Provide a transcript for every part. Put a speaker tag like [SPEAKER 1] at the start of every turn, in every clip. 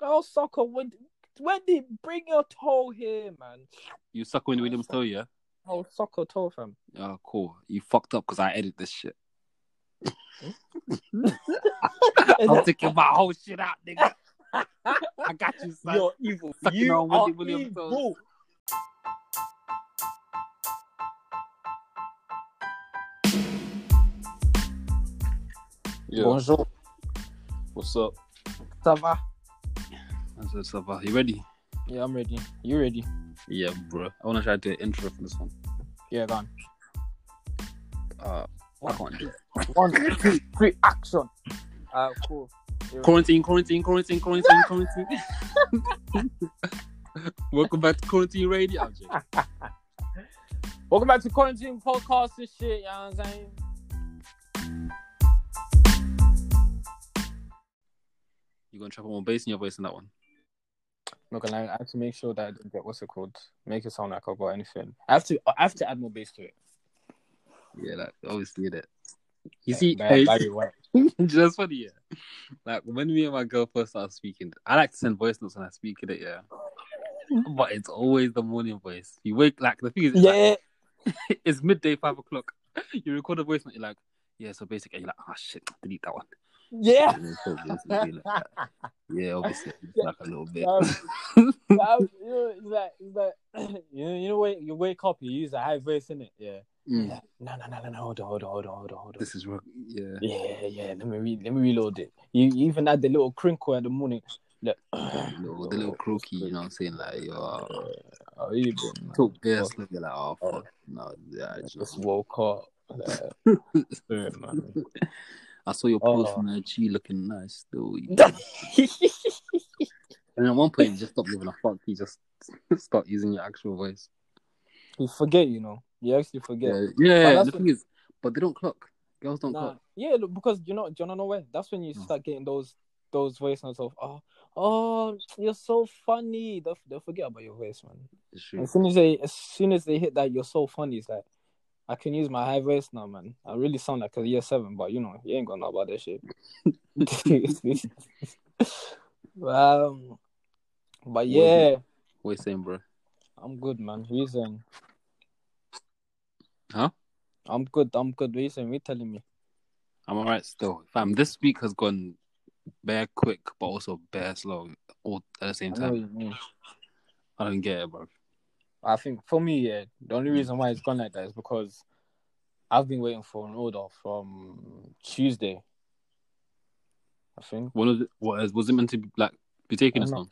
[SPEAKER 1] Oh, soccer. When Wendy, bring your toe here, man.
[SPEAKER 2] You suck on Williams toe, yeah?
[SPEAKER 1] Oh, soccer toe, fam.
[SPEAKER 2] Oh, cool. You fucked up because I edit this shit. I'm taking my whole shit out, nigga. I got you, son.
[SPEAKER 1] You're evil.
[SPEAKER 2] Sucking
[SPEAKER 1] you
[SPEAKER 2] on
[SPEAKER 1] are
[SPEAKER 2] Wendy Williams' toes.
[SPEAKER 1] evil.
[SPEAKER 2] Yeah.
[SPEAKER 1] Bonjour.
[SPEAKER 2] What's up?
[SPEAKER 1] Ça va?
[SPEAKER 2] That's what's up. uh, You ready?
[SPEAKER 1] Yeah, I'm ready. You ready?
[SPEAKER 2] Yeah, bro. I want to try to do an intro for this one.
[SPEAKER 1] Yeah, go on.
[SPEAKER 2] Uh, I can't do it.
[SPEAKER 1] One, two, three, action. Uh, cool.
[SPEAKER 2] Quarantine, quarantine, quarantine, quarantine, quarantine. Welcome back to Quarantine Radio. I'm joking.
[SPEAKER 1] Welcome back to Quarantine Podcast and shit, you know what I'm saying?
[SPEAKER 2] You're going to trap more bass in your voice in that one.
[SPEAKER 1] Look, and I I have to make sure that I don't get what's it called? Make it sound like I've got anything. I have to I have to add more bass to it.
[SPEAKER 2] Yeah, like, obviously that. You see,
[SPEAKER 1] Like-
[SPEAKER 2] hey,
[SPEAKER 1] like you want.
[SPEAKER 2] just funny, yeah. Like when me and my girl first started speaking, I like to send voice notes when I speak in it, yeah. But it's always the morning voice. You wake like the thing is, it's,
[SPEAKER 1] Yeah.
[SPEAKER 2] like, it's midday, five o'clock. You record a voice note, you're like, yeah, so basically, you're like, oh shit, delete that one.
[SPEAKER 1] Yeah.
[SPEAKER 2] And then so basically, like, yeah, obviously, it's like a little bit.
[SPEAKER 1] Um, Um, you know, it's like, it's like you know, you know, when you wake up, you use a high voice in it. Yeah.
[SPEAKER 2] Mm,
[SPEAKER 1] yeah. No, no, no, no, no. Hold on, hold on, hold on, hold on, hold on.
[SPEAKER 2] this is rock. Yeah,
[SPEAKER 1] Yeah, yeah. Let me re- let me reload it. You, you even had the little crinkle in the morning. Look.
[SPEAKER 2] the little, the little croaky, you know what I'm saying? Like, you are
[SPEAKER 1] How Oh, you doing, man?
[SPEAKER 2] talk gas, look, you're like, oh, fuck, no, yeah,
[SPEAKER 1] I
[SPEAKER 2] it's
[SPEAKER 1] just
[SPEAKER 2] just.
[SPEAKER 1] woke up. Like, spirit, man.
[SPEAKER 2] I saw your post
[SPEAKER 1] Oh.
[SPEAKER 2] from IG looking nice, still.
[SPEAKER 1] yeah,
[SPEAKER 2] And at one point, you just stop giving a fuck. You just start using your actual voice.
[SPEAKER 1] you forget, you know. You actually forget.
[SPEAKER 2] Yeah,
[SPEAKER 1] But
[SPEAKER 2] yeah.
[SPEAKER 1] that's
[SPEAKER 2] the thing is, but they don't clock. Girls don't
[SPEAKER 1] Nah,
[SPEAKER 2] clock.
[SPEAKER 1] yeah, look, because you know, do you know no way. That's when you
[SPEAKER 2] Mm.
[SPEAKER 1] start getting those those voice notes of oh, oh, you're so funny. They'll, they'll forget about your voice, man.
[SPEAKER 2] It's true.
[SPEAKER 1] As soon as they as soon as they hit that, you're so funny. It's like I can use my high voice now, man. I really sound like a year seven, but you know, you ain't gonna know about that shit. um, but
[SPEAKER 2] you-
[SPEAKER 1] yeah,
[SPEAKER 2] What you saying, bro?
[SPEAKER 1] I'm good, man. Reason.
[SPEAKER 2] Huh?
[SPEAKER 1] I'm good. I'm good. Reason. We telling me.
[SPEAKER 2] I'm alright still. Fam, this week has gone bare quick, but also bare slow, all at the same
[SPEAKER 1] I know what
[SPEAKER 2] time.
[SPEAKER 1] you mean.
[SPEAKER 2] I don't get it, bro.
[SPEAKER 1] I think for me, yeah, the only
[SPEAKER 2] Mm.
[SPEAKER 1] reason why it's gone like that is because I've been waiting for an order from Tuesday. I think
[SPEAKER 2] One of the, what is, was it meant to be like be taking
[SPEAKER 1] I'm
[SPEAKER 2] this
[SPEAKER 1] not-
[SPEAKER 2] long?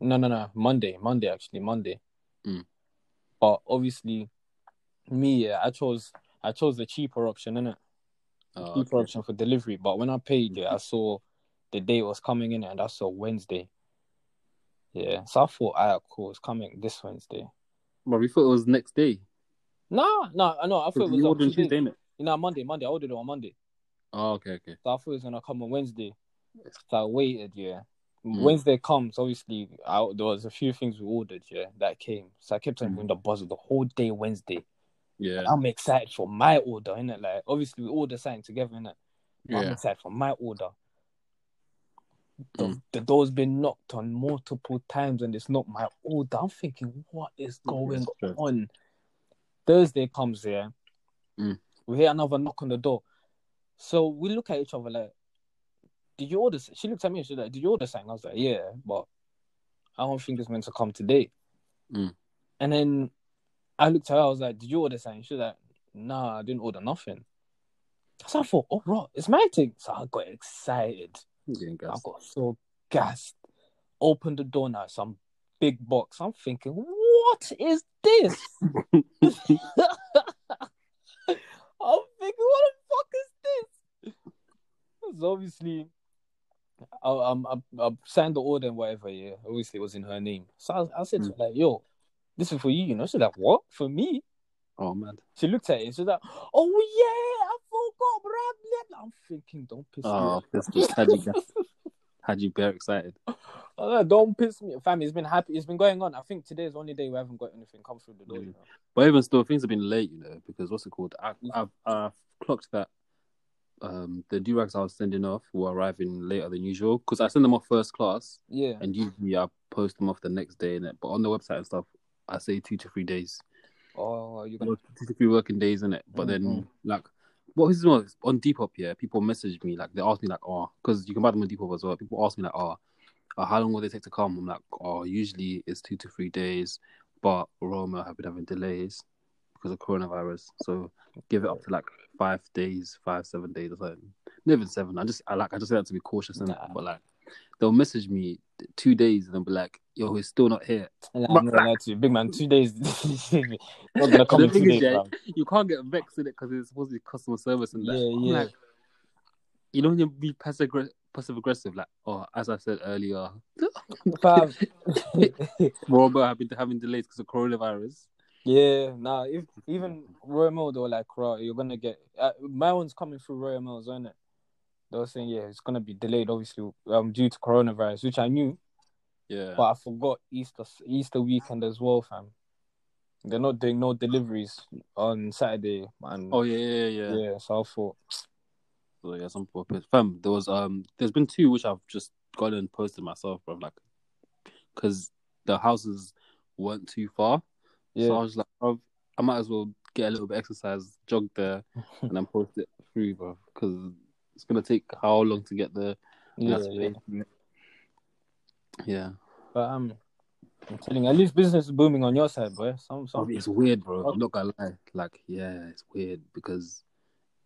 [SPEAKER 1] no, no, no, Monday, Monday actually, Monday.
[SPEAKER 2] Mm.
[SPEAKER 1] But obviously, me, yeah, I chose I chose the cheaper option, innit? The
[SPEAKER 2] Oh,
[SPEAKER 1] cheaper
[SPEAKER 2] okay. Hmm.
[SPEAKER 1] option for delivery. But when I paid, yeah, I saw the day it was coming in, and I saw Wednesday. Yeah, so I thought, alright, cool, it's coming this Wednesday.
[SPEAKER 2] Bro, we thought it was next day.
[SPEAKER 1] No, no, no, I thought it was
[SPEAKER 2] you
[SPEAKER 1] like,
[SPEAKER 2] ordered on
[SPEAKER 1] two days.
[SPEAKER 2] Tuesday, innit?
[SPEAKER 1] You know, Monday, Monday, I ordered it on Monday.
[SPEAKER 2] Oh, okay, okay.
[SPEAKER 1] So I thought it was gonna come on Wednesday. So I waited, yeah.
[SPEAKER 2] Mm.
[SPEAKER 1] Wednesday comes, obviously. I, there was a few things we ordered, yeah, that came. So I kept on
[SPEAKER 2] Mm.
[SPEAKER 1] doing the buzzer the whole day Wednesday.
[SPEAKER 2] Yeah,
[SPEAKER 1] I'm excited for my order, innit? Like obviously we order something together, innit? But I'm
[SPEAKER 2] yeah.
[SPEAKER 1] excited for my order. The,
[SPEAKER 2] Mm.
[SPEAKER 1] the door's been knocked on multiple times and it's not my order. I'm thinking, what is going
[SPEAKER 2] true.
[SPEAKER 1] on? Thursday comes here.
[SPEAKER 2] Mm.
[SPEAKER 1] We hear another knock on the door. So we look at each other like, did you order? s- She looked at me and she's like, did you order something? I was like, yeah, but I don't think it's meant to come today.
[SPEAKER 2] Mm.
[SPEAKER 1] And then I looked at her, I was like, did you order something? She's like, nah, I didn't order nothing. So I thought, oh, right, it's my thing. So I got excited.
[SPEAKER 2] I'm getting
[SPEAKER 1] I
[SPEAKER 2] gassed.
[SPEAKER 1] got so gassed. Opened the door now, some big box. I'm thinking, what is this? I'm thinking, what the fuck is this? So obviously, I, um, I, I signed the order and whatever. Yeah, obviously it was in her name. So I, I said to her, like, "Yo, this is for you." You know, she's like, "What for me?"
[SPEAKER 2] Oh man.
[SPEAKER 1] She looked at it. She's like, "Oh yeah, I forgot." Blah, blah, blah. I'm thinking, don't piss
[SPEAKER 2] Oh,
[SPEAKER 1] me.
[SPEAKER 2] this was had you gassed. Had you bare excited?
[SPEAKER 1] off. Uh, don't piss me, fam. It's been happy. It's been going on. I think today is the only day we haven't got anything come through the door. You know?
[SPEAKER 2] But even still, things have been late, you know, because what's it called? I, I've, I've clocked that um, the do rags I was sending off were arriving later than usual because I send them off first class
[SPEAKER 1] Yeah.
[SPEAKER 2] and usually I post them off the next day. innit? But on the website and stuff, I say two to three days,
[SPEAKER 1] Oh, you're gonna.
[SPEAKER 2] two to three working days in it. But then, like, what is well, on Depop? Yeah, people message me like they ask me like, oh, because you can buy them on Depop as well. People ask me like, oh, uh, how long will they take to come? I'm like, oh, usually it's two to three days, but Roma have been having delays because of coronavirus. So give it up to like five days, five, seven days or something. Not even seven. I just I like I just like to be cautious and
[SPEAKER 1] Nah.
[SPEAKER 2] but like they'll message me two days and they'll be like, yo, he's still not here.
[SPEAKER 1] Nah, I'm not gonna lie to you, big man. Two days. not gonna
[SPEAKER 2] But
[SPEAKER 1] come
[SPEAKER 2] the
[SPEAKER 1] in two
[SPEAKER 2] thing is,
[SPEAKER 1] days,
[SPEAKER 2] yeah,
[SPEAKER 1] bruv.
[SPEAKER 2] you can't get vexed in it because it's supposed to be customer service and that.
[SPEAKER 1] Yeah,
[SPEAKER 2] I'm
[SPEAKER 1] yeah.
[SPEAKER 2] like, you don't even be passive aggressive. Passive aggressive, like oh, as I said earlier,
[SPEAKER 1] Bruv.
[SPEAKER 2] Robert have been having delays because of coronavirus.
[SPEAKER 1] Yeah, nah. If even Royal Mail, they were like, "Right, you're gonna get uh, my one's coming through Royal Mail, isn't it?" They were saying, "Yeah, it's gonna be delayed, obviously, um, due to coronavirus," which I knew,
[SPEAKER 2] Yeah,
[SPEAKER 1] but I forgot Easter Easter weekend as well, fam. They're not doing no deliveries on Saturday, and
[SPEAKER 2] oh yeah, yeah, yeah.
[SPEAKER 1] yeah. so I thought,
[SPEAKER 2] So yeah, some people pissed. Fam, there was um, there's been two which I've just gone and posted myself, bro. Like, because the houses weren't too far,
[SPEAKER 1] yeah,
[SPEAKER 2] so I was like, bruv, I might as well get a little bit of exercise, jog there, and then post it through, bro. Because it's gonna take how long to get there? and
[SPEAKER 1] yeah,
[SPEAKER 2] that's
[SPEAKER 1] yeah.
[SPEAKER 2] paid. yeah.
[SPEAKER 1] But um, I'm telling you, at least business is booming on your side, boy. Some,
[SPEAKER 2] Oh,
[SPEAKER 1] some,
[SPEAKER 2] it's weird, bro. I'm not gonna lie. Like, yeah, it's weird because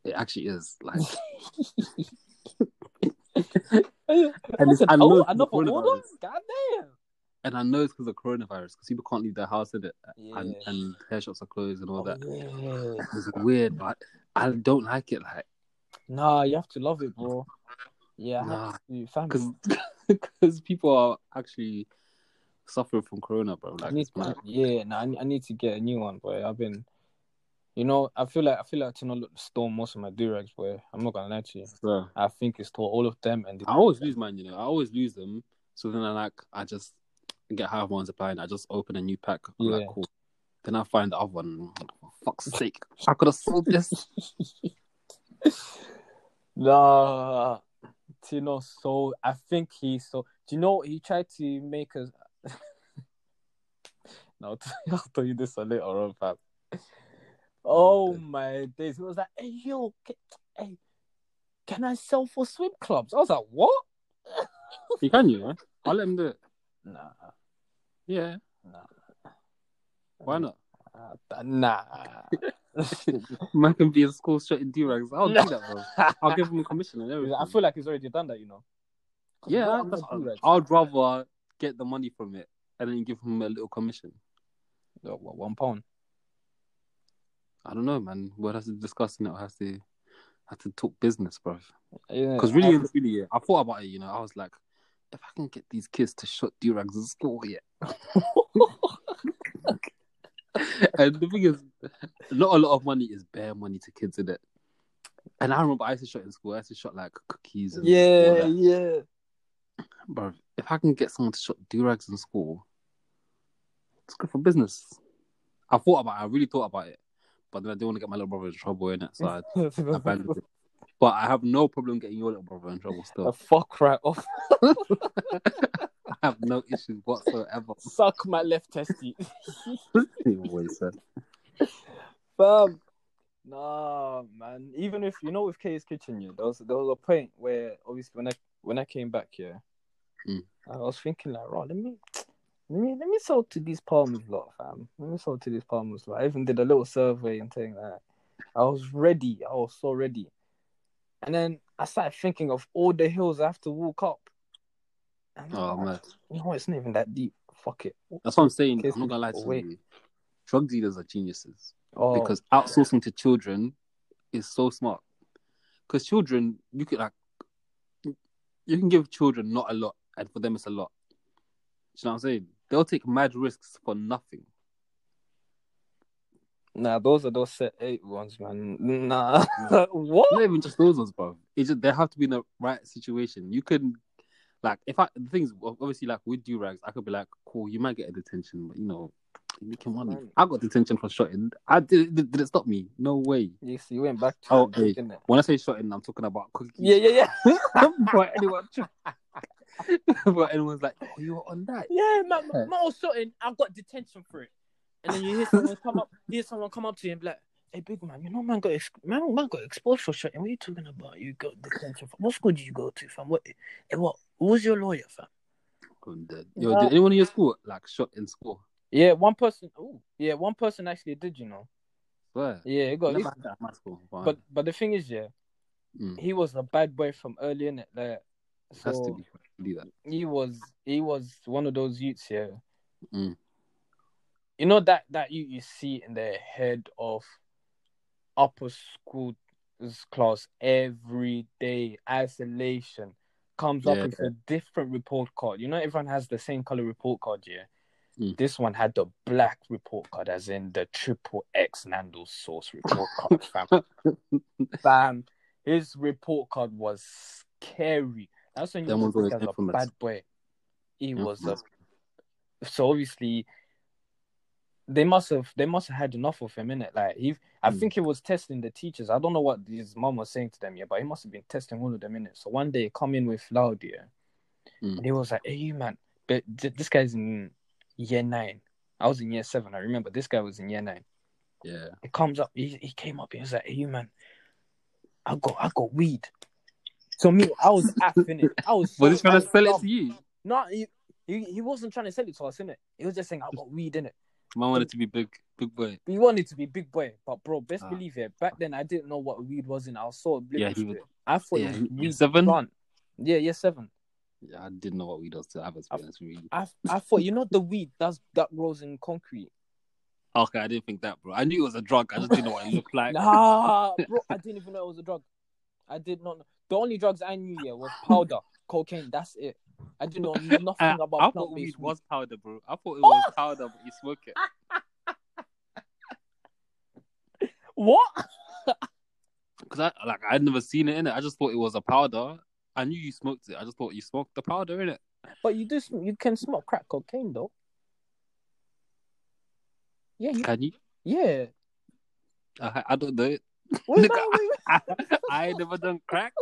[SPEAKER 2] it actually is like,
[SPEAKER 1] and
[SPEAKER 2] and it's, I know it's 'cause of
[SPEAKER 1] another order?
[SPEAKER 2] coronavirus,
[SPEAKER 1] God damn.
[SPEAKER 2] and I know it's because of coronavirus because people can't leave their house in it,
[SPEAKER 1] Yeah.
[SPEAKER 2] and, and hair shops are closed and all that.
[SPEAKER 1] Oh, yeah.
[SPEAKER 2] It's weird, but I don't like it. Like,
[SPEAKER 1] Nah, you have to love it, bro. Yeah,
[SPEAKER 2] Nah,
[SPEAKER 1] you fam.
[SPEAKER 2] because because people are actually suffering from corona, bro.
[SPEAKER 1] I
[SPEAKER 2] Like,
[SPEAKER 1] need
[SPEAKER 2] it's mad.
[SPEAKER 1] yeah, nah, I, ne- I need to get a new one, boy. I've been, you know, I feel like I feel like to not store most of my durags, boy. I'm not gonna lie to you.
[SPEAKER 2] So,
[SPEAKER 1] I think it's to all of them and
[SPEAKER 2] I always lose mine, you know. I always lose them. So then I like I just get half one supply and I just open a new pack. I'm
[SPEAKER 1] Yeah.
[SPEAKER 2] like, cool. Then I find the other one. For fuck's sake. I could have sold this.
[SPEAKER 1] nah. Tino so I think he so do you know he tried to make us no I'll tell you this a later on fam. Oh my days. He was like, hey yo, can, hey, can I sell for swim clubs? I was like, what?
[SPEAKER 2] you can you, know? I'll let him do it.
[SPEAKER 1] Nah,
[SPEAKER 2] Yeah.
[SPEAKER 1] nah.
[SPEAKER 2] Why not?
[SPEAKER 1] Uh, Nah.
[SPEAKER 2] Man can be in school straight in D-Rags. I'll do that, bro. I'll give him a commission and everything.
[SPEAKER 1] I feel like he's already done that, you know. 'Cause what
[SPEAKER 2] yeah,
[SPEAKER 1] I'm
[SPEAKER 2] that's,
[SPEAKER 1] gonna do, right?
[SPEAKER 2] I'd rather get the money from it and then give him a little commission.
[SPEAKER 1] Oh, what, one pound.
[SPEAKER 2] I don't know, man. We'll have to discuss it. I have to have to talk business, bro.
[SPEAKER 1] Yeah,
[SPEAKER 2] Because really,
[SPEAKER 1] I-
[SPEAKER 2] and truly, yeah, I thought about it. You know, I was like, if I can get these kids to shut durags in school, yeah. and the thing is, not a lot of money is bare money to kids in it. And I remember I used to shot in school. I used to shot like cookies and all
[SPEAKER 1] yeah,
[SPEAKER 2] that.
[SPEAKER 1] yeah.
[SPEAKER 2] Bruv, if I can get someone to shot durags in school, it's good for business. I thought about. it. I really thought about it, but then I didn't want to get my little brother in trouble in it, so I I abandoned it. But I have no problem getting your little brother in trouble
[SPEAKER 1] The
[SPEAKER 2] still.
[SPEAKER 1] fuck right
[SPEAKER 2] Oh,
[SPEAKER 1] off.
[SPEAKER 2] I have no issues whatsoever.
[SPEAKER 1] Suck my left testy.
[SPEAKER 2] Anyways, uh,
[SPEAKER 1] Fam. Nah, man. Even if you know with K's kitchen, yeah, there was there was a point where obviously when I when I came back here,
[SPEAKER 2] Mm.
[SPEAKER 1] I was thinking like, right, let me let me let me sell to these palms lot, fam. Let me sell to these palms lot. I even did a little survey and thing like I was ready. I was so ready. And then I started thinking of all the hills I have to walk up. And I was
[SPEAKER 2] Oh
[SPEAKER 1] like,
[SPEAKER 2] man,
[SPEAKER 1] You know what? It's not even that deep. Fuck it.
[SPEAKER 2] that's what I'm saying.
[SPEAKER 1] Kids
[SPEAKER 2] I'm not gonna lie to
[SPEAKER 1] wait.
[SPEAKER 2] you. Drug dealers are geniuses
[SPEAKER 1] Oh,
[SPEAKER 2] because outsourcing to children is so smart. Because children, you can like, you can give children not a lot, and for them it's a lot. Do you know what I'm saying? They'll take mad risks for nothing.
[SPEAKER 1] Nah, those are those set eight ones, man. Nah,
[SPEAKER 2] Mm.
[SPEAKER 1] what?
[SPEAKER 2] Not even just those ones, bro. It's just they have to be in the right situation. You can, like, if I the things obviously like with do rags, I could be like, cool, you might get a detention, but you know, They're making money. I got detention for shotting. I did, did. Did it stop me? No way.
[SPEAKER 1] You see, you went back to
[SPEAKER 2] Oh,
[SPEAKER 1] it,
[SPEAKER 2] hey.
[SPEAKER 1] didn't it?
[SPEAKER 2] When I say shotting, I'm talking about cookies.
[SPEAKER 1] Yeah, yeah, yeah.
[SPEAKER 2] but anyone, but anyone's like, oh, you were on that.
[SPEAKER 3] Yeah, my my,
[SPEAKER 2] Yeah.
[SPEAKER 3] my old shotting, I've got detention for it. And then you hear someone come up, you hear someone come up to you and be like, "Hey, big man, you know man got ex- man, man got exposed for shotting. What are you talking about? You got detention for what school did you go to, fam? What? eh, what? Who's your lawyer, fam?
[SPEAKER 2] And, uh, Yo, did anyone in your school like shot in school?
[SPEAKER 1] Yeah, one person. Oh, yeah, one person actually did. You know?
[SPEAKER 2] Swear.
[SPEAKER 1] Yeah, it got.
[SPEAKER 2] Never had that at my school. But,
[SPEAKER 1] But but the thing is, yeah,
[SPEAKER 2] Mm.
[SPEAKER 1] he was a bad boy from early in it. Like,
[SPEAKER 2] it has to
[SPEAKER 1] so
[SPEAKER 2] be do that.
[SPEAKER 1] he was he was one of those youths, yeah.
[SPEAKER 2] Mm.
[SPEAKER 1] You know that that youth you see in the head of upper school class every day, isolation comes up
[SPEAKER 2] Yeah.
[SPEAKER 1] with a different report card. You know, everyone has the same color report card, yeah.
[SPEAKER 2] Mm.
[SPEAKER 1] This one had the black report card, as in the triple X Nando's sauce report card, fam. Bam. His report card was scary. That's when you
[SPEAKER 2] Them
[SPEAKER 1] was
[SPEAKER 2] ones always
[SPEAKER 1] as a
[SPEAKER 2] infamous.
[SPEAKER 1] bad boy. He was a
[SPEAKER 2] Infamous.
[SPEAKER 1] so obviously they must have they must have had enough of him in it. Like he, I
[SPEAKER 2] Mm.
[SPEAKER 1] think he was testing the teachers. I don't know what his mom was saying to them yeah, but he must have been testing all of them in it. So one day he come in with loud yeah,
[SPEAKER 2] Mm.
[SPEAKER 1] and he was like, "Hey, you man, but th- this guy's in year nine. I was in year seven. I remember this guy was in year nine.
[SPEAKER 2] Yeah.
[SPEAKER 1] It comes up. He, he came up. He was like, "Hey, you man, I got I got weed." So me, I was affing it. I was.
[SPEAKER 2] But he's
[SPEAKER 1] so um,
[SPEAKER 2] trying to sell it
[SPEAKER 1] dumb.
[SPEAKER 2] to you.
[SPEAKER 1] No, he, he he wasn't trying to sell it to us, innit? He was just saying I got weed in it.
[SPEAKER 2] Man wanted to be big, big boy.
[SPEAKER 1] We wanted to be big boy, but bro, best
[SPEAKER 2] Ah.
[SPEAKER 1] believe it. Back then, I didn't know what weed was in. I was so
[SPEAKER 2] Yeah,
[SPEAKER 1] oblivious.
[SPEAKER 2] he
[SPEAKER 1] to
[SPEAKER 2] was.
[SPEAKER 1] it. I thought
[SPEAKER 2] Yeah,
[SPEAKER 1] it
[SPEAKER 2] he-
[SPEAKER 1] was weed
[SPEAKER 2] seven?
[SPEAKER 1] plant. Yeah, yeah, seven.
[SPEAKER 2] Yeah, I didn't know what we does to have experience with you.
[SPEAKER 1] I I thought you know the weed that's that grows in concrete.
[SPEAKER 2] Okay, I didn't think that, bro. I knew it was a drug. I just didn't know what it looked like. Uh,
[SPEAKER 1] Nah, bro, I didn't even know it was a drug. I did not know. The only drugs I knew yeah was powder, cocaine. That's it. I didn't know nothing
[SPEAKER 2] Uh, I
[SPEAKER 1] about
[SPEAKER 2] thought
[SPEAKER 1] plant
[SPEAKER 2] weed
[SPEAKER 1] based weed.
[SPEAKER 2] was powder, bro. I thought it was powder, but you smoke it.
[SPEAKER 1] What?
[SPEAKER 2] Because I like I'd never seen it in it. I just thought it was a powder. I knew you smoked it. I just thought you smoked the powder in it.
[SPEAKER 1] But you do. sm- You can smoke crack cocaine though. Yeah, you,
[SPEAKER 2] Can you?
[SPEAKER 1] yeah.
[SPEAKER 2] I, I don't know. it.
[SPEAKER 1] What is
[SPEAKER 2] Nigga,
[SPEAKER 1] that? Wait, wait.
[SPEAKER 2] I, I ain't never done crack.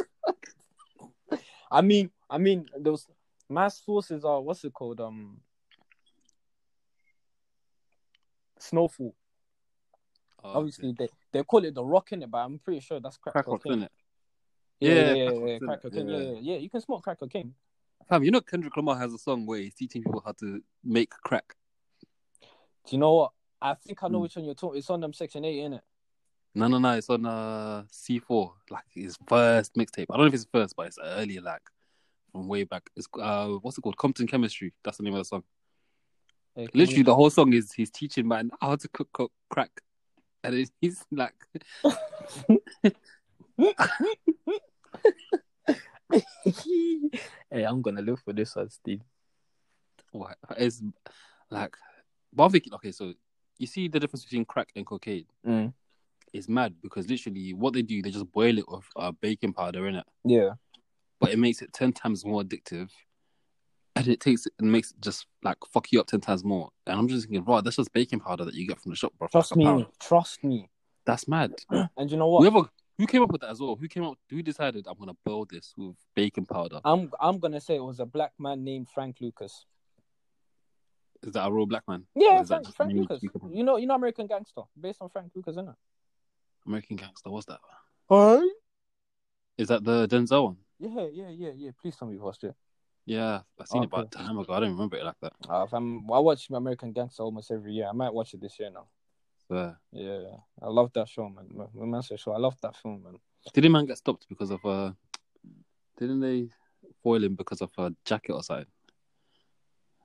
[SPEAKER 1] I mean, I mean, those mass sources are what's it called? Um, Snowfall.
[SPEAKER 2] Oh,
[SPEAKER 1] Obviously, they they call it the rock in it, but I'm pretty sure that's crack,
[SPEAKER 2] crack rocks,
[SPEAKER 1] cocaine.
[SPEAKER 2] innit?
[SPEAKER 1] Yeah, yeah,
[SPEAKER 2] Yeah,
[SPEAKER 1] yeah,
[SPEAKER 2] crack
[SPEAKER 1] yeah, crack
[SPEAKER 2] rocks, innit?
[SPEAKER 1] cocaine. Yeah.
[SPEAKER 2] Yeah.
[SPEAKER 1] yeah, yeah, You can smoke crack cocaine.
[SPEAKER 2] Fam, you know Kendrick Lamar has a song where he's teaching people how to make crack.
[SPEAKER 1] Do you know what? I think I know
[SPEAKER 2] Mm.
[SPEAKER 1] which one you're talking. It's on them section eight, innit?
[SPEAKER 2] No, no, no. It's on uh C4, like his first mixtape. I don't know if it's first, but it's early, like from way back. It's uh, what's it called? Compton Chemistry. That's the name of the song.
[SPEAKER 1] Like,
[SPEAKER 2] Literally, the whole song is he's teaching man how to cook, cook crack, and it, he's like,
[SPEAKER 1] hey, I'm gonna look for this one, Steve.
[SPEAKER 2] what? It's like, but I'm thinking, okay, so you see the difference between crack and cocaine.
[SPEAKER 1] Mm.
[SPEAKER 2] It's mad because literally what they do, they just boil it with uh, baking powder in it,
[SPEAKER 1] Yeah,
[SPEAKER 2] but it makes it ten times more addictive, and it takes it and makes it just like fuck you up ten times more. And I'm just thinking, right, that's just baking powder that you get from the shop, bro.
[SPEAKER 1] trust
[SPEAKER 2] Like a
[SPEAKER 1] me,
[SPEAKER 2] pound.
[SPEAKER 1] trust me.
[SPEAKER 2] that's mad.
[SPEAKER 1] And you know what?
[SPEAKER 2] Whoever who came up with that as well, who came up, who decided I'm gonna boil this with baking powder?
[SPEAKER 1] I'm I'm gonna say it was a black man named Frank Lucas.
[SPEAKER 2] Is that a real black man? Or
[SPEAKER 1] Yeah,
[SPEAKER 2] is that
[SPEAKER 1] Frank,
[SPEAKER 2] just
[SPEAKER 1] Frank
[SPEAKER 2] me
[SPEAKER 1] Lucas.
[SPEAKER 2] speaking from
[SPEAKER 1] You know, you know, American Gangster, based on Frank Lucas, isn't it?
[SPEAKER 2] American Gangster. What's that?
[SPEAKER 1] Hey.
[SPEAKER 2] Is that the Denzel one?
[SPEAKER 1] Yeah, yeah, yeah, yeah. Please tell me you watched it.
[SPEAKER 2] Yeah, I seen it about
[SPEAKER 1] Okay.
[SPEAKER 2] time ago. I don't remember it like that.
[SPEAKER 1] Uh, if I'm, I watch American Gangster almost every year. I might watch it this year now.
[SPEAKER 2] So,
[SPEAKER 1] Yeah, I love that show, man. My- my man's a show. I love that film, man.
[SPEAKER 2] didn't man get stopped because of uh? Didn't they foil him because of a jacket or something?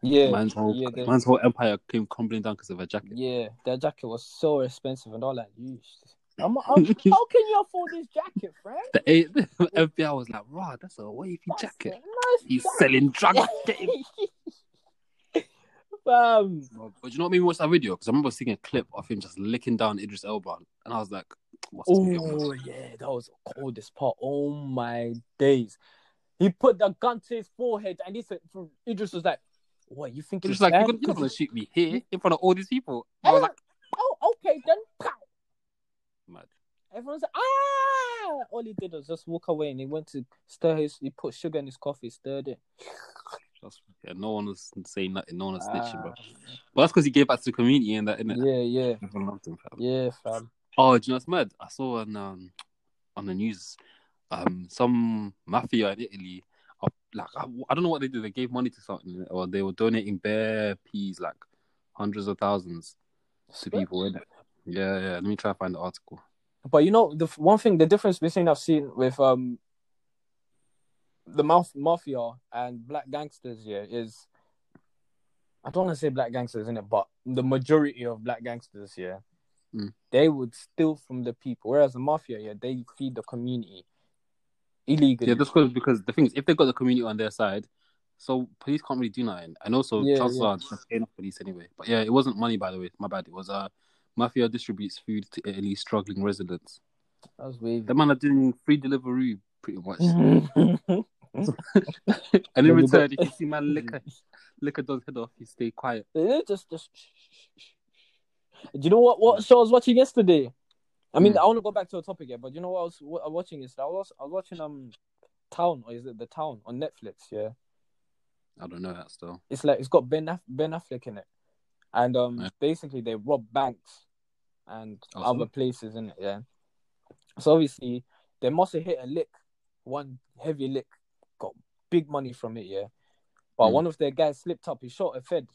[SPEAKER 1] Yeah,
[SPEAKER 2] man's whole
[SPEAKER 1] yeah, they-
[SPEAKER 2] man's whole empire came crumbling down because of a jacket.
[SPEAKER 1] yeah. That jacket was so expensive, and all that. Yeesh. I'm, I'm, how can you afford this jacket, Frank?
[SPEAKER 2] The, A- the FBI was like, "Wow, that's a wavy
[SPEAKER 1] That's
[SPEAKER 2] jacket.
[SPEAKER 1] a
[SPEAKER 2] He's
[SPEAKER 1] nice
[SPEAKER 2] selling drugs." Damn.
[SPEAKER 1] jacket. Fam.
[SPEAKER 2] But do you know what made me watch that video? Because I remember seeing a clip of him just licking down Idris Elba, and I was like, "What's this video?"
[SPEAKER 1] Oh yeah, that was the coldest part. Oh my days. He put the gun to his forehead and he said Idris was like, What you think?
[SPEAKER 2] It's
[SPEAKER 1] It's
[SPEAKER 2] just like
[SPEAKER 1] bad
[SPEAKER 2] you're gonna, you're not
[SPEAKER 1] 'cause
[SPEAKER 2] gonna
[SPEAKER 1] you-
[SPEAKER 2] shoot me here in front of all these people. I was like,
[SPEAKER 1] oh, okay then. Pow.
[SPEAKER 2] mad.
[SPEAKER 1] Everyone's like, ah! All he did was just walk away, and he went to stir his. He put sugar in his coffee, stirred it.
[SPEAKER 2] That's, yeah, no one was saying nothing. No one was snitching, bro.
[SPEAKER 1] Ah,
[SPEAKER 2] But that's because he gave back to the community and that, innit?
[SPEAKER 1] yeah, yeah,
[SPEAKER 2] Everyone loved him, fam.
[SPEAKER 1] yeah, fam.
[SPEAKER 2] Oh, do you know what's mad? I saw on um, on the news, um, some mafia in Italy. uh, Like I, I don't know what they did. They gave money to something, or they were donating bare peas, like hundreds of thousands to people. innit? Yeah, yeah. Let me try and find the article.
[SPEAKER 1] But you know, the f- one thing, the difference between I've seen with um the maf- mafia and black gangsters, yeah, is I don't want to say black gangsters in it, but the majority of black gangsters, yeah,
[SPEAKER 2] Mm.
[SPEAKER 1] they would steal from the people, whereas the mafia, yeah, they feed the community illegally.
[SPEAKER 2] Yeah, that's because because the thing is, if they got the community on their side, so police can't really do nothing. And also,
[SPEAKER 1] Yeah,
[SPEAKER 2] chances
[SPEAKER 1] yeah.
[SPEAKER 2] are they're paying off police anyway. But yeah, it wasn't money, by the way. My bad. It was uh, mafia distributes food to Italy's struggling residents.
[SPEAKER 1] That's weird.
[SPEAKER 2] The man are doing free delivery pretty much.
[SPEAKER 1] yeah,
[SPEAKER 2] And in
[SPEAKER 1] Then you
[SPEAKER 2] return,
[SPEAKER 1] got-
[SPEAKER 2] if you see man lick a, lick a dog's head off, you stay quiet.
[SPEAKER 1] just, just. Do you know what? What show I was watching yesterday? I mean,
[SPEAKER 2] Hmm.
[SPEAKER 1] I want to go back to a topic here, but you know what I was what I'm watching is I was I was watching um, Town or is it the Town on Netflix? Yeah,
[SPEAKER 2] I don't know that still.
[SPEAKER 1] it's like it's got Ben Aff- Ben Affleck in it, and um,
[SPEAKER 2] Yeah.
[SPEAKER 1] basically they rob banks and
[SPEAKER 2] Awesome.
[SPEAKER 1] other places in it. Yeah, so obviously they must have hit a lick, one heavy lick, got big money from it. Yeah, but
[SPEAKER 2] Hmm.
[SPEAKER 1] one of their guys slipped up, he shot a Fed,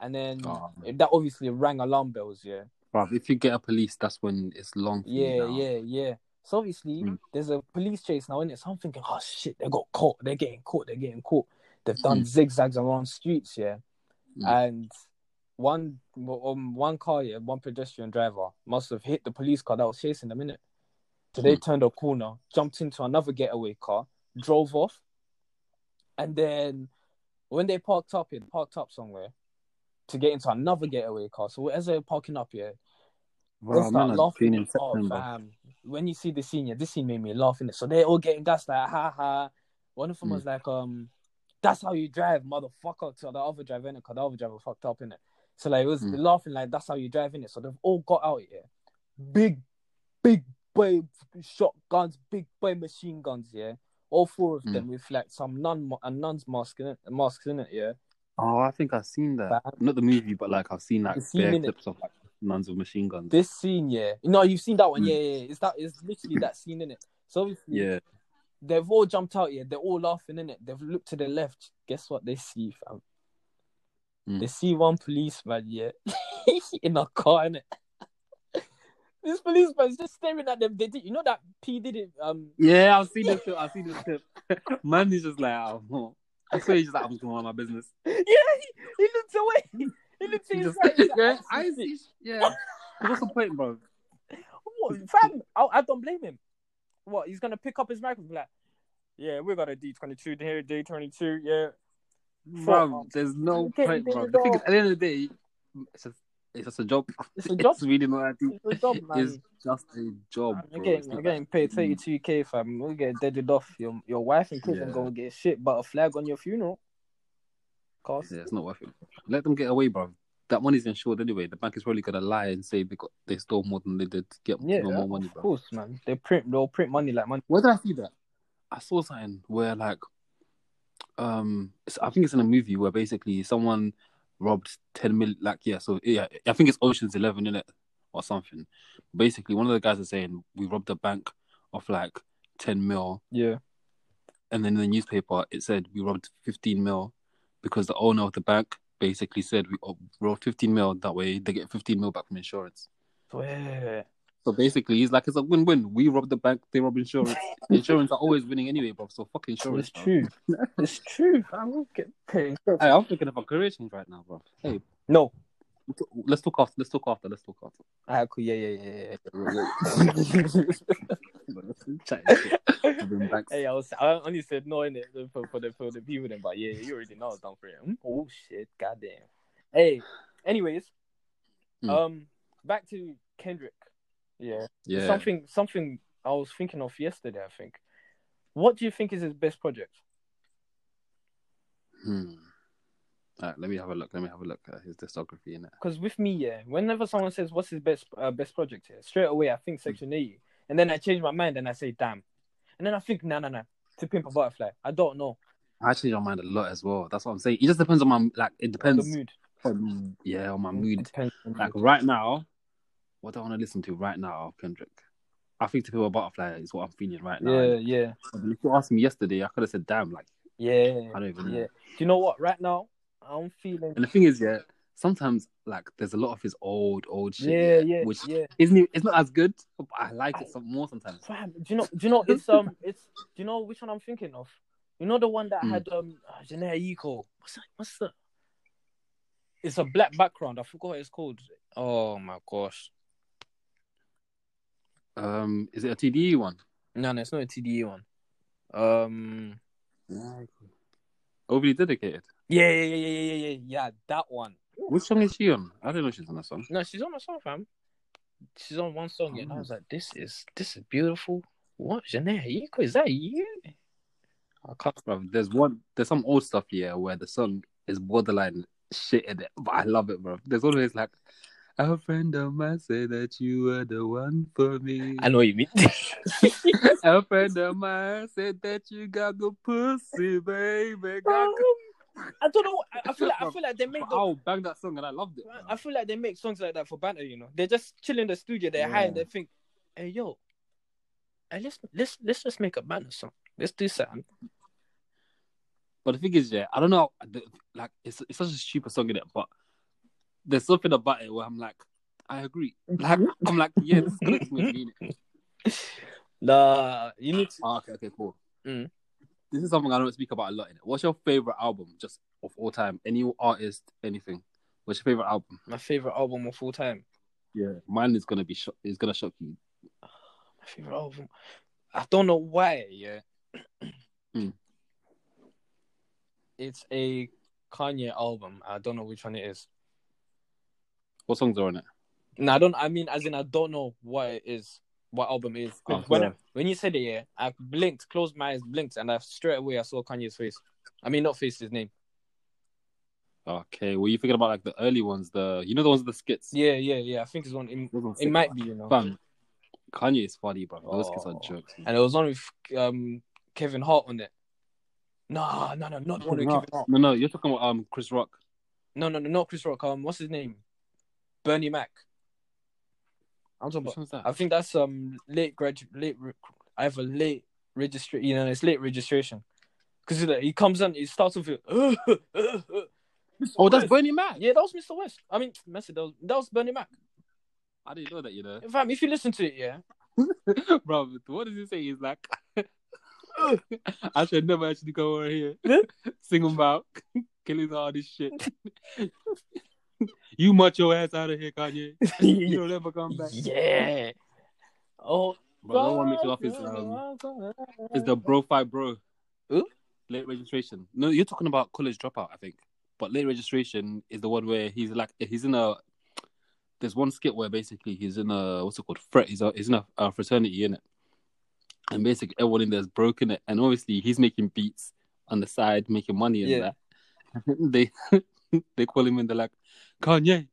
[SPEAKER 1] and then
[SPEAKER 2] Oh, man.
[SPEAKER 1] that obviously rang alarm bells. Yeah.
[SPEAKER 2] Bruv, if you get a police, that's when it's long. For you
[SPEAKER 1] Yeah,
[SPEAKER 2] now.
[SPEAKER 1] yeah, yeah. So obviously
[SPEAKER 2] Mm.
[SPEAKER 1] there's a police chase now, and it's I'm thinking, oh shit, they got caught. They're getting caught. They're getting caught. They've done zigzags around streets, yeah.
[SPEAKER 2] Mm.
[SPEAKER 1] And one um one car, yeah, one pedestrian driver must have hit the police car that was chasing them in it. So they turned a corner, jumped into another getaway car, drove off, and then when they parked up, it parked up somewhere to get into another getaway car. So as they're parking up here,
[SPEAKER 2] Bro,
[SPEAKER 1] they
[SPEAKER 2] man,
[SPEAKER 1] start
[SPEAKER 2] has
[SPEAKER 1] laughing.
[SPEAKER 2] been in
[SPEAKER 1] Oh,
[SPEAKER 2] September.
[SPEAKER 1] fam. When you see the scene, yeah, this scene made me laugh in it. So they're all getting gassed, like, ha ha. One of them
[SPEAKER 2] Mm.
[SPEAKER 1] was like, um, that's how you drive, motherfucker. To the other driver, innit? Because the other driver fucked up, innit? So, like, it was
[SPEAKER 2] Mm.
[SPEAKER 1] laughing, like, that's how you drive, innit? So they've all got out here. Big, big boy shotguns, big boy machine guns, yeah? All four of
[SPEAKER 2] Mm.
[SPEAKER 1] them with, like, some nun and nun's mask in it, masks in it, yeah?
[SPEAKER 2] Oh, I think I've seen that.
[SPEAKER 1] Fam.
[SPEAKER 2] Not the movie, but like I've seen like
[SPEAKER 1] You've seen
[SPEAKER 2] bare
[SPEAKER 1] it.
[SPEAKER 2] clips of like nuns with machine guns.
[SPEAKER 1] This scene, yeah? No, you've seen that one,
[SPEAKER 2] Mm.
[SPEAKER 1] yeah, yeah, yeah. It's, that, it's literally that scene, innit? So, obviously,
[SPEAKER 2] Yeah,
[SPEAKER 1] they've all jumped out here. They're all laughing in it. They've looked to the left. Guess what they see, fam?
[SPEAKER 2] Hmm.
[SPEAKER 1] They see one policeman, yeah, in a car, innit? this policeman's just staring at them. They did, you know that P did it. Um,
[SPEAKER 2] yeah, I've seen this clip. I've seen this clip. man is just like, oh, I swear he's just like, I'm just going on my business.
[SPEAKER 1] yeah, he, he looked away. He looked to
[SPEAKER 2] He
[SPEAKER 1] his
[SPEAKER 2] just-
[SPEAKER 1] right. He's like,
[SPEAKER 2] yeah,
[SPEAKER 1] "Ah,
[SPEAKER 2] I see. Yeah, what's the point, bro?
[SPEAKER 1] what, fam, I, I don't blame him. What he's gonna pick up his microphone, like, yeah, we got a D twenty two here, D twenty two, yeah.
[SPEAKER 2] Bro, there's no
[SPEAKER 1] Get
[SPEAKER 2] point,
[SPEAKER 1] rid
[SPEAKER 2] bro.
[SPEAKER 1] of
[SPEAKER 2] The thing is,
[SPEAKER 1] dog.
[SPEAKER 2] at the end of the day, it's just, it's just a job.
[SPEAKER 1] It's a job.
[SPEAKER 2] It's really not that deep.
[SPEAKER 1] It's a job, man.
[SPEAKER 2] It's just a job,
[SPEAKER 1] I'm
[SPEAKER 2] bro. It's
[SPEAKER 1] getting,
[SPEAKER 2] Mm. not
[SPEAKER 1] I'm getting paid 32k, fam. We'll get deaded off. Your your wife and kids
[SPEAKER 2] Yeah.
[SPEAKER 1] are gonna get shit, but a flag on your funeral. Cost.
[SPEAKER 2] that- yeah, it's not worth it. Let them get away, bro. That money's insured anyway. The bank is probably gonna lie and say they got they stole more than they did to get
[SPEAKER 1] Yeah,
[SPEAKER 2] more money,
[SPEAKER 1] of
[SPEAKER 2] bro.
[SPEAKER 1] course, man. They print, they'll print money like money.
[SPEAKER 2] Where did I see that? I saw something where like, um, it's- I think it's in a movie where basically someone robbed ten million. Like, yeah, so yeah, I think it's Ocean's Eleven in it or something. Basically, one of the guys is saying we robbed a bank of like ten mil,
[SPEAKER 1] Yeah,
[SPEAKER 2] and then in the newspaper it said we robbed fifteen mil because the owner of the bank basically said we oh, robbed fifteen mil. That way they get fifteen mil back from insurance.
[SPEAKER 1] swear.
[SPEAKER 2] So basically, he's like, it's a win-win. We rob the bank, they rob insurance. insurance are always winning anyway, bro. So fuck insurance.
[SPEAKER 1] It's
[SPEAKER 2] bro.
[SPEAKER 1] true. it's true. I'm gonna get paid.
[SPEAKER 2] Hey, I'm thinking about career change right now, bro. Hey,
[SPEAKER 1] No.
[SPEAKER 2] t- let's talk after. Let's talk after. Let's talk after.
[SPEAKER 1] Alright, cool. Yeah, yeah, yeah, yeah.
[SPEAKER 2] Chat. I've been back.
[SPEAKER 1] hey, I was I only said no in it for, for the for the people then, but yeah, you already know I was down for it. Hmm? Oh shit, goddamn. Hey, anyways,
[SPEAKER 2] Hmm.
[SPEAKER 1] um, back to Kendrick. Yeah.
[SPEAKER 2] Yeah.
[SPEAKER 1] something something I was thinking of yesterday. I think. What do you think is his best project?
[SPEAKER 2] Hmm. All right, let me have a look. Let me have a look at his discography in it.
[SPEAKER 1] Because with me, yeah, whenever someone says what's his best uh, best project here, straight away I
[SPEAKER 2] Hmm.
[SPEAKER 1] think Section Eighty, and then I change my mind and I say damn, and then I think no no no, To Pimp a Butterfly. I don't know
[SPEAKER 2] I actually don't mind a lot as well. That's what I'm saying. It just depends on my like. It
[SPEAKER 1] the
[SPEAKER 2] depends.
[SPEAKER 1] mood.
[SPEAKER 2] on- yeah, on my mood.
[SPEAKER 1] Depends on the
[SPEAKER 2] Like
[SPEAKER 1] mood.
[SPEAKER 2] right now, what do I want to listen to right now, Kendrick? I think "To Pimp a Butterfly" is what I'm feeling right now.
[SPEAKER 4] Yeah, yeah.
[SPEAKER 2] And If you asked me yesterday, I could have said, "Damn!" Like
[SPEAKER 1] Yeah,
[SPEAKER 2] I don't even know.
[SPEAKER 1] yeah. Do you know what? Right now I'm feeling.
[SPEAKER 2] And the thing is, yeah, sometimes like there's a lot of his old, old shit.
[SPEAKER 1] Yeah, yeah,
[SPEAKER 2] Which
[SPEAKER 1] yeah.
[SPEAKER 2] isn't it- it's not as good, but I like it some more sometimes.
[SPEAKER 1] Fam, do you know? Do you know? It's um, it's do you know which one I'm thinking of? You know the one that
[SPEAKER 2] Hmm.
[SPEAKER 1] had um, uh, Janae Eco. What's that? What's that? It's a black background. I forgot what it's called. Oh my gosh!
[SPEAKER 2] Um, is it a TDE one?
[SPEAKER 1] No, no, it's not a TDE one. Um,
[SPEAKER 2] Overly dedicated.
[SPEAKER 1] yeah, yeah, yeah, yeah, yeah, yeah, yeah, that one.
[SPEAKER 2] Which song is she on? I don't know if she's on that song.
[SPEAKER 1] No, she's on a song, fam. She's on one song, and I was like, "This is this is beautiful." What Janae Eco? Is that you? I can't.
[SPEAKER 2] Bruv, there's one. There's some old stuff here where the song is borderline shit in it, but I love it, bro. There's always like. A friend of mine said that you were the one for me.
[SPEAKER 1] I know what you mean.
[SPEAKER 2] A friend of mine said that you got good pussy, baby.
[SPEAKER 1] Oh
[SPEAKER 2] Got good
[SPEAKER 1] Um, I don't know. I, I feel like I feel like they make the,
[SPEAKER 2] I'll bang that song and I loved it.
[SPEAKER 1] I feel like they make songs like that for banter. You know, they just chill in the studio. They're high and they think, "Hey yo, hey, let's let's let's just make a banter song. Let's do something."
[SPEAKER 2] But the thing is, yeah, I don't know. the- Like, it's, it's such a stupid song in it, but there's something about it where I'm like, I agree. Like, I'm like, yeah, this is connecting with me. innit?
[SPEAKER 1] Nah, you need to.
[SPEAKER 2] Ah, okay, okay, cool.
[SPEAKER 1] Mm.
[SPEAKER 2] This is something I don't speak about a lot in it. What's your favorite album, just of all time? Any artist, anything? What's your favorite album?
[SPEAKER 1] My favorite album of all time.
[SPEAKER 2] Yeah, mine is gonna be sho- is gonna shock you.
[SPEAKER 1] My favorite album. I don't know why. Yeah,
[SPEAKER 2] Hmm.
[SPEAKER 1] it's a Kanye album. I don't know which one it is.
[SPEAKER 2] What songs are on it?
[SPEAKER 1] No, I don't. I mean, as in, I don't know what it is, what album it is. 'Cause
[SPEAKER 2] Oh,
[SPEAKER 1] when
[SPEAKER 2] yeah.
[SPEAKER 1] I- when you said it, yeah, I blinked, closed my eyes, blinked, and I straight away I saw Kanye's face. I mean, not face, his name.
[SPEAKER 2] Okay, were you thinking about like the early ones? The you know the ones with the skits.
[SPEAKER 1] Yeah, yeah, yeah. I think it's one. It,
[SPEAKER 2] Those ones
[SPEAKER 1] it
[SPEAKER 2] sick,
[SPEAKER 1] might
[SPEAKER 2] bruv.
[SPEAKER 1] be, you know.
[SPEAKER 2] Fam, Kanye is funny, bro. Those kids are
[SPEAKER 1] Oh.
[SPEAKER 2] jokes. man.
[SPEAKER 1] And it was on with um Kevin Hart on it. No, no, no, not the one with
[SPEAKER 2] No,
[SPEAKER 1] Kevin Hart.
[SPEAKER 2] no, no, you're talking about um Chris Rock.
[SPEAKER 1] No, no, no, not Chris Rock. Um, what's his name? Bernie Mac. I'm talking
[SPEAKER 2] Which
[SPEAKER 1] about.
[SPEAKER 2] one's that?
[SPEAKER 1] I think that's um late grad, late. re- I have a late registration. You know, it's late registration. Because he comes in, he starts with, uh,
[SPEAKER 2] oh, that's Bernie Mac.
[SPEAKER 1] yeah, that was Mr. West. I mean, Messi, that was, that was Bernie Mac.
[SPEAKER 2] I didn't know that, you know.
[SPEAKER 1] In fact, if you listen to it, yeah,
[SPEAKER 2] bro, what does he say? He's like, I should never actually go over here. Sing about killing all this shit. you much your ass out of here, Kanye. You don't ever come back.
[SPEAKER 1] yeah. Oh,
[SPEAKER 2] Bro, another one makes me laugh is, um, is the Bro Fight Bro.
[SPEAKER 1] Who?
[SPEAKER 2] Late registration. No, you're talking about college dropout, I think. But late registration is the one where he's like he's in a. There's one skit where basically he's in a what's it called? Frat. He's, a, he's in a, a fraternity in it, and basically everyone in there's broken it, and obviously he's making beats on the side, making money and
[SPEAKER 1] Yeah.
[SPEAKER 2] that. they they call him and they're like, Kanye,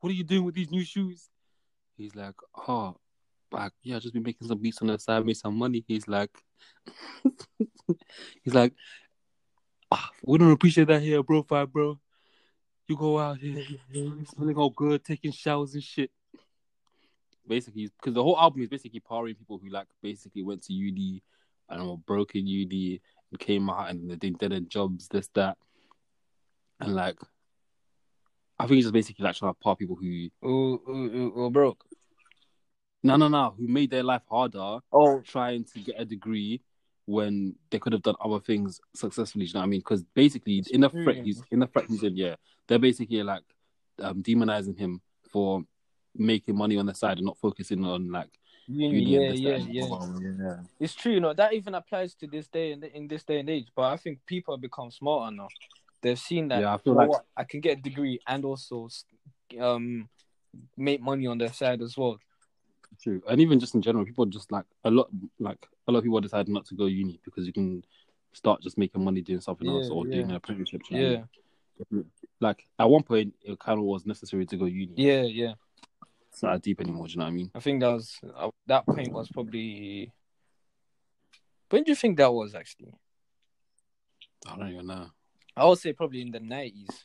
[SPEAKER 2] what are you doing with these new shoes? He's like, oh, like yeah, just be making some beats on the side, make some money. He's like, he's like, ah, we don't appreciate that here, bro. Five, bro. You go out here, smelling all good, taking showers and shit. Basically, because the whole album is basically powering people who like basically went to UD and were broken UD and came out and they did their jobs, this that, and like, I think it's just basically like trying to power people who
[SPEAKER 1] Ooh, ooh, ooh, ooh, broke.
[SPEAKER 2] no, no, no, who made their life harder
[SPEAKER 1] Oh,
[SPEAKER 2] trying to get a degree when they could have done other things successfully. do You know what I mean? Because basically, in the threat, he's in the threat he's in. Yeah, they're basically like um, demonizing him for making money on the side and not focusing on like uni
[SPEAKER 1] yeah,
[SPEAKER 2] and this,
[SPEAKER 1] yeah,
[SPEAKER 2] that, and
[SPEAKER 1] yeah.
[SPEAKER 2] blah, blah, blah, yeah.
[SPEAKER 1] It's true, you know, that even applies to this day and in this day and age. But I think people have become smarter now. They've seen that
[SPEAKER 2] Yeah, I
[SPEAKER 1] you
[SPEAKER 2] feel
[SPEAKER 1] know
[SPEAKER 2] like
[SPEAKER 1] what, I can get a degree and also um make money on their side as well.
[SPEAKER 2] true, and even just in general, people just like a lot, like a lot of people decide not to go uni because you can start just making money doing something else
[SPEAKER 1] Yeah,
[SPEAKER 2] or doing
[SPEAKER 1] yeah.
[SPEAKER 2] an apprenticeship. do you know what I
[SPEAKER 1] Yeah.
[SPEAKER 2] mean? Like at one point, it kind of was necessary to go uni.
[SPEAKER 1] Yeah, yeah.
[SPEAKER 2] It's not that deep anymore. Do you know what I mean?
[SPEAKER 1] I think that was uh, that point was probably. When do you think that was actually?
[SPEAKER 2] I don't even know.
[SPEAKER 1] I would say probably in the nineties.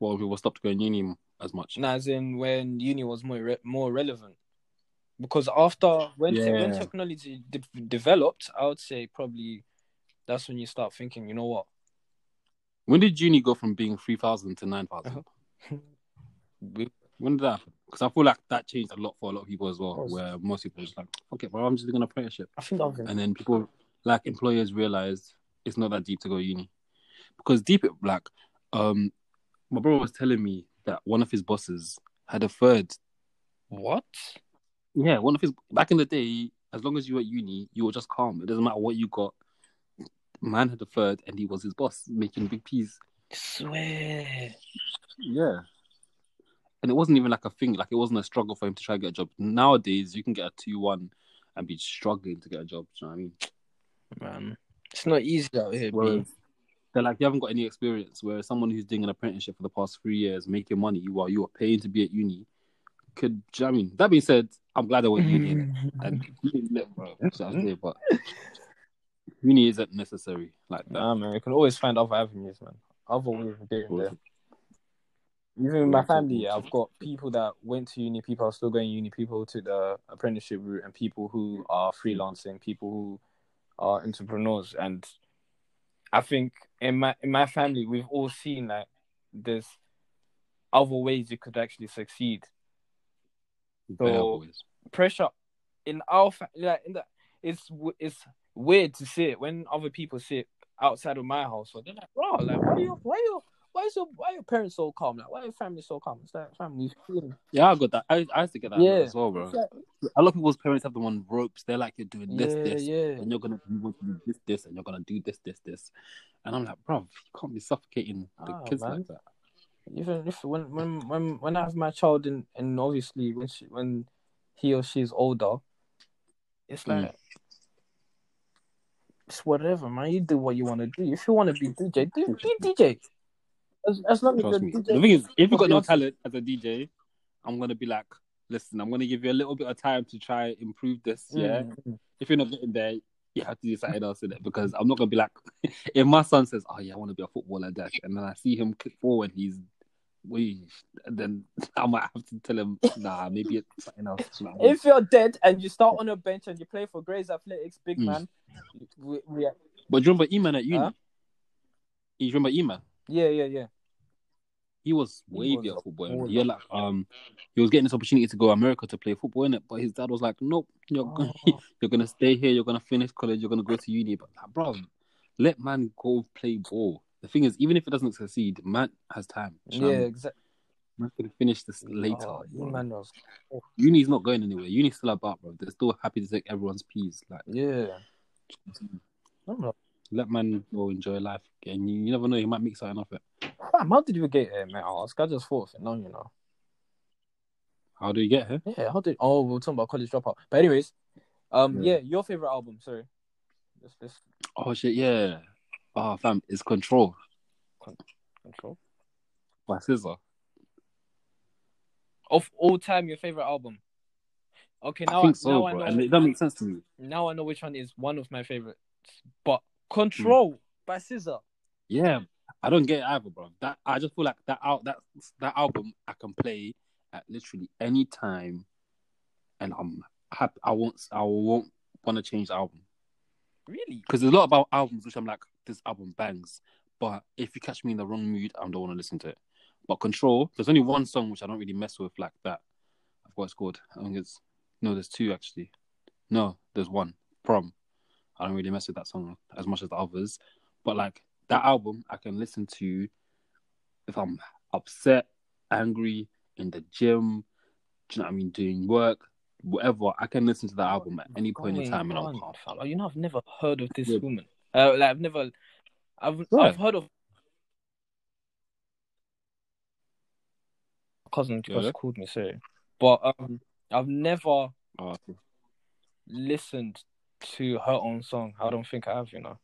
[SPEAKER 2] Well, people stopped going uni as much.
[SPEAKER 1] No, as in when uni was more re- more relevant, because after when te- when
[SPEAKER 2] Yeah.
[SPEAKER 1] technology de- developed, I would say probably that's when you start thinking. You know what?
[SPEAKER 2] When did uni go from being three thousand to nine thousand?
[SPEAKER 1] We-
[SPEAKER 2] When did that? Because I feel like that changed a lot for a lot of people as well.
[SPEAKER 1] course.
[SPEAKER 2] Where most people were just like, "Fuck it, bro, I'm just doing an apprenticeship,"
[SPEAKER 1] I think that was in-
[SPEAKER 2] and then people, like employers, realized it's not that deep to go uni, because deep, like, um, my brother was telling me that one of his bosses had a third
[SPEAKER 1] what?
[SPEAKER 2] Yeah, one of his back in the day, as long as you were at uni, you were just calm. It doesn't matter what you got. Man had a third, and he was his boss, making big peas.
[SPEAKER 3] swear.
[SPEAKER 2] Yeah, and it wasn't even like a thing. Like it wasn't a struggle for him to try to get a job. Nowadays, you can get a two-one and be struggling to get a job. Do you know what I mean?
[SPEAKER 1] Man, it's not easy out here, bro.
[SPEAKER 2] Whereas they're like you haven't got any experience. Whereas someone who's doing an apprenticeship for the past three years, making money while you are paying to be at uni, could. Do you know what I mean? That being said, I'm glad I went to uni. and bro. So I say, but uni isn't necessary like that.
[SPEAKER 1] Nah, man, we can always find other avenues, man. Other ways of getting there.
[SPEAKER 2] Cool.
[SPEAKER 1] Even in my
[SPEAKER 2] Cool, cool,
[SPEAKER 1] family,
[SPEAKER 2] cool.
[SPEAKER 1] I've got people that went to uni, people are still going uni, people took the apprenticeship route, and people who are freelancing, people who are entrepreneurs. And I think in my in my family, we've all seen like there's other ways you could actually succeed.
[SPEAKER 2] They have
[SPEAKER 1] So-
[SPEAKER 2] always.
[SPEAKER 1] pressure in our fa- like in the, it's w- it's weird to see it when other people see it outside of my house. So they're like, "Bro, like why you why you why is your why your parents so calm? Like why your family so calm? It's like family.
[SPEAKER 2] Yeah, I got that. I, I used to get that
[SPEAKER 1] Yeah.
[SPEAKER 2] as well, bro. A lot of people's parents have them on ropes. They're like, you're doing this,
[SPEAKER 1] yeah,
[SPEAKER 2] this,
[SPEAKER 1] yeah.
[SPEAKER 2] and you're gonna you want to do this, this, and you're gonna do this, this, this. And I'm like, bro, you can't be suffocating the
[SPEAKER 1] Ah,
[SPEAKER 2] kids
[SPEAKER 1] man.
[SPEAKER 2] like that.
[SPEAKER 1] Even if when when when when I have my child and and obviously when she, when he or she is older, it's
[SPEAKER 2] Mm.
[SPEAKER 1] like. It's whatever, man. You do what you want to do. If you want to be DJ, do be DJ. As, as long as
[SPEAKER 2] Trust me.
[SPEAKER 1] you're
[SPEAKER 2] The thing is, if you've got no talent as a DJ, I'm gonna be like, listen, I'm gonna give you a little bit of time to try and improve this.
[SPEAKER 1] Mm.
[SPEAKER 2] Yeah, if you're not getting there, you have to do something else in it because I'm not gonna be like if my son says, Oh yeah, I wanna be a footballer dad and then I see him kick forward he's we then I might have to tell him, nah, maybe it's something else. You know what I mean?
[SPEAKER 1] If you're dead and you start on a bench and you play for Grays Athletics, big
[SPEAKER 2] Mm.
[SPEAKER 1] man, we, we,
[SPEAKER 2] But do you remember Eman at uni?
[SPEAKER 1] Huh?
[SPEAKER 2] You remember Eman?
[SPEAKER 1] yeah, yeah, yeah.
[SPEAKER 2] He was way
[SPEAKER 1] was
[SPEAKER 2] beautiful boy.
[SPEAKER 1] baller.
[SPEAKER 2] Yeah, like um he was getting this opportunity to go to America to play football in it, but his dad was like, Nope, you're gonna
[SPEAKER 1] Oh.
[SPEAKER 2] you're gonna stay here, you're gonna finish college, you're gonna go to uni. But like, bro, let man go play ball. The thing is, even if it doesn't succeed, man has time. Do you know what I
[SPEAKER 1] yeah,
[SPEAKER 2] mean?
[SPEAKER 1] exactly.
[SPEAKER 2] Man can finish this later.
[SPEAKER 1] Oh,
[SPEAKER 2] bro.
[SPEAKER 1] man was,
[SPEAKER 2] Uni's not going anywhere. Uni's still about, bro. They're still happy to take everyone's peas. Like,
[SPEAKER 1] yeah. I'm like,
[SPEAKER 2] let man go enjoy life. And you, you never know, he might make something of it.
[SPEAKER 1] fam, how did you get eh, here, man? I ask. I just thought of it. No, you know.
[SPEAKER 2] How do you get here?
[SPEAKER 1] Yeah, how did? Oh, we we're talking about college dropout. But anyways, um,
[SPEAKER 2] Yeah.
[SPEAKER 1] yeah, your favorite album. Sorry, let's let's
[SPEAKER 2] Oh shit, yeah. Oh fam, it's Control
[SPEAKER 1] control.
[SPEAKER 2] by Scissor.
[SPEAKER 1] Of all time, your favorite album. Okay, now
[SPEAKER 2] I think so,
[SPEAKER 1] now
[SPEAKER 2] bro.
[SPEAKER 1] I know.
[SPEAKER 2] and it, that makes sense to me.
[SPEAKER 1] now I know which one is one of my favorites. But Control
[SPEAKER 2] Hmm.
[SPEAKER 1] by Scissor.
[SPEAKER 2] Yeah, I don't get it either, bro. That I just feel like that out that that album I can play at literally any time, and I'm happy. I won't I won't want to change the album.
[SPEAKER 1] Really?
[SPEAKER 2] because there's a lot about albums which I'm like, this album bangs. But if you catch me in the wrong mood, I don't want to listen to it. But Control, there's only one song which I don't really mess with like that. I forgot what it's called. I think it's no, there's two actually. No, there's one. Prom. I don't really mess with that song as much as the others. But like that album, I can listen to if I'm upset, angry, in the gym. Do you know what I mean? Doing work, whatever. I can listen to that album at any point in
[SPEAKER 1] Going
[SPEAKER 2] time, and
[SPEAKER 1] on,
[SPEAKER 2] I'll calm.
[SPEAKER 1] fella. You know, I've never heard of this
[SPEAKER 2] Yeah.
[SPEAKER 1] woman. Uh, like, I've never, I've,
[SPEAKER 2] Right.
[SPEAKER 1] I've heard of cousin just
[SPEAKER 2] Yeah.
[SPEAKER 1] called me, sorry, but um, I've never
[SPEAKER 2] Oh,
[SPEAKER 1] listened to her own song. I don't think I have, you know.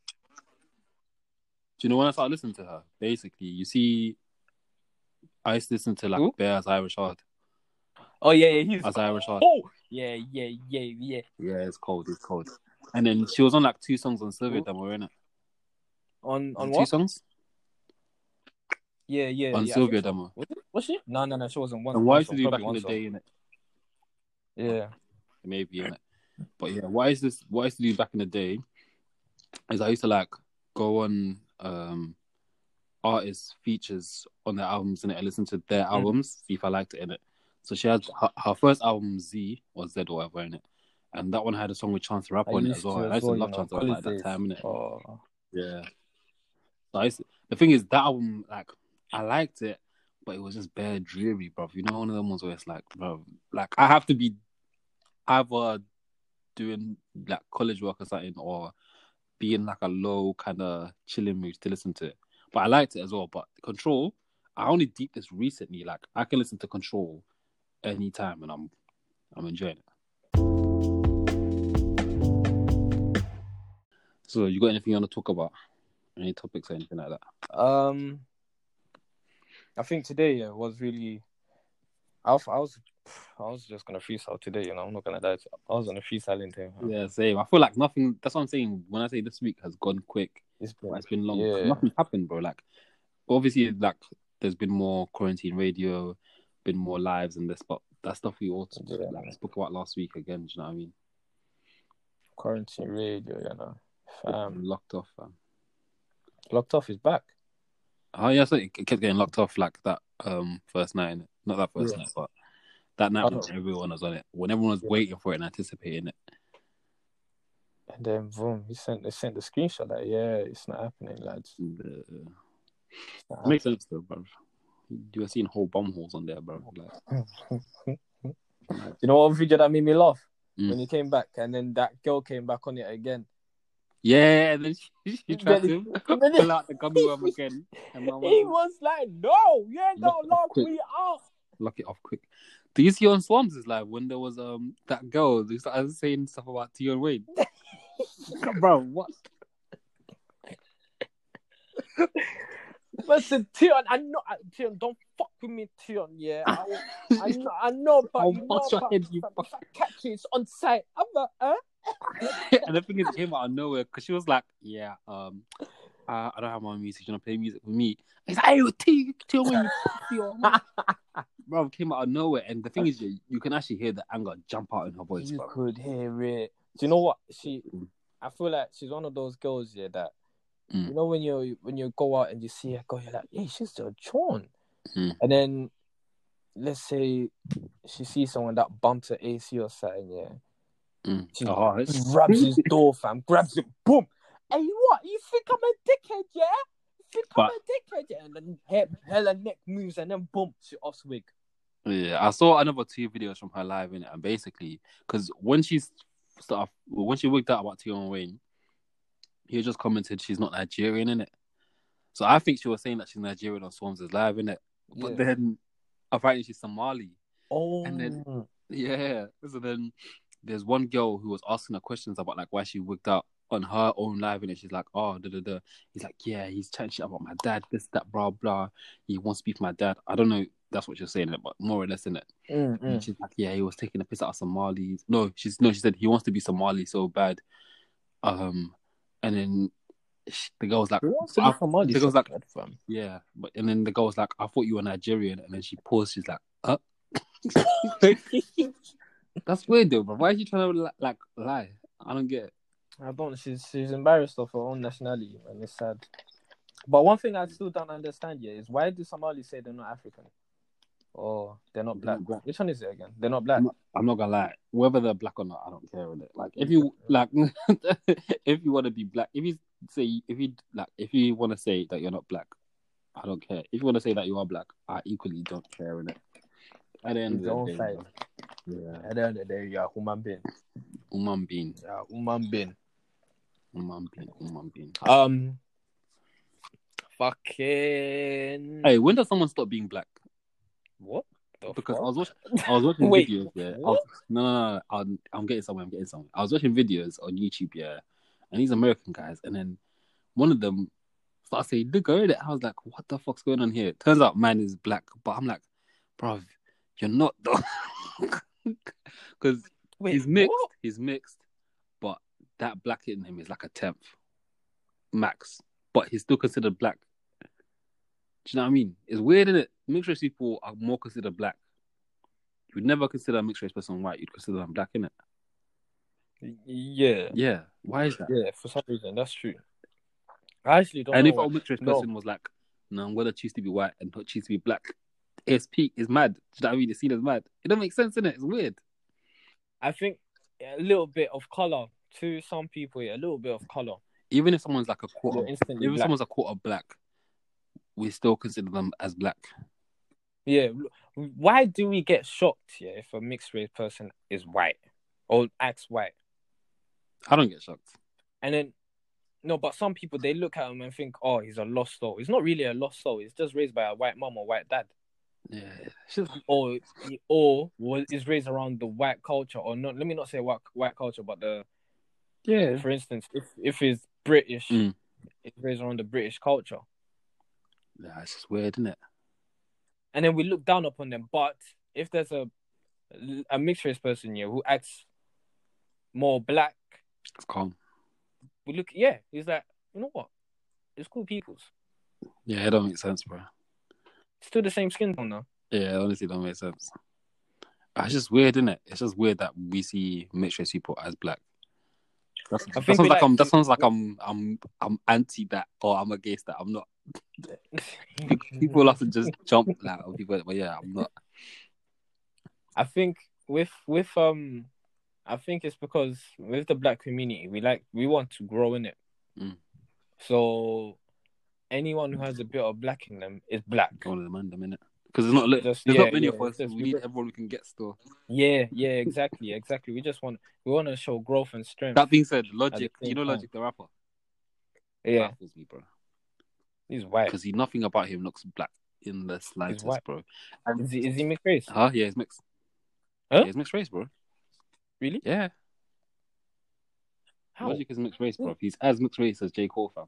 [SPEAKER 2] Do you know when I started listening to her? Basically, you see, I used to listen to like
[SPEAKER 1] Who?
[SPEAKER 2] Bears Irish Hard
[SPEAKER 1] Oh yeah, yeah, he's
[SPEAKER 2] as Irish Hard.
[SPEAKER 1] oh yeah, yeah, yeah, yeah.
[SPEAKER 2] Yeah, it's cold. It's cold. And then she was on like two songs on Survey
[SPEAKER 1] Who?
[SPEAKER 2] Demo, innit?
[SPEAKER 1] On on
[SPEAKER 2] Two
[SPEAKER 1] what?
[SPEAKER 2] songs
[SPEAKER 1] Yeah, yeah.
[SPEAKER 2] on
[SPEAKER 1] yeah, I
[SPEAKER 2] Sylvia
[SPEAKER 1] think so.
[SPEAKER 2] Demo.
[SPEAKER 1] Was, it? was she? No, no, no. She wasn't one.
[SPEAKER 2] And why
[SPEAKER 1] one
[SPEAKER 2] should
[SPEAKER 1] song,
[SPEAKER 2] we
[SPEAKER 1] probably
[SPEAKER 2] back in
[SPEAKER 1] one
[SPEAKER 2] the
[SPEAKER 1] song.
[SPEAKER 2] day in it?
[SPEAKER 1] Yeah.
[SPEAKER 2] Maybe in it. But yeah, what I used to what I used to do back in the day is I used to like go on um artists' features on their albums and I listen to their
[SPEAKER 1] Mm.
[SPEAKER 2] albums, see if I liked it in it. So she had her, her first album Z or Z or whatever in it. And that one had a song with Chance the Rapper
[SPEAKER 1] I
[SPEAKER 2] on it
[SPEAKER 1] used
[SPEAKER 2] as well.
[SPEAKER 1] to
[SPEAKER 2] And I
[SPEAKER 1] as
[SPEAKER 2] used to
[SPEAKER 1] well,
[SPEAKER 2] love
[SPEAKER 1] you know,
[SPEAKER 2] Chance the Rapper at that
[SPEAKER 1] college
[SPEAKER 2] time, innit?
[SPEAKER 1] Oh.
[SPEAKER 2] Yeah. So I used to- the thing is, that album, like, I liked it, but it was just bare dreary, bro. You know, one of them ones where it's like, bro, like, I have to be either doing like college work or something or be in like a low kind of chilling mood to listen to it. But I liked it as well. But Control, I only deep this recently. Like, I can listen to Control anytime and I'm I'm enjoying it. So, you got anything you want to talk about? Any topics or anything like that?
[SPEAKER 1] Um, I think today yeah, was really. I, was- I was, I was just gonna freestyle today. You know, I'm not gonna die. I was on a freestyling thing. man.
[SPEAKER 2] Yeah, same. I feel like nothing. That's what I'm saying. When I say this week has gone quick,
[SPEAKER 1] It's
[SPEAKER 2] but
[SPEAKER 1] been,
[SPEAKER 2] it's been long.
[SPEAKER 1] Yeah.
[SPEAKER 2] Nothing happened, bro. Like, obviously, like there's been more quarantine radio, been more lives and this, but that stuff we all
[SPEAKER 1] Yeah,
[SPEAKER 2] like,
[SPEAKER 1] man.
[SPEAKER 2] spoke about last week again. Do you know what I mean?
[SPEAKER 1] quarantine radio. You know,
[SPEAKER 2] Been
[SPEAKER 1] um,
[SPEAKER 2] locked off. Fam.
[SPEAKER 1] locked off is back.
[SPEAKER 2] Oh yeah, so it it kept getting locked off like that. Um, first night, innit? not that first
[SPEAKER 1] Yeah.
[SPEAKER 2] night, but that night
[SPEAKER 1] Oh.
[SPEAKER 2] when everyone was on it, when everyone was
[SPEAKER 1] Yeah.
[SPEAKER 2] waiting for it and anticipating it.
[SPEAKER 1] And then boom, he sent they sent the screenshot like, yeah, it's not happening, lads.
[SPEAKER 2] Uh,
[SPEAKER 1] It's not
[SPEAKER 2] makes sense though, bro. You were seeing whole bum holes on there, bro. Like,
[SPEAKER 1] happening. You know what video that made me laugh
[SPEAKER 2] Mm.
[SPEAKER 1] when he came back, and then that girl came back on it again.
[SPEAKER 2] Yeah, and then she, she
[SPEAKER 1] You
[SPEAKER 2] tried
[SPEAKER 1] get
[SPEAKER 2] to
[SPEAKER 1] And then
[SPEAKER 2] pull out the gummy worm again. And my
[SPEAKER 1] he
[SPEAKER 2] mum
[SPEAKER 1] was like, no, you ain't gonna
[SPEAKER 2] Lock off
[SPEAKER 1] lock
[SPEAKER 2] quick.
[SPEAKER 1] me off.
[SPEAKER 2] lock it off quick. Do you see on Swans is like when there was um that girl who started saying stuff about Tion Wayne? Bro, what?
[SPEAKER 1] Listen, Tion, I know, I- Tion, don't fuck with me, Tion. Yeah, I, will- I know, I know, but
[SPEAKER 2] I'll
[SPEAKER 1] you know,
[SPEAKER 2] bust your
[SPEAKER 1] about
[SPEAKER 2] head,
[SPEAKER 1] this,
[SPEAKER 2] you
[SPEAKER 1] but if I catch you, it's on site. I'm like, huh?
[SPEAKER 2] and the thing is, it came out of nowhere because she was like, "Yeah, um, I, I don't have my own music. You want to play music with me?" It's like, "Hey, T, Tion Wayne, you bro, it came out of nowhere." And the thing is, you, you can actually hear the anger jump out in her voice.
[SPEAKER 1] You
[SPEAKER 2] Bro.
[SPEAKER 1] could hear it. Do you know what she?
[SPEAKER 2] Mm.
[SPEAKER 1] I feel like she's one of those girls, yeah, that
[SPEAKER 2] Mm.
[SPEAKER 1] you know when you when you go out and you see her girl, you're like, hey, she's a chon.
[SPEAKER 2] Mm.
[SPEAKER 1] And then let's say she sees someone that bumps her AC or something, yeah.
[SPEAKER 2] Mm.
[SPEAKER 1] She
[SPEAKER 2] Oh, it's-
[SPEAKER 1] grabs his door, fam, grabs it, boom. Hey, what? You think I'm a dickhead, yeah? You think I'm
[SPEAKER 2] But-
[SPEAKER 1] a dickhead, yeah? And then her, her neck moves, and then boom, she offs wig.
[SPEAKER 2] Yeah, I saw another two videos from her live in it, and basically, because when she's sort of when she worked out about Tion Wayne, he just commented she's not Nigerian in it. So I think she was saying that she's Nigerian on Swarms is live in it, but
[SPEAKER 1] Yeah.
[SPEAKER 2] then apparently she's Somali.
[SPEAKER 1] oh,
[SPEAKER 2] and then- Yeah. So then there's one girl who was asking her questions about like why she worked out on her own live and she's like, oh, da da da. He's like, yeah, he's chatting shit about my dad, this, that, blah, blah. He wants to be for my dad. I don't know. That's what you're saying, innit? but more or less in it.
[SPEAKER 1] Mm, mm.
[SPEAKER 2] And she's like, yeah, he was taking a piss out of Somalis. No, she's no, she said he wants to be Somali so bad. Um, and then she, the girl was like,
[SPEAKER 1] Who wants to
[SPEAKER 2] I-
[SPEAKER 1] be from Mali?
[SPEAKER 2] because, like-
[SPEAKER 1] fam.
[SPEAKER 2] yeah, but and then the girl was like, I thought you were Nigerian, and then she paused. She's like, uh. That's weird though, bro. Why is she trying to li- like lie? I don't get it.
[SPEAKER 1] I don't. She's she's embarrassed of her own nationality, and it's sad. But one thing I still don't understand here is why do Somalis say they're not African, or they're not
[SPEAKER 2] They're
[SPEAKER 1] black?
[SPEAKER 2] not black.
[SPEAKER 1] Which one is it again? They're not black.
[SPEAKER 2] I'm not gonna lie. Whether they're black or not, I don't care with it. Like if you like, if you want to be black, if you say if you like, if you want to say that you're not black, I don't care. If you want to say that you are black, I equally don't care in it. At the end
[SPEAKER 1] It's
[SPEAKER 2] of
[SPEAKER 1] all
[SPEAKER 2] the day,
[SPEAKER 1] fine.
[SPEAKER 2] bro. yeah,
[SPEAKER 1] At the end of the day, you're a human being.
[SPEAKER 2] human being,
[SPEAKER 1] You're a human being.
[SPEAKER 2] human being, human being.
[SPEAKER 1] Um. Fucking.
[SPEAKER 2] Hey, when does someone stop being black?
[SPEAKER 1] What? the
[SPEAKER 2] because I
[SPEAKER 1] fuck?
[SPEAKER 2] was watching, I was watching
[SPEAKER 1] Wait,
[SPEAKER 2] videos. Yeah, I
[SPEAKER 1] what?
[SPEAKER 2] was- no, no, no. no, I'm, I'm getting somewhere. I'm getting somewhere. I was watching videos on YouTube. Yeah, and these American guys, and then one of them But I say nigger in it. I was like, what the fuck's going on here? Turns out mine is black, but I'm like, bruv, you're not though, because
[SPEAKER 3] Wait,
[SPEAKER 2] he's mixed.
[SPEAKER 3] what?
[SPEAKER 2] He's mixed, but that black in him is like a tenth max, but he's still considered black. Do you know what I mean? It's weird, isn't it? Mixed race people are more considered black. You would never consider a mixed race person white. You'd consider them black, innit?
[SPEAKER 1] Yeah,
[SPEAKER 2] Yeah. Why is that?
[SPEAKER 1] yeah. For some reason, that's true. I actually don't.
[SPEAKER 2] and
[SPEAKER 1] know
[SPEAKER 2] if
[SPEAKER 1] why.
[SPEAKER 2] a mixed race
[SPEAKER 1] No.
[SPEAKER 2] person was like, "No, I'm gonna choose to be white and not choose to be black," his peak is mad. Do you know what I mean? It's seen as mad. It don't make sense, innit? It's weird.
[SPEAKER 1] I think a little bit of color to some people. Yeah, a little bit of color.
[SPEAKER 2] Even if someone's like a quarter,
[SPEAKER 1] You're instantly
[SPEAKER 2] even if
[SPEAKER 1] black.
[SPEAKER 2] someone's a quarter black, we still consider them as black.
[SPEAKER 1] Yeah. w- Why do we get shocked? Yeah, if a mixed race person is white or acts white,
[SPEAKER 2] I don't get shocked.
[SPEAKER 1] and then no, but some people they look at him and think, oh, he's a lost soul. He's not really a lost soul. He's just raised by a white mom or white dad,
[SPEAKER 2] Yeah,
[SPEAKER 1] or or was is raised around the white culture or not. Let me not say white white culture, but the
[SPEAKER 2] yeah.
[SPEAKER 1] for instance, if if he's British,
[SPEAKER 2] Mm.
[SPEAKER 1] it's raised around the British culture.
[SPEAKER 2] Nah, it's just weird, isn't it?
[SPEAKER 1] and then we look down upon them. But if there's a a mixed race person here who acts more black,
[SPEAKER 2] It's calm.
[SPEAKER 1] we look yeah, he's like, you know what? It's cool peoples.
[SPEAKER 2] Yeah, it don't make sense, bro.
[SPEAKER 1] Still the same skin tone though.
[SPEAKER 2] Yeah, it honestly, don't make sense. Ah, It's just weird, isn't it? It's just weird that we see mixed race people as black. That's, that
[SPEAKER 1] think
[SPEAKER 2] sounds
[SPEAKER 1] we like-
[SPEAKER 2] like, I'm. That sounds like I'm. I'm. I'm anti that, or I'm against that. I'm not. People have to just jump like on people, but yeah, I'm not.
[SPEAKER 1] I think with with um I think it's because with the black community we like we want to grow in it.
[SPEAKER 2] Mm.
[SPEAKER 1] So anyone who has a bit of black in them is black.
[SPEAKER 2] One of the man, them minute because there's not. Look,
[SPEAKER 1] Just-
[SPEAKER 2] there's
[SPEAKER 1] yeah,
[SPEAKER 2] not many
[SPEAKER 1] yeah,
[SPEAKER 2] of us.
[SPEAKER 1] just-
[SPEAKER 2] We need everyone we can get. Still.
[SPEAKER 1] Yeah, yeah, exactly, exactly. We just want we want to show growth and strength.
[SPEAKER 2] That being said, Logic.
[SPEAKER 1] same
[SPEAKER 2] You know,
[SPEAKER 1] time.
[SPEAKER 2] Logic, the rapper.
[SPEAKER 1] yeah,
[SPEAKER 2] Baffles me, bro.
[SPEAKER 1] he's white.
[SPEAKER 2] Because he nothing about him looks black in the slightest,
[SPEAKER 1] white.
[SPEAKER 2] bro.
[SPEAKER 1] Is he, is he mixed race?
[SPEAKER 2] Huh? Yeah, it's mixed.
[SPEAKER 1] Huh?
[SPEAKER 2] Yeah, it's mixed race, bro.
[SPEAKER 1] Really?
[SPEAKER 2] Yeah.
[SPEAKER 1] How?
[SPEAKER 2] Logic is mixed race, bro. He's as mixed race as J. Cole, fam.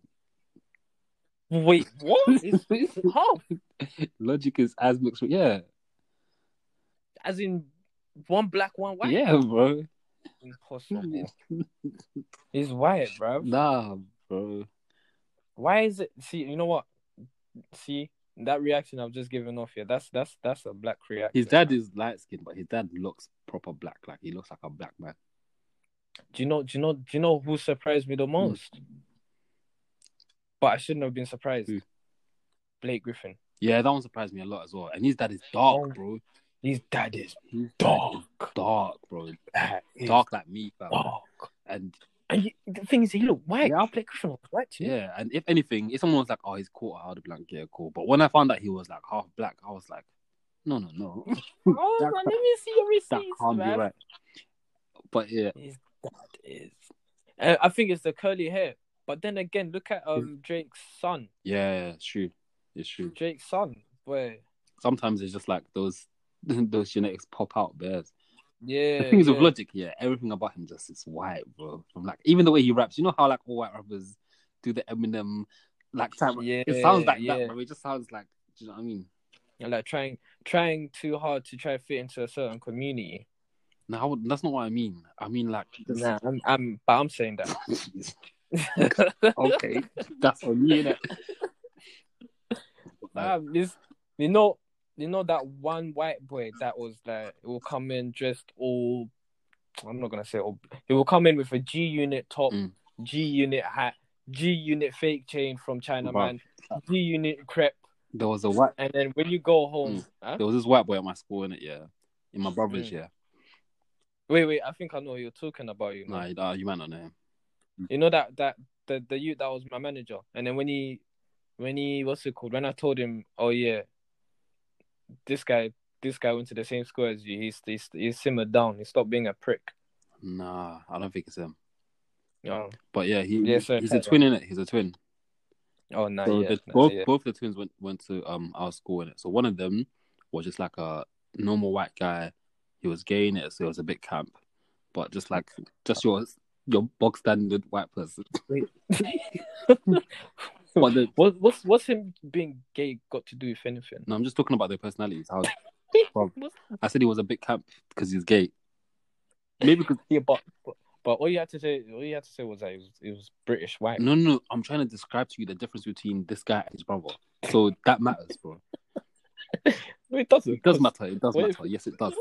[SPEAKER 1] Wait, what? It's, it's half.
[SPEAKER 2] Logic is as mixed race. Yeah.
[SPEAKER 1] As in one black, one white?
[SPEAKER 2] Yeah, bro.
[SPEAKER 1] Impossible. He's white, bro.
[SPEAKER 2] nah, bro.
[SPEAKER 1] Why is it? See, you know what? See, that reaction I've just given off here, that's that's that's a black reaction.
[SPEAKER 2] His dad is light skinned, but his dad looks proper black. Like he looks like a black man.
[SPEAKER 1] Do you know? Do you know? Do you know who surprised me the
[SPEAKER 2] Hmm.
[SPEAKER 1] most? But I shouldn't have been surprised.
[SPEAKER 2] Who?
[SPEAKER 1] Blake Griffin.
[SPEAKER 2] Yeah, that one surprised me a lot as well. And his dad is dark,
[SPEAKER 1] Oh.
[SPEAKER 2] bro.
[SPEAKER 1] His dad is
[SPEAKER 2] His dad
[SPEAKER 1] dark.
[SPEAKER 2] is dark, bro.
[SPEAKER 1] That is
[SPEAKER 2] Dark like me, fam.
[SPEAKER 1] dark.
[SPEAKER 2] And
[SPEAKER 1] And you, the thing is, he looked white.
[SPEAKER 2] Yeah.
[SPEAKER 1] Blake Griffin was white too.
[SPEAKER 2] Yeah, and if anything, if someone was like, "Oh, he's quarter," I'd be like, "Yeah, cool." But when I found out he was like half black, I was like, "No, no, no,
[SPEAKER 1] Oh,
[SPEAKER 2] That-
[SPEAKER 1] man, let me see your receipts,
[SPEAKER 2] that can't
[SPEAKER 1] man.
[SPEAKER 2] be right." But yeah,
[SPEAKER 1] His dad is. Uh, I think it's the curly hair. But then again, look at um Drake's son.
[SPEAKER 2] yeah, it's true, it's true.
[SPEAKER 1] Drake's son, where
[SPEAKER 2] Sometimes it's just like those those genetics pop out bears.
[SPEAKER 1] yeah,
[SPEAKER 2] the things
[SPEAKER 1] yeah.
[SPEAKER 2] of logic, yeah, everything about him just is white, bro. From like even the way he raps, you know how like all white rappers do the Eminem, like type.
[SPEAKER 1] Yeah,
[SPEAKER 2] it sounds like
[SPEAKER 1] yeah.
[SPEAKER 2] that, bro. It just sounds like, do you know what I mean?
[SPEAKER 1] And, like trying trying too hard to try to fit into a certain community.
[SPEAKER 2] No, I would- that's not what I mean. I mean like, just-
[SPEAKER 1] Nah, I'm, I'm but I'm saying that.
[SPEAKER 2] okay, that's on you, innit? Like,
[SPEAKER 1] Fam, this, you know, you know that one white boy that was like, it will come in dressed all. I'm not gonna say all. He will come in with a G Unit top,
[SPEAKER 2] Mm.
[SPEAKER 1] G Unit hat, G Unit fake chain from China
[SPEAKER 2] Wow.
[SPEAKER 1] man, G Unit crepe,
[SPEAKER 2] there was a white,
[SPEAKER 1] and then when you go home, huh?
[SPEAKER 2] there was this white boy at my school, innit? Yeah, in my brother's,
[SPEAKER 1] Mm.
[SPEAKER 2] yeah.
[SPEAKER 1] wait, wait, I think I know what you're talking about. You know,
[SPEAKER 2] Nah, you- uh, you might not know him.
[SPEAKER 1] you know that that the the youth that was my manager, and then when he, when he what's it called? When I told him, oh yeah, this guy. This guy went to the same school as you. He's, he's, he's simmered down. He stopped being a prick.
[SPEAKER 2] Nah, I don't think it's him.
[SPEAKER 1] Oh,
[SPEAKER 2] But yeah, he
[SPEAKER 1] Yeah, so-
[SPEAKER 2] he's a twin, innit? He's a twin.
[SPEAKER 1] oh no,
[SPEAKER 2] So
[SPEAKER 1] yeah,
[SPEAKER 2] the,
[SPEAKER 1] no,
[SPEAKER 2] both
[SPEAKER 1] yeah.
[SPEAKER 2] both the twins went went to um our school in it. So one of them was just like a normal white guy. He was gay in it, so it was a bit camp, but just like just your your bog standard white person. But the,
[SPEAKER 3] What, what's what's him being gay got to do with anything?
[SPEAKER 2] no, I'm just talking about their personalities. How Bro, I said he was a big camp because he's gay. Maybe because
[SPEAKER 1] Yeah, but, but but all you had to say, all you had to say was that it was, it was British white.
[SPEAKER 2] no, no, no, I'm trying to describe to you the difference between this guy and his brother. So that matters, bro.
[SPEAKER 1] No, it doesn't.
[SPEAKER 2] It does matter. It does
[SPEAKER 1] What if-
[SPEAKER 2] matter. Yes, it does.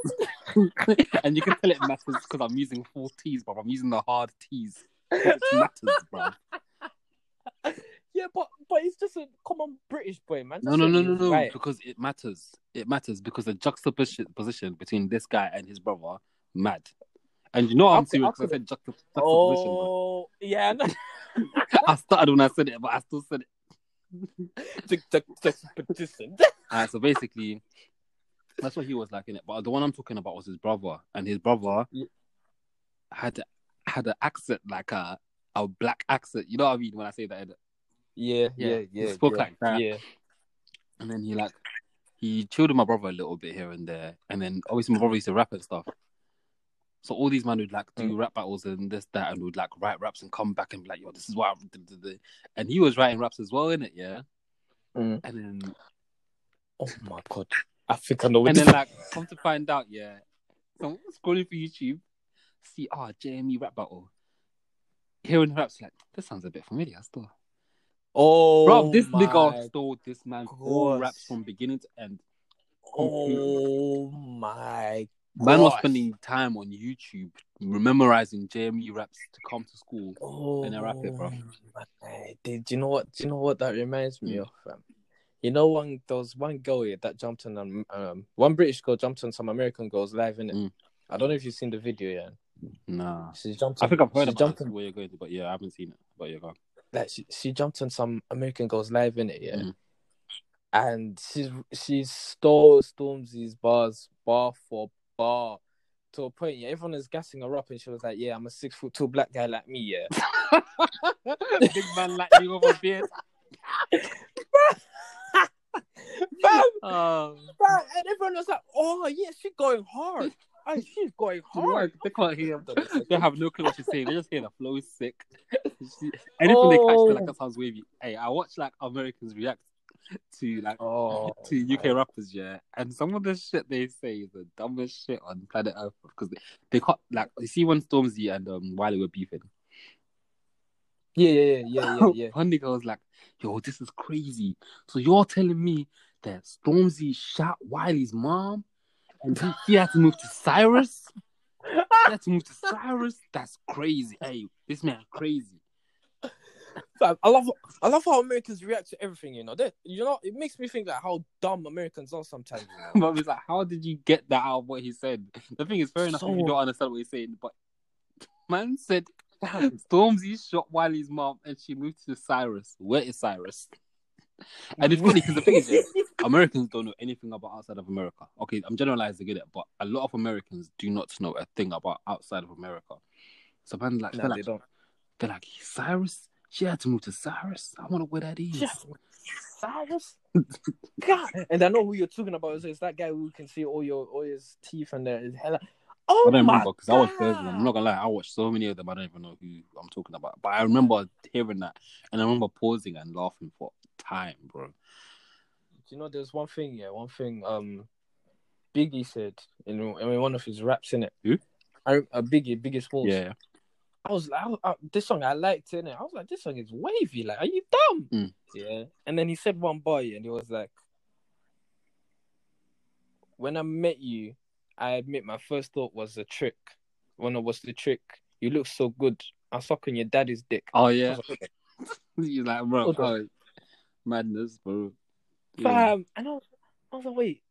[SPEAKER 2] and you can tell it matters because I'm using full T's, bro. I'm using the hard T's. It matters, bro.
[SPEAKER 1] Yeah, but but it's just a common British boy, man.
[SPEAKER 2] No,
[SPEAKER 1] Just
[SPEAKER 2] no,
[SPEAKER 1] say
[SPEAKER 2] no,
[SPEAKER 1] he
[SPEAKER 2] no,
[SPEAKER 1] was
[SPEAKER 2] no.
[SPEAKER 1] white.
[SPEAKER 2] Because it matters. It matters because the juxtaposition position between this guy and his brother, mad. And you know
[SPEAKER 1] I
[SPEAKER 2] I'm
[SPEAKER 1] could-
[SPEAKER 2] serious
[SPEAKER 1] I
[SPEAKER 2] 'cause I
[SPEAKER 1] could-
[SPEAKER 2] said juxta- juxtaposition. bro.
[SPEAKER 1] Oh, yeah. I know.
[SPEAKER 2] I started when I said it, but I still said it.
[SPEAKER 1] Tick, tick, tick, petition.
[SPEAKER 2] Alright, so basically, that's what he was like in it. But the one I'm talking about was his brother, and his brother
[SPEAKER 1] Yeah.
[SPEAKER 2] had had an accent like a a black accent. You know what I mean when I say that. innit?
[SPEAKER 1] Yeah,
[SPEAKER 2] Yeah,
[SPEAKER 1] yeah,
[SPEAKER 2] he
[SPEAKER 1] yeah.
[SPEAKER 2] spoke
[SPEAKER 1] yeah,
[SPEAKER 2] like that.
[SPEAKER 1] Yeah.
[SPEAKER 2] And then he like he chilled with my brother a little bit here and there. And then obviously my brother used to rap and stuff. So all these men would like do rap battles and this, that, and would like write raps and come back and be like, yo, this is what I'm and he was writing raps as well, innit, yeah?
[SPEAKER 1] Mm.
[SPEAKER 2] And then
[SPEAKER 1] Oh my god. I think I know.
[SPEAKER 2] and
[SPEAKER 1] which-
[SPEAKER 2] then like come to find out, yeah. So I'm scrolling for YouTube, see ah JME rap battle. Hearing raps like this sounds a bit familiar still.
[SPEAKER 1] oh,
[SPEAKER 2] Bro, this
[SPEAKER 1] my
[SPEAKER 2] nigga stole this man all
[SPEAKER 1] gosh.
[SPEAKER 2] raps from beginning to end.
[SPEAKER 1] Oh my
[SPEAKER 2] Man was
[SPEAKER 1] gosh.
[SPEAKER 2] spending time on YouTube memorizing JME raps to come to school.
[SPEAKER 1] Oh,
[SPEAKER 2] and I rap it, bro.
[SPEAKER 1] my- Did you know what? Do you know what that reminds me
[SPEAKER 2] Mm.
[SPEAKER 1] of? Um, you know, one there was one girl here that jumped on um, um one British girl jumped on some American girls live in it.
[SPEAKER 2] Mm.
[SPEAKER 1] I don't know if you've seen the video yet.
[SPEAKER 2] Nah.
[SPEAKER 1] She jumped.
[SPEAKER 2] I
[SPEAKER 1] On,
[SPEAKER 2] think I've heard
[SPEAKER 1] she
[SPEAKER 2] about
[SPEAKER 1] jumped
[SPEAKER 2] this,
[SPEAKER 1] on,
[SPEAKER 2] where you're going to, but yeah, I haven't seen it. But yeah, go on.
[SPEAKER 1] like she, she jumped on some American girls live in it, yeah.
[SPEAKER 2] Mm.
[SPEAKER 1] And she's she stole Stormzy's bars bar for bar to a point. Yeah, everyone is gassing her up, and she was like, "Yeah, I'm a six foot two black guy like me, yeah."
[SPEAKER 2] Big man like you over beard.
[SPEAKER 1] Fam,
[SPEAKER 2] Um,
[SPEAKER 1] Right, and everyone was like, "Oh yeah, she's going hard. Oh, she's going hard."
[SPEAKER 2] they can't hear.
[SPEAKER 1] Hold on a second.
[SPEAKER 2] They have no clue what she's saying. They just hear the flow is sick. She- anything they catch, they're like
[SPEAKER 1] Oh.
[SPEAKER 2] that sounds wavy. Hey, I watch like Americans react to like
[SPEAKER 1] Oh,
[SPEAKER 2] to UK rappers, yeah, and some of the shit they say is the dumbest shit on planet Earth because they, they can't like you see when Stormzy and um Wiley were beefing.
[SPEAKER 1] yeah, yeah, yeah, yeah, yeah.
[SPEAKER 2] One nigga was like, "Yo, this is crazy." So you're telling me that Stormzy shot Wiley's mom, and he, he had to move to Cyrus. he had to move to Cyrus. That's crazy. Hey, this man crazy.
[SPEAKER 1] Fam, I love, I love how Americans react to everything. You know, they, you know, it makes me think like how dumb Americans are sometimes. You know?
[SPEAKER 2] But it's like, how did you get that out of what he said? The thing is, fair enough if you
[SPEAKER 1] So-
[SPEAKER 2] don't understand what he's saying, but man said Stormzy shot Wiley's mom and she moved to Cyrus. Where is Cyrus? And it's funny because the thing is, yeah, Americans don't know anything about outside of America. Okay, I'm generalizing it, but a lot of Americans do not know a thing about outside of America. So man, like, they're,
[SPEAKER 1] no, they
[SPEAKER 2] like
[SPEAKER 1] don't.
[SPEAKER 2] they're like, Cyrus. She had to move to Cyrus. I wonder where that is.
[SPEAKER 1] Just Cyrus. God, and I know who you're talking about. So it's that guy who can see all your all his teeth and his hair. Oh
[SPEAKER 2] I don't
[SPEAKER 1] my
[SPEAKER 2] remember because I watched
[SPEAKER 1] God.
[SPEAKER 2] both of them. I'm not gonna lie, I watched so many of them. I don't even know who I'm talking about, but I remember hearing that and I remember pausing and laughing for time, bro.
[SPEAKER 1] Do you know there's one thing, yeah, one thing um Biggie said in, in one of his raps in it.
[SPEAKER 2] Who?
[SPEAKER 1] I uh, Biggie, Biggie Smalls.
[SPEAKER 2] Yeah,
[SPEAKER 1] I was like, I, I, this song I liked in it. I was like, this song is wavy. Like, are you dumb?
[SPEAKER 2] Mm.
[SPEAKER 1] Yeah. And then he said one bar, yeah, and he was like, "When I met you, I admit my first thought was a trick. When it was the trick, you look so good. I suck on your daddy's dick."
[SPEAKER 2] oh
[SPEAKER 1] I
[SPEAKER 2] yeah,
[SPEAKER 1] was like,
[SPEAKER 2] you like, bro,
[SPEAKER 1] Hold on.
[SPEAKER 2] oh, madness, bro. Yeah,
[SPEAKER 1] Fam, and I was, I was like, wait,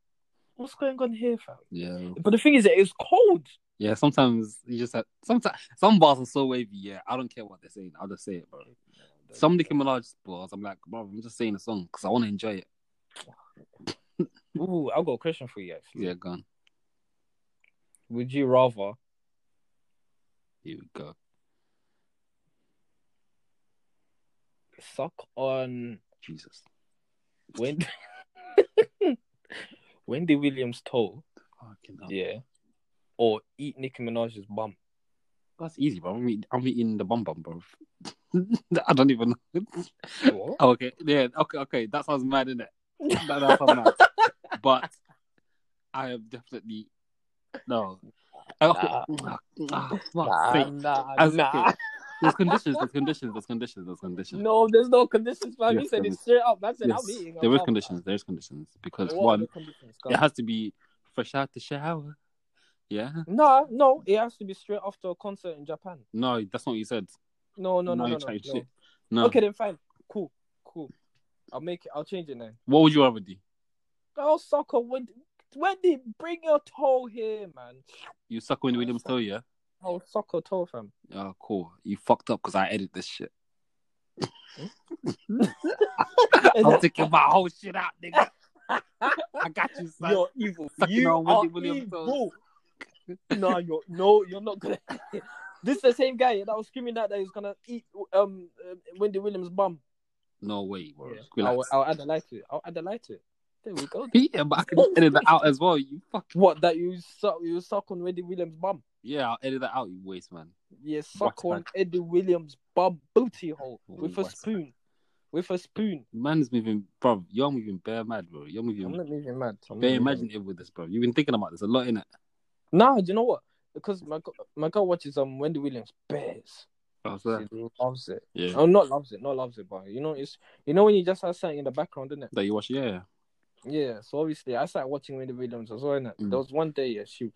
[SPEAKER 1] what's going on here, fam?
[SPEAKER 2] yeah,
[SPEAKER 1] But the thing is, it's cold.
[SPEAKER 2] yeah. Sometimes you just have, sometimes some bars are so wavy. Yeah, I don't care what they're saying. I'll just say it, bro. Some Nicki Minaj bars, I'm like, bro, I'm just saying a song because I want to enjoy it.
[SPEAKER 1] Ooh, I've got a question for you actually.
[SPEAKER 2] Yeah, gone.
[SPEAKER 1] Would you rather
[SPEAKER 2] Here we go.
[SPEAKER 1] suck on
[SPEAKER 2] Jesus.
[SPEAKER 1] Wendy Wendy Williams' toe?
[SPEAKER 2] Fucking hell.
[SPEAKER 1] Yeah. Or eat Nicki Minaj's bum.
[SPEAKER 2] That's easy, bro. I'm, eat- I'm eating the bum bum, bro. I don't even know.
[SPEAKER 1] What?
[SPEAKER 2] Oh, Okay, yeah, okay, okay. That sounds mad, innit? That, that sounds mad. But I am definitely no. Okay.
[SPEAKER 1] Nah.
[SPEAKER 2] Ah, ah, fuck's
[SPEAKER 1] Nah,
[SPEAKER 2] sake.
[SPEAKER 1] nah,
[SPEAKER 2] As-
[SPEAKER 1] nah.
[SPEAKER 2] okay. There's conditions. There's conditions. There's conditions. There's conditions.
[SPEAKER 1] No, there's no conditions, man.
[SPEAKER 2] Yes,
[SPEAKER 1] he said
[SPEAKER 2] there
[SPEAKER 1] it straight up. Man said,
[SPEAKER 2] Yes,
[SPEAKER 1] I'm eating.
[SPEAKER 2] there
[SPEAKER 1] I'm
[SPEAKER 2] is
[SPEAKER 1] out.
[SPEAKER 2] conditions. There is conditions because
[SPEAKER 1] What are
[SPEAKER 2] one,
[SPEAKER 1] the conditions? Go
[SPEAKER 2] it
[SPEAKER 1] on.
[SPEAKER 2] has to be fresh out the shower. Yeah.
[SPEAKER 1] Nah, no, it has to be straight after a concert in Japan.
[SPEAKER 2] No, that's not what you said.
[SPEAKER 1] No, no, no,
[SPEAKER 2] No,
[SPEAKER 1] no,
[SPEAKER 2] you
[SPEAKER 1] no,
[SPEAKER 2] tried
[SPEAKER 1] no.
[SPEAKER 2] shit. No.
[SPEAKER 1] Okay, then fine. Cool, cool. I'll make it. I'll change it then.
[SPEAKER 2] What would you rather do?
[SPEAKER 1] Oh, soccer, when, when did bring your toe here, man?
[SPEAKER 2] You suck when
[SPEAKER 1] Oh,
[SPEAKER 2] Williams
[SPEAKER 1] fuck.
[SPEAKER 2] tell you.
[SPEAKER 1] Oh, soccer toe, fam.
[SPEAKER 2] Oh, cool. You fucked up because I edit this shit. I'm taking my whole shit out, nigga. I got you, son.
[SPEAKER 1] You're evil.
[SPEAKER 2] Sucking
[SPEAKER 1] you
[SPEAKER 2] on
[SPEAKER 1] are
[SPEAKER 2] Wendy Williams'
[SPEAKER 1] evil. no, you're no, you're not gonna. this is the same guy that was screaming out that he was gonna eat um uh, Wendy Williams' bum.
[SPEAKER 2] No way, bro.
[SPEAKER 1] I'll,
[SPEAKER 2] Relax.
[SPEAKER 1] I'll add a lie to it. I'll add a lie to it. There we go.
[SPEAKER 2] yeah, but I can edit that out as well. You fuck.
[SPEAKER 1] What that you suck? You suck on Wendy Williams' bum.
[SPEAKER 2] Yeah, I'll edit that out. You waste, man.
[SPEAKER 1] You suck
[SPEAKER 2] What
[SPEAKER 1] on Eddie Williams' bum booty hole with a
[SPEAKER 2] What?
[SPEAKER 1] spoon. With a spoon.
[SPEAKER 2] Man's moving, bro. You're moving bare mad, bro. You're
[SPEAKER 1] I'm
[SPEAKER 2] moving
[SPEAKER 1] not moving mad. I'm not
[SPEAKER 2] bare
[SPEAKER 1] moving mad.
[SPEAKER 2] imaginative with this, bro. You've been thinking about this a lot, innit?
[SPEAKER 1] Nah, do you know what? Because my go- my girl watches um Wendy Williams bears.
[SPEAKER 2] Oh, sir.
[SPEAKER 1] She loves it.
[SPEAKER 2] Yeah.
[SPEAKER 1] Oh, not loves it, not loves it, but you know it's you know when you just have something in the background, isn't it?
[SPEAKER 2] That you watch, yeah.
[SPEAKER 1] Yeah. So obviously I started watching Wendy Williams as well, innit?
[SPEAKER 2] Mm.
[SPEAKER 1] There was one day yeah, she.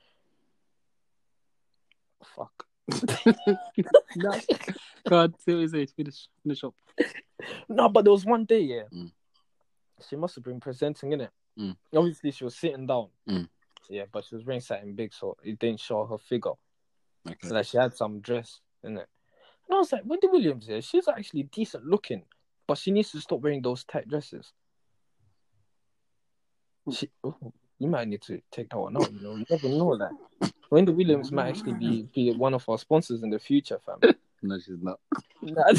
[SPEAKER 1] Fuck.
[SPEAKER 2] no. God, seriously, finish, finish up.
[SPEAKER 1] No, but there was one day yeah.
[SPEAKER 2] Mm.
[SPEAKER 1] She must have been presenting, innit?
[SPEAKER 2] Mm.
[SPEAKER 1] Obviously she was sitting down.
[SPEAKER 2] Mm.
[SPEAKER 1] Yeah, but she was wearing something big, so it didn't show her figure.
[SPEAKER 2] Okay.
[SPEAKER 1] So like she had some dress in it. And I was like, Wendy Williams, yeah, she's actually decent looking, but she needs to stop wearing those tight dresses. She, oh, you might need to take that one out. You know, you never know that Wendy Williams might actually be, be one of our sponsors in the future, fam.
[SPEAKER 2] No, she's not.
[SPEAKER 1] Nah.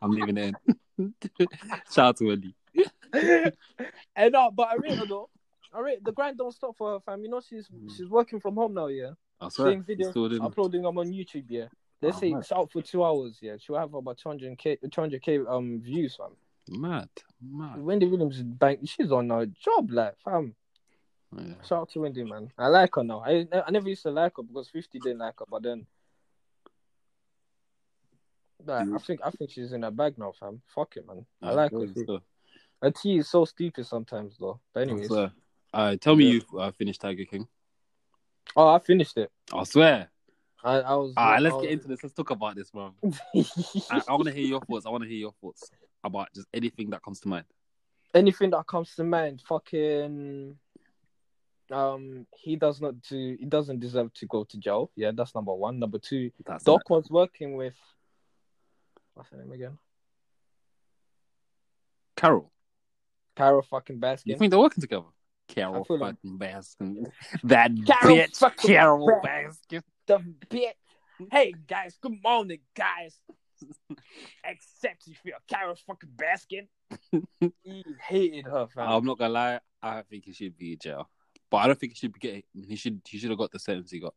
[SPEAKER 2] I'm leaving it in. Shout out to Ellie.
[SPEAKER 1] and uh, but I rate her though. I rate the grind don't stop for her, fam. You know she's she's working from home now, yeah.
[SPEAKER 2] I swear.
[SPEAKER 1] Same
[SPEAKER 2] you
[SPEAKER 1] video,
[SPEAKER 2] still didn't.
[SPEAKER 1] uploading them on YouTube, yeah. They
[SPEAKER 2] Oh,
[SPEAKER 1] say
[SPEAKER 2] nice.
[SPEAKER 1] it's out for two hours, yeah. She'll have about 200k, 200k um views, fam.
[SPEAKER 2] Mad. Mad.
[SPEAKER 1] Wendy Williams is bank. She's on her job, like fam.
[SPEAKER 2] Yeah.
[SPEAKER 1] Shout out to Wendy, man. I like her now. I I never used to like her because Fifty didn't like her, but then, like, I think I think she's in her bag now, fam. Fuck it, man. I like her.
[SPEAKER 2] Good stuff.
[SPEAKER 1] Her tea is so stupid sometimes, though. But anyways,
[SPEAKER 2] I swear. Alright, tell me you uh, finished Tiger King.
[SPEAKER 1] oh, I finished it.
[SPEAKER 2] I swear.
[SPEAKER 1] I, I was. I
[SPEAKER 2] Alright, let's
[SPEAKER 1] was-
[SPEAKER 2] get into this. Let's talk about this, bro. I, I want to hear your thoughts. I want to hear your thoughts about just anything that comes to mind.
[SPEAKER 1] Anything that comes to mind, fucking. Um, he does not do. He doesn't deserve to go to jail. Yeah, that's number one. Number two,
[SPEAKER 2] That's
[SPEAKER 1] Doc was working with. What's her name again?
[SPEAKER 2] it. Carol.
[SPEAKER 1] Carol fucking
[SPEAKER 2] You
[SPEAKER 1] Baskin.
[SPEAKER 2] think they're working together? Carol
[SPEAKER 1] feel
[SPEAKER 2] fucking
[SPEAKER 1] like-
[SPEAKER 2] Baskin. That
[SPEAKER 1] Carol
[SPEAKER 2] bitch.
[SPEAKER 1] fucking
[SPEAKER 2] Carol
[SPEAKER 1] Bas-
[SPEAKER 2] Baskin.
[SPEAKER 1] the bitch. Hey guys, good morning, guys. Except if you're Carol fucking Baskin. he hated her, fam.
[SPEAKER 2] I'm not gonna lie. I think he should be in jail, but I don't think he should be getting. He should. He should have got the sentence he got.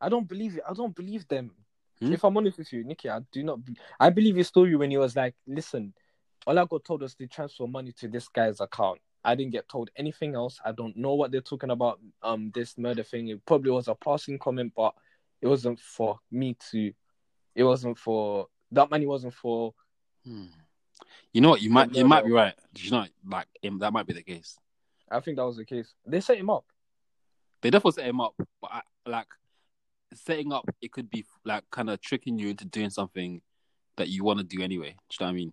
[SPEAKER 1] I don't believe it. I don't believe them.
[SPEAKER 2] Hmm?
[SPEAKER 1] If I'm honest with you, Nikki, I do not. Be- I believe his story when he was like, "Listen, all I got told was to transfer money to this guy's account. I didn't get told anything else. I don't know what they're talking about. Um, this murder thing. It probably was a passing comment, but it wasn't for me to. It wasn't for that money. Wasn't for
[SPEAKER 2] Hmm. You know what? You might.
[SPEAKER 1] no,
[SPEAKER 2] You might
[SPEAKER 1] no.
[SPEAKER 2] be right. You know, like him, that might be the case.
[SPEAKER 1] I think that was the case. They set him up.
[SPEAKER 2] They definitely set him up, but I, like setting up, it could be like kind of tricking you into doing something that you want to do anyway. Do you know what I mean?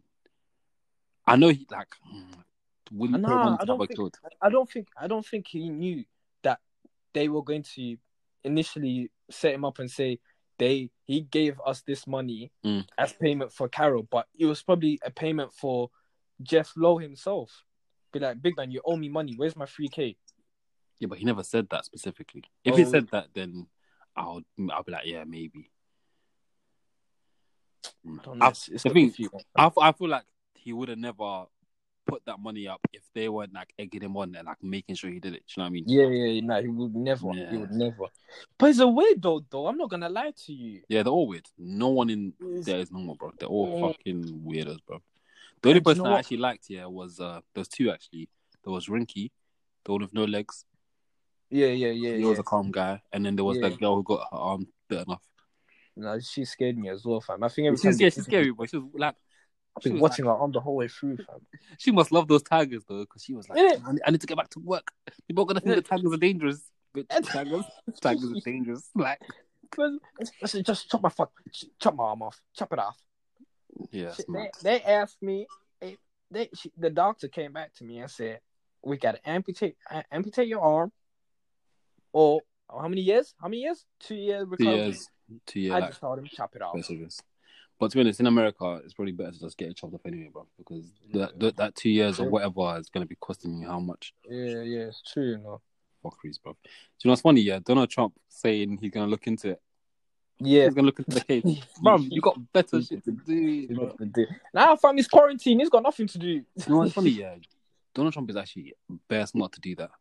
[SPEAKER 2] I know he like. hmm, Would you
[SPEAKER 1] Nah,
[SPEAKER 2] probably want
[SPEAKER 1] I
[SPEAKER 2] to
[SPEAKER 1] don't
[SPEAKER 2] have her
[SPEAKER 1] think-
[SPEAKER 2] killed?
[SPEAKER 1] I don't think. I don't think he knew that they were going to initially set him up and say they he gave us this money
[SPEAKER 2] Mm.
[SPEAKER 1] as payment for Carol, but it was probably a payment for Jeff Lowe himself. Be like, big man, you owe me money. Where's my three k?
[SPEAKER 2] Yeah, but he never said that specifically. If he
[SPEAKER 1] Oh.
[SPEAKER 2] said that, then I'll I'll be like, yeah, maybe. Hmm.
[SPEAKER 1] I don't know.
[SPEAKER 2] I've-
[SPEAKER 1] It's, it's
[SPEAKER 2] the
[SPEAKER 1] got
[SPEAKER 2] thing-
[SPEAKER 1] confusing.
[SPEAKER 2] I, f- I feel like he would have never put that money up if they weren't like egging him on and like making sure he did it. Do you know what I mean?
[SPEAKER 1] Yeah, yeah, yeah. Nah, he would never. He
[SPEAKER 2] Yeah.
[SPEAKER 1] would never. But he's a weirdo, though. I'm not gonna lie to you.
[SPEAKER 2] Yeah, they're all weird. No one in
[SPEAKER 1] It's-
[SPEAKER 2] there is normal, bro. They're all
[SPEAKER 1] Yeah.
[SPEAKER 2] fucking weirdos, bro. The
[SPEAKER 1] And do
[SPEAKER 2] only
[SPEAKER 1] you
[SPEAKER 2] person
[SPEAKER 1] know
[SPEAKER 2] I
[SPEAKER 1] what?
[SPEAKER 2] actually liked here was uh, there was two actually. There was Rinky, the one with no legs.
[SPEAKER 1] Yeah, yeah, yeah.
[SPEAKER 2] he
[SPEAKER 1] yeah.
[SPEAKER 2] was a calm guy, and then there was
[SPEAKER 1] Yeah.
[SPEAKER 2] that girl who got her arm bitten off.
[SPEAKER 1] Nah, she scared me as well, fam. I think every time
[SPEAKER 2] She's, yeah, she's scary, but she was like,
[SPEAKER 1] I've
[SPEAKER 2] she
[SPEAKER 1] been
[SPEAKER 2] was
[SPEAKER 1] watching her on the whole way through, fam.
[SPEAKER 2] like- she must love those tigers though, because she was like,
[SPEAKER 1] Innit?
[SPEAKER 2] I need, I need to get back to work. People are gonna think
[SPEAKER 1] Innit?
[SPEAKER 2] the tigers are dangerous. Bitch, tigers, tigers are dangerous. Like,
[SPEAKER 1] I said, just chop my fuck, ch- chop my arm off, chop it off.
[SPEAKER 2] yeah,
[SPEAKER 1] Shit,
[SPEAKER 2] it's mad.
[SPEAKER 1] they, they asked me. They, they she, the doctor came back to me and said, "We got to amputate a- amputate your arm." Or how many years? How many years? Two years
[SPEAKER 2] two
[SPEAKER 1] recovery.
[SPEAKER 2] years, two years.
[SPEAKER 1] I
[SPEAKER 2] like,
[SPEAKER 1] just told him chop it off.
[SPEAKER 2] That's obvious. But to be honest, in America, it's probably better to just get it chopped up anyway, bro, because that that, that two years or
[SPEAKER 1] True.
[SPEAKER 2] whatever is going to be costing you how much
[SPEAKER 1] Yeah, yeah, it's true, you know.
[SPEAKER 2] fuckeries, bro. Do you know what's funny? Yeah, Donald Trump saying he's going to look into it.
[SPEAKER 1] Yeah,
[SPEAKER 2] He's going to look into the case. bro, you got better shit to do.
[SPEAKER 1] It's
[SPEAKER 2] Bro.
[SPEAKER 1] not the deal. Now, fam, he's quarantined. He's got nothing to do.
[SPEAKER 2] You know what's funny? Yeah, Donald Trump is actually bare smart to do that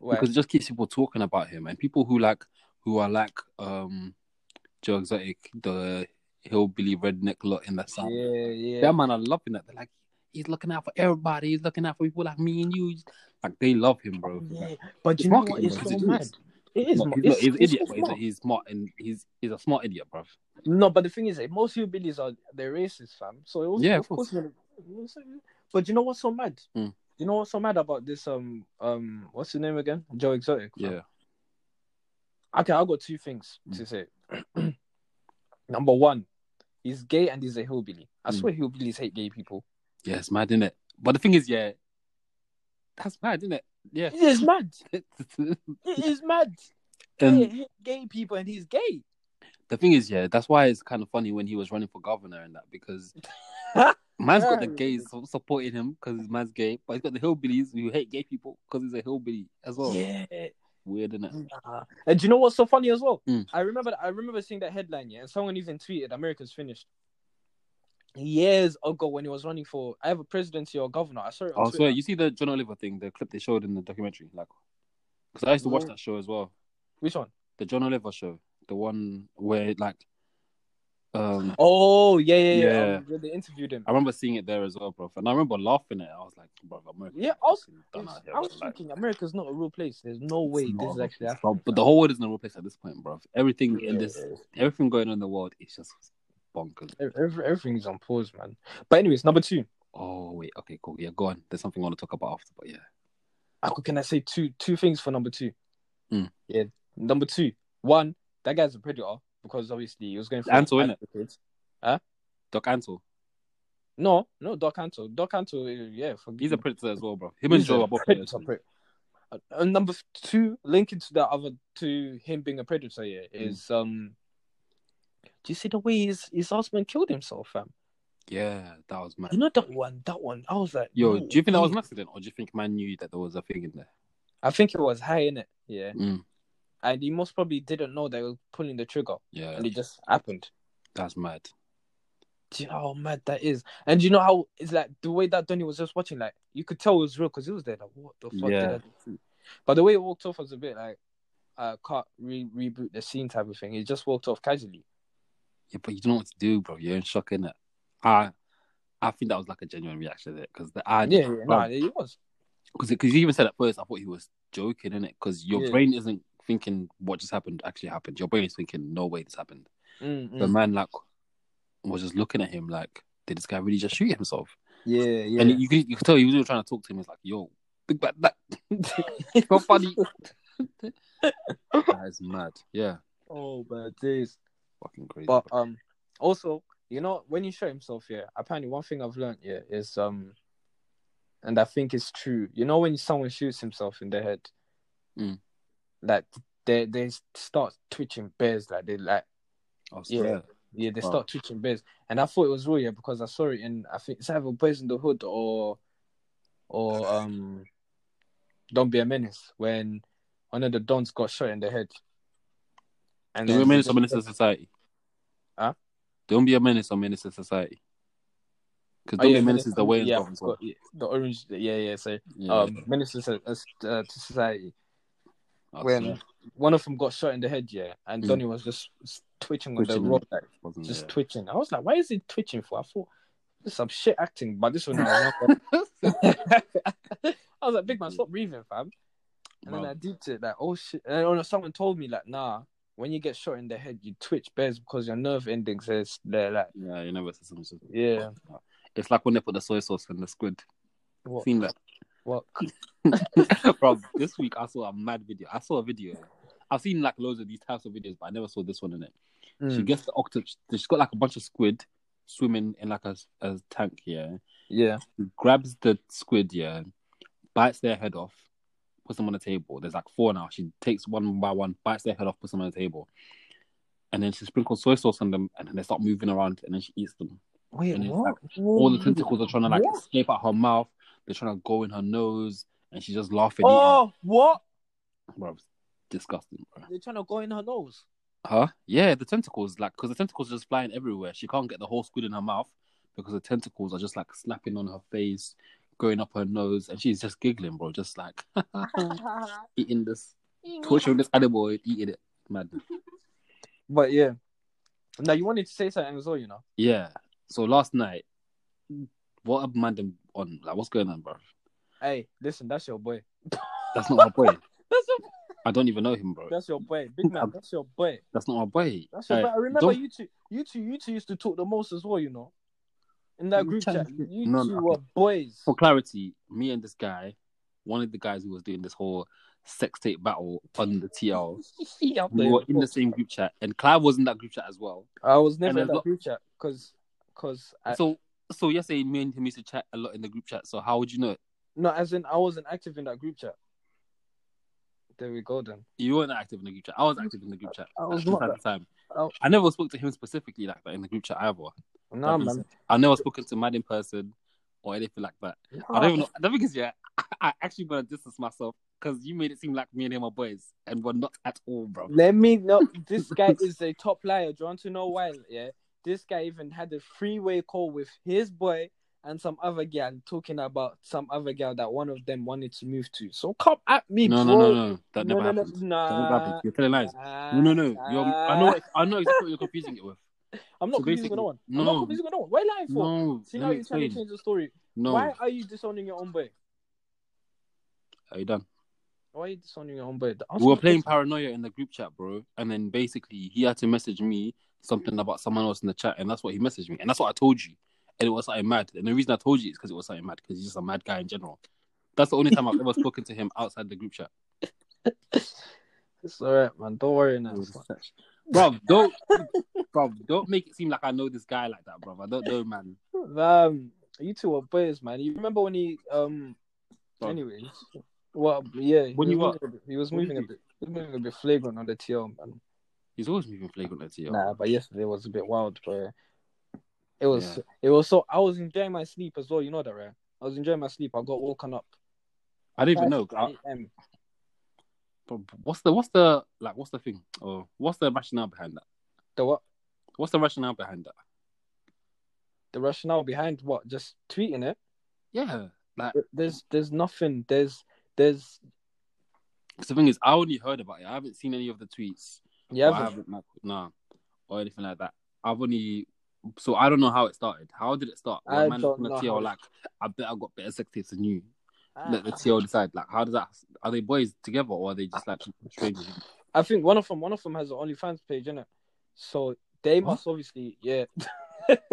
[SPEAKER 1] Well,
[SPEAKER 2] because it just keeps people talking about him and people who like who are like um Joe Exotic, the hillbilly redneck lot in the
[SPEAKER 1] yeah,
[SPEAKER 2] south.
[SPEAKER 1] yeah.
[SPEAKER 2] That man are loving that. They're like, he's looking out for everybody. He's looking out for people like me and you. Like they love him, bro. for that.
[SPEAKER 1] yeah. But
[SPEAKER 2] It's
[SPEAKER 1] you know what?
[SPEAKER 2] marketing,
[SPEAKER 1] It's
[SPEAKER 2] bro.
[SPEAKER 1] so
[SPEAKER 2] It's a
[SPEAKER 1] mad.
[SPEAKER 2] business.
[SPEAKER 1] It is.
[SPEAKER 2] He's,
[SPEAKER 1] mo-
[SPEAKER 2] not-
[SPEAKER 1] it's-
[SPEAKER 2] he's, not-
[SPEAKER 1] it's
[SPEAKER 2] he's an idiot,
[SPEAKER 1] so
[SPEAKER 2] but he's,
[SPEAKER 1] smart.
[SPEAKER 2] he's smart and he's he's a smart idiot, bro.
[SPEAKER 1] No, but the thing is, eh, most hillbillies are they're racist, fam. So it was,
[SPEAKER 2] Yeah,
[SPEAKER 1] of,
[SPEAKER 2] of
[SPEAKER 1] course. they're- But you know what's so mad?
[SPEAKER 2] Mm.
[SPEAKER 1] You know what's so mad about this? Um, um, what's his name again? Joe Exotic. fam?
[SPEAKER 2] Yeah, Hmm.
[SPEAKER 1] Okay, I've got two things to say. Number one, he's gay and he's a hillbilly. I
[SPEAKER 2] Mm.
[SPEAKER 1] swear, hillbillies hate gay people.
[SPEAKER 2] yeah, it's mad, isn't it? But the thing is, yeah, that's mad, isn't it? Yeah.
[SPEAKER 1] It is mad. It is mad.
[SPEAKER 2] and
[SPEAKER 1] Gay, gay people and he's gay.
[SPEAKER 2] the thing is, yeah, that's why it's kind of funny when he was running for governor and that because man's got the gays su- supporting him because his man's gay, but he's got the hillbillies who hate gay people because he's a hillbilly as well.
[SPEAKER 1] Yeah.
[SPEAKER 2] Weird, isn't it?
[SPEAKER 1] Nah. Uh, And do you know what's so funny as well?
[SPEAKER 2] Mm.
[SPEAKER 1] I remember I remember seeing that headline, yeah, and someone even tweeted America's finished. Years ago when he was running for either presidency or governor. I saw it on
[SPEAKER 2] Oh, so
[SPEAKER 1] Twitter.
[SPEAKER 2] you see the John Oliver thing, the clip they showed in the documentary, like, because I used to watch
[SPEAKER 1] No.
[SPEAKER 2] that show as well,
[SPEAKER 1] Which one?
[SPEAKER 2] the John Oliver show, the one where like, um,
[SPEAKER 1] Oh yeah, yeah, yeah.
[SPEAKER 2] Yeah.
[SPEAKER 1] um, where they interviewed him.
[SPEAKER 2] I remember seeing it there as well, bro, and I remember laughing at it. I was like, bro, America,
[SPEAKER 1] Yeah, I was-
[SPEAKER 2] fucking done out here,
[SPEAKER 1] I was
[SPEAKER 2] bro, like,
[SPEAKER 1] thinking America's not a real place. There's no way
[SPEAKER 2] it's
[SPEAKER 1] this
[SPEAKER 2] not,
[SPEAKER 1] is actually
[SPEAKER 2] bro,
[SPEAKER 1] happening.
[SPEAKER 2] But the whole world is in a real place at this point, bro. Everything in
[SPEAKER 1] Yeah.
[SPEAKER 2] this, everything going on in the world is just bonkers.
[SPEAKER 1] Every, everything's on pause, man. But anyways, number two.
[SPEAKER 2] Oh wait, okay, cool. Yeah, go on. There's something I want to talk about after, but yeah,
[SPEAKER 1] I could- can I say two two things for number two?
[SPEAKER 2] Mm.
[SPEAKER 1] Yeah, number two. One, that guy's a predator because obviously he was going for
[SPEAKER 2] Anto, innit?
[SPEAKER 1] advocates.
[SPEAKER 2] Doc Antle,
[SPEAKER 1] No, no, Doc Anto. Doc Anto, uh, yeah, for
[SPEAKER 2] he's a predator as well, bro. Him and
[SPEAKER 1] he's
[SPEAKER 2] Joe
[SPEAKER 1] a
[SPEAKER 2] are both
[SPEAKER 1] predator,
[SPEAKER 2] predators.
[SPEAKER 1] pre- Uh, and number two, linking to that other to him being a predator, yeah,
[SPEAKER 2] Hmm.
[SPEAKER 1] is um. Do you see the way his his husband killed himself, fam?
[SPEAKER 2] Yeah, that was mad.
[SPEAKER 1] You know that one, that one. I was like,
[SPEAKER 2] Yo,
[SPEAKER 1] no
[SPEAKER 2] do you think that was
[SPEAKER 1] way.
[SPEAKER 2] an accident, or do you think man knew that there was a thing in there?
[SPEAKER 1] I think it was high in it, yeah.
[SPEAKER 2] Mm.
[SPEAKER 1] And he most probably didn't know they were pulling the trigger,
[SPEAKER 2] Yeah,
[SPEAKER 1] and it just happened.
[SPEAKER 2] that's mad.
[SPEAKER 1] Do you know how mad that is? And do you know how it's like the way that Donny was just watching, like you could tell it was real because he was there. Like, what the fuck?
[SPEAKER 2] Yeah.
[SPEAKER 1] Did I do? But the way he walked off was a bit like, uh, can't re- reboot the scene type of thing. He just walked off casually.
[SPEAKER 2] Yeah, but you don't know what to do, bro. You're in shock, innit? I, I think that was like a genuine reaction there because the I,
[SPEAKER 1] yeah, yeah, nah, he was.
[SPEAKER 2] because because you even said at first, I thought he was joking, innit? Because your
[SPEAKER 1] Yeah.
[SPEAKER 2] brain isn't thinking what just happened actually happened. Your brain is thinking, no way, this happened.
[SPEAKER 1] Mm,
[SPEAKER 2] The
[SPEAKER 1] mm.
[SPEAKER 2] man like was just looking at him like, did this guy really just shoot himself?
[SPEAKER 1] Yeah, yeah.
[SPEAKER 2] And you could, you could tell he was even trying to talk to him. It's like, yo, big back, that, you're funny. that is mad. Yeah,
[SPEAKER 1] oh, but this.
[SPEAKER 2] fucking crazy.
[SPEAKER 1] But
[SPEAKER 2] bro.
[SPEAKER 1] um, also, you know, when he shot himself, yeah. Apparently, one thing I've learned, yeah, is um, and I think it's true. You know, when someone shoots himself in the head,
[SPEAKER 2] Mm.
[SPEAKER 1] like they they start twitching bears, like they like
[SPEAKER 2] I
[SPEAKER 1] yeah.
[SPEAKER 2] swear.
[SPEAKER 1] yeah, they
[SPEAKER 2] Wow.
[SPEAKER 1] start twitching bears. And I thought it was real, yeah, because I saw it in I think it's either Boys in the Hood or or um, Don't Be a Menace when one of the dons got shot in the head. And then Oh,
[SPEAKER 2] Don't be a
[SPEAKER 1] he just-
[SPEAKER 2] menace
[SPEAKER 1] Ah?
[SPEAKER 2] or menace to society.
[SPEAKER 1] Huh?
[SPEAKER 2] Don't be a menace or menace to society. Because
[SPEAKER 1] Oh, yeah,
[SPEAKER 2] Dominic Menace is the way
[SPEAKER 1] yeah,
[SPEAKER 2] yeah,
[SPEAKER 1] I forgot, yeah, the orange. Yeah, yeah. So,
[SPEAKER 2] yeah.
[SPEAKER 1] um, menaces uh, uh, to society.
[SPEAKER 2] Okay.
[SPEAKER 1] When one of them got shot in the head, yeah, and
[SPEAKER 2] Mm.
[SPEAKER 1] Donnie was just s- twitching with the
[SPEAKER 2] Twitching.
[SPEAKER 1] rod, like,
[SPEAKER 2] Wasn't
[SPEAKER 1] just
[SPEAKER 2] it?
[SPEAKER 1] twitching. I was like, why is he twitching for? I thought this is some shit acting, but this one, I was like, big man, stop breathing, fam. And then
[SPEAKER 2] Wow.
[SPEAKER 1] I deeped it like, oh shit. And then someone told me like, nah, when you get shot in the head, you twitch bears because your nerve endings is they're like,
[SPEAKER 2] Yeah, you never said something.
[SPEAKER 1] yeah,
[SPEAKER 2] It's like when they put the soy sauce in the squid.
[SPEAKER 1] what,
[SPEAKER 2] Seen that?
[SPEAKER 1] what? Mm,
[SPEAKER 2] Bro, this week I saw a mad video. I saw a video. I've seen like loads of these types of videos, but I never saw this one in it. She
[SPEAKER 1] Mm,
[SPEAKER 2] gets the octopus. She's got like a bunch of squid swimming in like a, a tank. Yeah,
[SPEAKER 1] yeah,
[SPEAKER 2] grabs the squid. Yeah, bites their head off, puts them on the table. There's like four now. She takes one by one, bites their head off, puts them on the table, and then she sprinkles soy sauce on them, and then they start moving around, and then she eats them.
[SPEAKER 1] wait,
[SPEAKER 2] And it's
[SPEAKER 1] what?
[SPEAKER 2] All
[SPEAKER 1] Mm.
[SPEAKER 2] the tentacles are trying to like
[SPEAKER 1] What?
[SPEAKER 2] escape out her mouth. They're trying to go in her nose, and she's just laughing.
[SPEAKER 1] Oh, what?
[SPEAKER 2] eating. Bro, it's disgusting, bro.
[SPEAKER 1] They're trying to go in her nose.
[SPEAKER 2] Huh? Yeah, the tentacles, like, because the tentacles are just flying everywhere. She can't get the whole squid in her mouth because the tentacles are just like slapping on her face, going up her nose, and she's just giggling, bro, just like eating this, torturing this animal, and eating it, mad.
[SPEAKER 1] But yeah. Now you wanted to say something as well, you know.
[SPEAKER 2] Yeah. So last night, what up, madam? On like, what's going on, bro?
[SPEAKER 1] Hey, listen, that's your boy.
[SPEAKER 2] That's not my boy.
[SPEAKER 1] That's your,
[SPEAKER 2] I don't even know him, bro.
[SPEAKER 1] that's your boy, big
[SPEAKER 2] Um,
[SPEAKER 1] man. That's your boy.
[SPEAKER 2] That's not my boy.
[SPEAKER 1] That's your
[SPEAKER 2] Hey,
[SPEAKER 1] boy. I remember
[SPEAKER 2] don't-
[SPEAKER 1] you two, you two, you two used to talk the most as well, you know. In that
[SPEAKER 2] You
[SPEAKER 1] group
[SPEAKER 2] tell
[SPEAKER 1] chat,
[SPEAKER 2] me.
[SPEAKER 1] you
[SPEAKER 2] No,
[SPEAKER 1] two
[SPEAKER 2] no.
[SPEAKER 1] were boys.
[SPEAKER 2] for clarity, me and this guy, one of the guys who was doing this whole sex tape battle on the TL.
[SPEAKER 1] Yeah,
[SPEAKER 2] we were in the same group chat, and Clive was in that group chat as well.
[SPEAKER 1] I was
[SPEAKER 2] and
[SPEAKER 1] never in
[SPEAKER 2] there's
[SPEAKER 1] that
[SPEAKER 2] lot-
[SPEAKER 1] group chat because, because I
[SPEAKER 2] So, so yesterday, me and him used to chat a lot in the group chat. So, how would you know it?
[SPEAKER 1] no, as in I wasn't active in that group chat. There we go then.
[SPEAKER 2] You weren't active in the group chat. I was active in the group chat.
[SPEAKER 1] I was
[SPEAKER 2] at-
[SPEAKER 1] not
[SPEAKER 2] at the time.
[SPEAKER 1] I-
[SPEAKER 2] I never spoke to him specifically like that in the group chat either.
[SPEAKER 1] Nah,
[SPEAKER 2] That was-
[SPEAKER 1] man.
[SPEAKER 2] I never spoken to Mad in person or anything like that. I
[SPEAKER 1] Oh.
[SPEAKER 2] don't even know. The thing is, yeah, I actually want to distance myself because you made it seem like me and him are boys, and we're not at all, bro.
[SPEAKER 1] Let me know. This guy is a top liar. Do you want to know why? Yeah. This guy even had a three-way call with his boy and some other girl talking about some other girl that one of them wanted to move to. So come at me, bro.
[SPEAKER 2] No, no, no, no. That
[SPEAKER 1] No, no,
[SPEAKER 2] never
[SPEAKER 1] no,
[SPEAKER 2] happened. That never
[SPEAKER 1] Nah,
[SPEAKER 2] happened. You're telling lies. No,
[SPEAKER 1] nah,
[SPEAKER 2] no, no. You're, I know. I know exactly what you're confusing it with.
[SPEAKER 1] I'm not confusing
[SPEAKER 2] so
[SPEAKER 1] with
[SPEAKER 2] basically-
[SPEAKER 1] no one. I'm
[SPEAKER 2] no.
[SPEAKER 1] not confusing with no one. Why lying for?
[SPEAKER 2] No.
[SPEAKER 1] See
[SPEAKER 2] let
[SPEAKER 1] now
[SPEAKER 2] me
[SPEAKER 1] you're trying to
[SPEAKER 2] explain.
[SPEAKER 1] change the story.
[SPEAKER 2] No.
[SPEAKER 1] Why are you disowning your own boy?
[SPEAKER 2] Are you done?
[SPEAKER 1] Why are you disowning your own boy? The answer
[SPEAKER 2] We were
[SPEAKER 1] is-
[SPEAKER 2] playing paranoia in the group chat, bro, and then basically he had to message me something about someone else in the chat, and that's what he messaged me, and that's what I told you, and it was something mad. And the reason I told you is because it was something mad because he's just a mad guy in general. That's the only time I've ever spoken to him outside the group chat.
[SPEAKER 1] It's alright, man. Don't worry now.
[SPEAKER 2] Bro, don't, bro, don't make it seem like I know this guy like that, bro. I don't know, man.
[SPEAKER 1] Um, you two are boys, man. You remember when he um,
[SPEAKER 2] Bro.
[SPEAKER 1] anyways, well, yeah, he
[SPEAKER 2] When you
[SPEAKER 1] was
[SPEAKER 2] what?
[SPEAKER 1] moving a bit- he was
[SPEAKER 2] What do you
[SPEAKER 1] moving a
[SPEAKER 2] do?
[SPEAKER 1] bit, he was moving a bit flagrant on the TL, man.
[SPEAKER 2] He's always moving flagrant at you.
[SPEAKER 1] Nah, but yesterday was a bit wild, bro. It was, it was so. I was enjoying my sleep as well. You know that, right? I was enjoying my sleep. I got woken up.
[SPEAKER 2] I don't even know. I-
[SPEAKER 1] 5 a.m..
[SPEAKER 2] But what's the what's the like what's the thing or what's the rationale behind that?
[SPEAKER 1] The what?
[SPEAKER 2] What's the rationale behind that?
[SPEAKER 1] The rationale behind what? Just tweeting it.
[SPEAKER 2] Yeah, like
[SPEAKER 1] There's, there's nothing. There's, there's.
[SPEAKER 2] 'cause the thing is, I only heard about it. I haven't seen any of the tweets.
[SPEAKER 1] Yeah,
[SPEAKER 2] Or I haven't like, nah, or anything like that. I've only so I don't know how it started. How did it start? Were
[SPEAKER 1] I
[SPEAKER 2] man
[SPEAKER 1] don't
[SPEAKER 2] from the
[SPEAKER 1] know
[SPEAKER 2] TL
[SPEAKER 1] how- Ah.
[SPEAKER 2] like I bet I got better sex tapes than you. Let the TL decide. Like, how does that? Are they boys together or are they just like strangers?
[SPEAKER 1] I think one of them, one of them has an OnlyFans page, innit? So they
[SPEAKER 2] What?
[SPEAKER 1] must obviously, yeah.
[SPEAKER 2] Fucking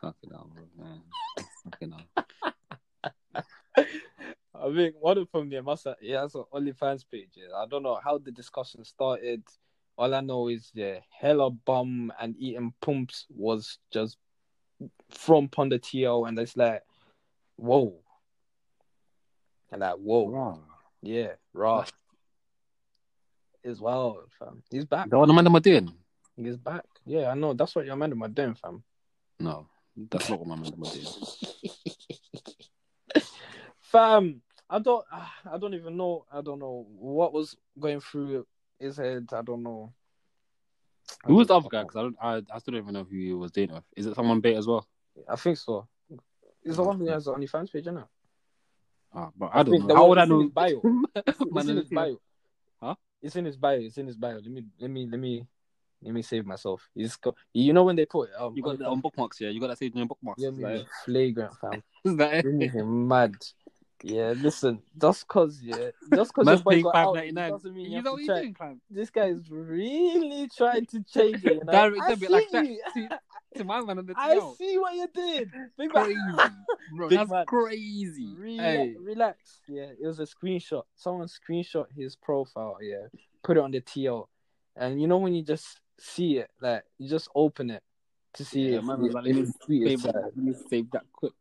[SPEAKER 2] hell, bro, man. Fucking hell.
[SPEAKER 1] I think one of them, yeah, must have, yeah, has an OnlyFans page. Yeah. I don't know how the discussion started. All I know is, yeah, hella bum and eating pumps was just from Ponda TL, and it's like, whoa, and like, whoa,
[SPEAKER 2] Wow.
[SPEAKER 1] yeah, raw. Is wild, fam. He's back.
[SPEAKER 2] Is that what the man am I doing?
[SPEAKER 1] He's back. Yeah, I know. That's what your man am doing, fam.
[SPEAKER 2] No, that's not what my man am I doing.
[SPEAKER 1] Fam, I don't, ah, I don't even know. I don't know what was going through his head. I don't know.
[SPEAKER 2] Who was the other guy? Because I don't, I, I still don't even know who he was dating with. Is it someone bait as well?
[SPEAKER 1] I think so. It's the one who has the OnlyFans page, isn't it?
[SPEAKER 2] Ah, but I
[SPEAKER 1] think the
[SPEAKER 2] don't know. How
[SPEAKER 1] one
[SPEAKER 2] would I
[SPEAKER 1] that's in
[SPEAKER 2] know?
[SPEAKER 1] his bio.
[SPEAKER 2] Man,
[SPEAKER 1] it's in his bio.
[SPEAKER 2] Huh?
[SPEAKER 1] It's in his bio. It's in his bio. Let me let me let me let me save myself. It's co- you know when they put um
[SPEAKER 2] You got that on bookmarks, yeah. You got that saved in your bookmarks.
[SPEAKER 1] yeah,
[SPEAKER 2] Is
[SPEAKER 1] man,
[SPEAKER 2] that it?
[SPEAKER 1] flagrant fam.
[SPEAKER 2] Is that it?
[SPEAKER 1] You're making mad. Yeah, listen, just cause yeah, just cause your
[SPEAKER 2] Man's
[SPEAKER 1] boy
[SPEAKER 2] paying
[SPEAKER 1] got
[SPEAKER 2] five
[SPEAKER 1] out
[SPEAKER 2] ninety nine.
[SPEAKER 1] doesn't mean you,
[SPEAKER 2] You
[SPEAKER 1] have
[SPEAKER 2] know
[SPEAKER 1] to
[SPEAKER 2] what you're
[SPEAKER 1] check.
[SPEAKER 2] doing, fam.
[SPEAKER 1] This guy is really trying to change it. you know?
[SPEAKER 2] Direct
[SPEAKER 1] I
[SPEAKER 2] debit like
[SPEAKER 1] see
[SPEAKER 2] that.
[SPEAKER 1] you.
[SPEAKER 2] See, to my man on the
[SPEAKER 1] I
[SPEAKER 2] tail.
[SPEAKER 1] see what you did. Big man.
[SPEAKER 2] Crazy, bro.
[SPEAKER 1] Big
[SPEAKER 2] That's
[SPEAKER 1] man.
[SPEAKER 2] crazy.
[SPEAKER 1] Relax,
[SPEAKER 2] Hey,
[SPEAKER 1] relax. Yeah, it was a screenshot. Someone screenshot his profile. Yeah, put it on the TL, and you know when you just see it, like you just open it to see
[SPEAKER 2] Yeah,
[SPEAKER 1] it.
[SPEAKER 2] man
[SPEAKER 1] yeah,
[SPEAKER 2] was like,
[SPEAKER 1] if
[SPEAKER 2] let me
[SPEAKER 1] it's tweeted,
[SPEAKER 2] save that.
[SPEAKER 1] like,
[SPEAKER 2] Let me save that quick.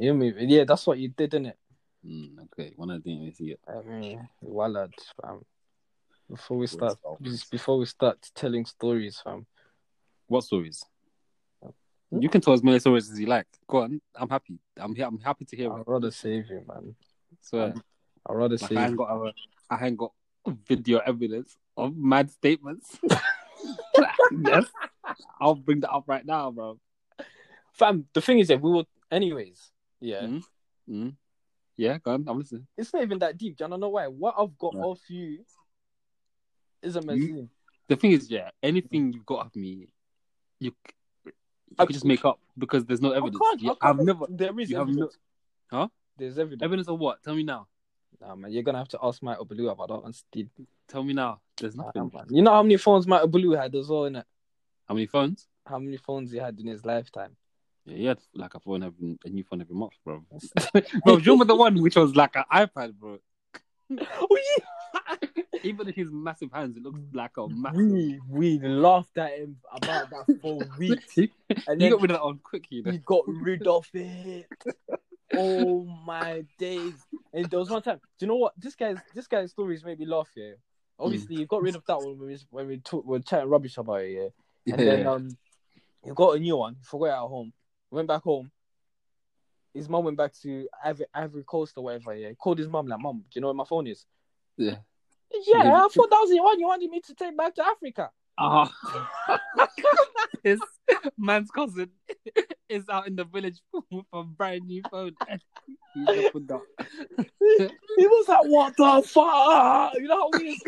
[SPEAKER 1] you know what I mean? Yeah, that's what you did, didn't it?
[SPEAKER 2] Mm, okay, one I didn't even see it.
[SPEAKER 1] I mean, walad, fam. Before we
[SPEAKER 2] Good
[SPEAKER 1] start,
[SPEAKER 2] stuff.
[SPEAKER 1] just before we start telling stories, fam.
[SPEAKER 2] What stories?
[SPEAKER 1] Hmm?
[SPEAKER 2] You can tell as many stories as you like. Go on. I'm happy. I'm here. I'm happy to hear
[SPEAKER 1] I'd
[SPEAKER 2] it.
[SPEAKER 1] rather save you, man.
[SPEAKER 2] Swear.
[SPEAKER 1] I'd rather
[SPEAKER 2] Like,
[SPEAKER 1] save
[SPEAKER 2] I
[SPEAKER 1] you.
[SPEAKER 2] ain't got a, I ain't got video evidence of mad statements. yes, I'll bring that up right now, bro.
[SPEAKER 1] fam. The thing is that we will, anyways. Yeah,
[SPEAKER 2] Mm. Mm. Yeah, go on. I'm listening.
[SPEAKER 1] it's not even that deep. Do you wanna know why? What I've got
[SPEAKER 2] Yeah.
[SPEAKER 1] off you is amazing.
[SPEAKER 2] The thing is, yeah, anything you got of me, you c- you could just make up because there's no evidence. Yeah, I've never
[SPEAKER 1] There is
[SPEAKER 2] you have
[SPEAKER 1] evidence.
[SPEAKER 2] no- Huh?
[SPEAKER 1] There's evidence.
[SPEAKER 2] evidence of what? Tell me now.
[SPEAKER 1] Nah, man, you're gonna have to ask Michael Blue about that one, Steve.
[SPEAKER 2] Tell me now. There's
[SPEAKER 1] Nah,
[SPEAKER 2] nothing.
[SPEAKER 1] man. You know how many phones Michael Blue had as well, innit?
[SPEAKER 2] How many phones?
[SPEAKER 1] How many phones he had in his lifetime?
[SPEAKER 2] Yeah, he had like a phone every a new phone every month, bro. bro, do you remember the one which was like an iPad, bro? Oh,
[SPEAKER 1] we,
[SPEAKER 2] Even with his massive hands, it looks like a massive.
[SPEAKER 1] we we laughed at him about that for weeks,
[SPEAKER 2] you
[SPEAKER 1] and then
[SPEAKER 2] got rid of that on quick, you know.
[SPEAKER 1] we got rid of it. Oh my days! And there was one time. Do you know what this guy's this guy's stories made me laugh. Yeah, obviously you got rid of that one when we when we talk, were chatting rubbish about it. Yeah, and then um, you got a new one. Forgot it at home. Went back home. His mum went back to Ivory, Ivory Coast or whatever. Yeah, called his mum like, "Mum, do you know where my phone is?"
[SPEAKER 2] yeah.
[SPEAKER 1] Yeah,
[SPEAKER 2] Yeah.
[SPEAKER 1] I thought that was the one you wanted me to take back to Africa.
[SPEAKER 2] Ah, his man's cousin is out in the village with a brand new phone. He's up with that.
[SPEAKER 1] He was like, "What the fuck?" You know how we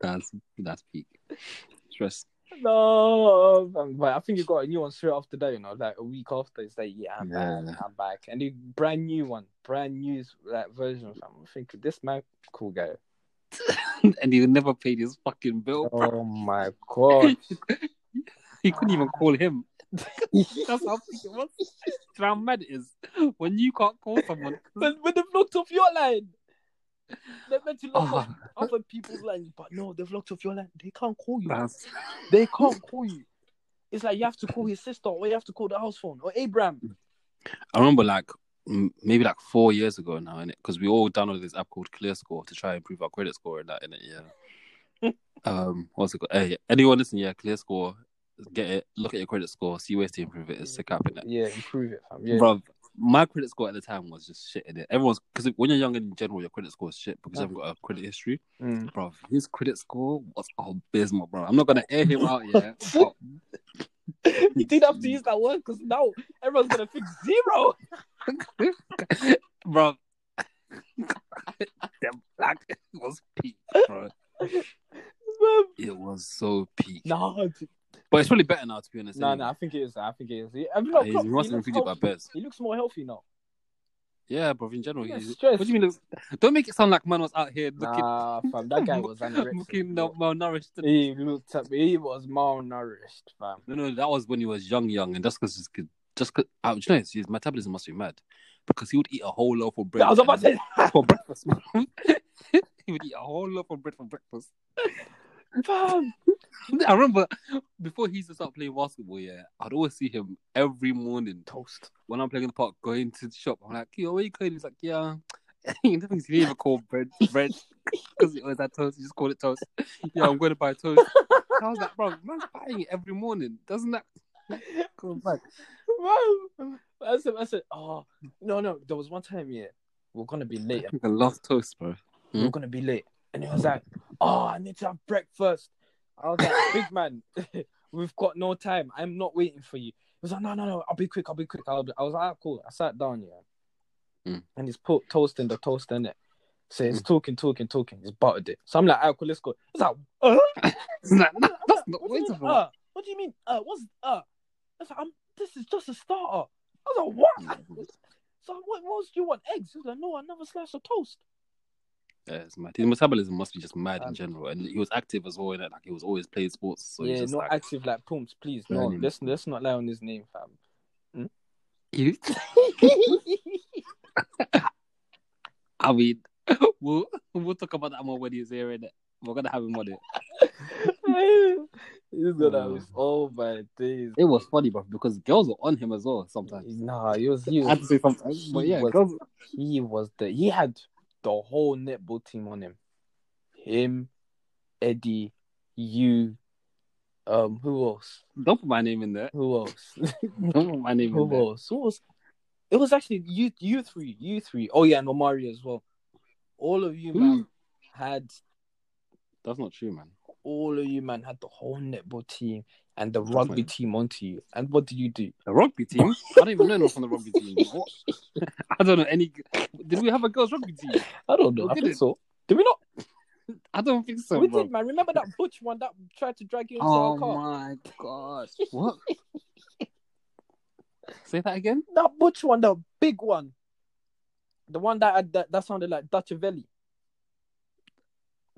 [SPEAKER 2] That's that's peak. Stress.
[SPEAKER 1] No, um, but I think you got a new one straight after that. You know, like a week after, it's like, yeah, I'm
[SPEAKER 2] Yeah.
[SPEAKER 1] back, I'm back, and a brand new one, brand new like version. Of I'm thinking this man, cool guy.
[SPEAKER 2] and he never paid his fucking bill. bro.
[SPEAKER 1] Oh my god,
[SPEAKER 2] He couldn't even call him. That's how peak it was. Do you know how mad it is when you can't call someone.
[SPEAKER 1] but but they've locked off your line. They're meant to lock off
[SPEAKER 2] Oh,
[SPEAKER 1] other people's lines, but no, they've locked off your line. They can't call you.
[SPEAKER 2] that's
[SPEAKER 1] They can't call you. It's like you have to call his sister, or you have to call the house phone, or Abraham.
[SPEAKER 2] I remember like m- maybe like four years ago now, innit? Because we all downloaded this app called ClearScore to try and improve our credit score and that, innit? Yeah. um, what's it called? Hey, anyone listening? Yeah, ClearScore. Get it. Look at your credit score. See ways to improve it. It's sick app, innit?
[SPEAKER 1] Yeah, improve it, fam. Yeah,
[SPEAKER 2] Bruv, my credit score at the time was just shit in it. Everyone's because when you're young in general, your credit score is shit because you haven't got a credit history.
[SPEAKER 1] Mm.
[SPEAKER 2] Bruv, his credit score was abysmal, bro. I'm not gonna air him out yet. but
[SPEAKER 1] you did have to use that word because now everyone's gonna fix zero.
[SPEAKER 2] bro. Them black it was peak, bro. It was so peak.
[SPEAKER 1] No,
[SPEAKER 2] But it's really better now, to be honest.
[SPEAKER 1] no,
[SPEAKER 2] anyway.
[SPEAKER 1] no. I think it is. I think it is. He- I mean,
[SPEAKER 2] Uh,
[SPEAKER 1] look,
[SPEAKER 2] he's-
[SPEAKER 1] Klopp,
[SPEAKER 2] he
[SPEAKER 1] he,
[SPEAKER 2] must have
[SPEAKER 1] looks
[SPEAKER 2] improved it by
[SPEAKER 1] healthy.
[SPEAKER 2] best.
[SPEAKER 1] he looks more healthy now.
[SPEAKER 2] Yeah, bro. In general,
[SPEAKER 1] Yeah,
[SPEAKER 2] he's.
[SPEAKER 1] stress.
[SPEAKER 2] What do you mean? look- Don't make it sound like man was out here looking,
[SPEAKER 1] Nah, fam, that guy was
[SPEAKER 2] looking
[SPEAKER 1] anorexic.
[SPEAKER 2] no,
[SPEAKER 1] bro.
[SPEAKER 2] malnourished.
[SPEAKER 1] He looked at me. He was malnourished, fam.
[SPEAKER 2] No, no, that was when he was young, young, and that's because his just cause, uh, do you know, his his metabolism must be mad because he would eat a whole loaf of bread.
[SPEAKER 1] I was about to say,
[SPEAKER 2] for breakfast. man. he would eat a whole loaf of bread for breakfast.
[SPEAKER 1] fam.
[SPEAKER 2] I remember before he used to start playing basketball, yeah, I'd always see him every morning
[SPEAKER 1] Toast.
[SPEAKER 2] when I'm playing in the park, going to the shop. I'm like, yo, where you going? He's like, yeah. He didn't even call bread bread because it was that toast. He just called it toast. Yeah, I'm going to buy toast. I was like, bro, man's buying it every morning. Doesn't that go back?
[SPEAKER 1] Fam. I said, I said, oh no, no. There was one time, yeah, we're gonna be late.
[SPEAKER 2] I love toast, bro.
[SPEAKER 1] We're gonna be late, and he was like, oh, I need to have breakfast. I was like, big man, we've got no time. I'm not waiting for you. was like, no, no, no, I'll be quick, I'll be quick. I'll be... I was like, ah, cool. I sat down, yeah.
[SPEAKER 2] Mm.
[SPEAKER 1] And he's put toast in the toaster, innit? So
[SPEAKER 2] Hmm.
[SPEAKER 1] he's talking, talking, talking. He's buttered it. So I'm like, ah, cool, let's go. He's like, uh?
[SPEAKER 2] It's like, no, that's not
[SPEAKER 3] What do
[SPEAKER 2] wait
[SPEAKER 3] you
[SPEAKER 2] a
[SPEAKER 3] mean,
[SPEAKER 2] minute.
[SPEAKER 3] uh? What do you mean? Uh, what's uh? I was like, I'm, this is just a starter. I was like, what? So what, what else do you want? Eggs? He was like, no, another slice of toast.
[SPEAKER 2] Yeah, it's mad. His metabolism must be just mad in
[SPEAKER 1] Um,
[SPEAKER 2] general, and he was active as well. In it, like he was always playing sports, so he's
[SPEAKER 1] yeah,
[SPEAKER 2] just
[SPEAKER 1] no
[SPEAKER 2] like
[SPEAKER 1] active like pumps, please. No,
[SPEAKER 2] Learning.
[SPEAKER 1] let's let's not lie on his name, fam.
[SPEAKER 2] you. I mean, we'll we'll talk about that more when he's here. innit? We're gonna have him on it.
[SPEAKER 1] he's gonna
[SPEAKER 2] Oh.
[SPEAKER 1] miss all my days.
[SPEAKER 2] It was funny, bro, because girls were on him as well sometimes.
[SPEAKER 1] Nah, he was he
[SPEAKER 2] I had to
[SPEAKER 1] was,
[SPEAKER 2] say sometimes, but yeah,
[SPEAKER 1] was-
[SPEAKER 2] girls,
[SPEAKER 1] he was the he had the whole netball team on him. Him, Eddie, you, um, who else?
[SPEAKER 2] don't put my name in there.
[SPEAKER 1] Who else?
[SPEAKER 2] Don't put my name in
[SPEAKER 1] who
[SPEAKER 2] there.
[SPEAKER 1] else? Who was? It was actually you, you three, you three. Oh yeah, and Omari as well. All of you, man, had
[SPEAKER 2] That's not true, man.
[SPEAKER 1] all of you man had the whole netball team and the
[SPEAKER 2] That's
[SPEAKER 1] rugby
[SPEAKER 2] right.
[SPEAKER 1] team onto you. And what did you do?
[SPEAKER 2] The rugby team? I don't even know anyone from the rugby team. What? I don't know any. Did we have a girls' rugby team?
[SPEAKER 1] I don't know.
[SPEAKER 2] We
[SPEAKER 1] I think
[SPEAKER 2] didn't.
[SPEAKER 1] so. Did we not?
[SPEAKER 2] I don't think so,
[SPEAKER 1] we
[SPEAKER 2] bro.
[SPEAKER 1] did, man. Remember that butch one that tried to drag you into
[SPEAKER 2] Oh
[SPEAKER 1] our car?
[SPEAKER 2] my god! What? Say that again.
[SPEAKER 1] That butch one, the big one, the one that had, that, that sounded like Dachavelli.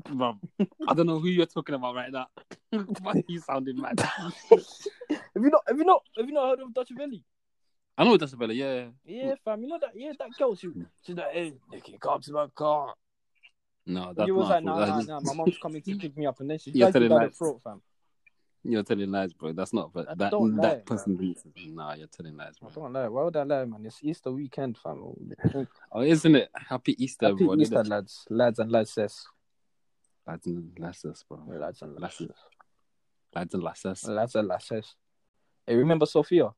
[SPEAKER 2] Bro, I don't know who you're talking about right now. Why you sounding mad?
[SPEAKER 1] Have you not? Have you not? Have you not heard of Dachavelli?
[SPEAKER 2] I know that's about it. Yeah, yeah.
[SPEAKER 1] Yeah, fam. You know that? Yeah, that girl. She, she's like, hey, Nicky, come to my car.
[SPEAKER 2] No,
[SPEAKER 1] And
[SPEAKER 2] that's
[SPEAKER 1] you was like,
[SPEAKER 2] not. cool.
[SPEAKER 1] nah,
[SPEAKER 2] That's
[SPEAKER 1] nah,
[SPEAKER 2] just-
[SPEAKER 1] nah. My mom's coming to pick me up, and then she
[SPEAKER 2] You're
[SPEAKER 1] dragged you
[SPEAKER 2] telling
[SPEAKER 1] down the
[SPEAKER 2] lies.
[SPEAKER 1] throat, fam.
[SPEAKER 2] You're telling lies, bro. That's not.
[SPEAKER 1] I
[SPEAKER 2] But that
[SPEAKER 1] don't lie,
[SPEAKER 2] that
[SPEAKER 1] bro.
[SPEAKER 2] person. thinks- Nah, you're telling lies,
[SPEAKER 1] I
[SPEAKER 2] bro.
[SPEAKER 1] don't know. Why would I lie, man? It's Easter weekend, fam.
[SPEAKER 2] Oh, isn't it? Happy Easter,
[SPEAKER 1] Happy
[SPEAKER 2] everyone.
[SPEAKER 1] Easter,
[SPEAKER 2] Easter.
[SPEAKER 1] lads, lads and lasses,
[SPEAKER 2] Lads and lasses, bro.
[SPEAKER 1] lads and lasses,
[SPEAKER 2] Lasses. Lads and lasses.
[SPEAKER 1] lads and lasses. Hey, remember Sophia?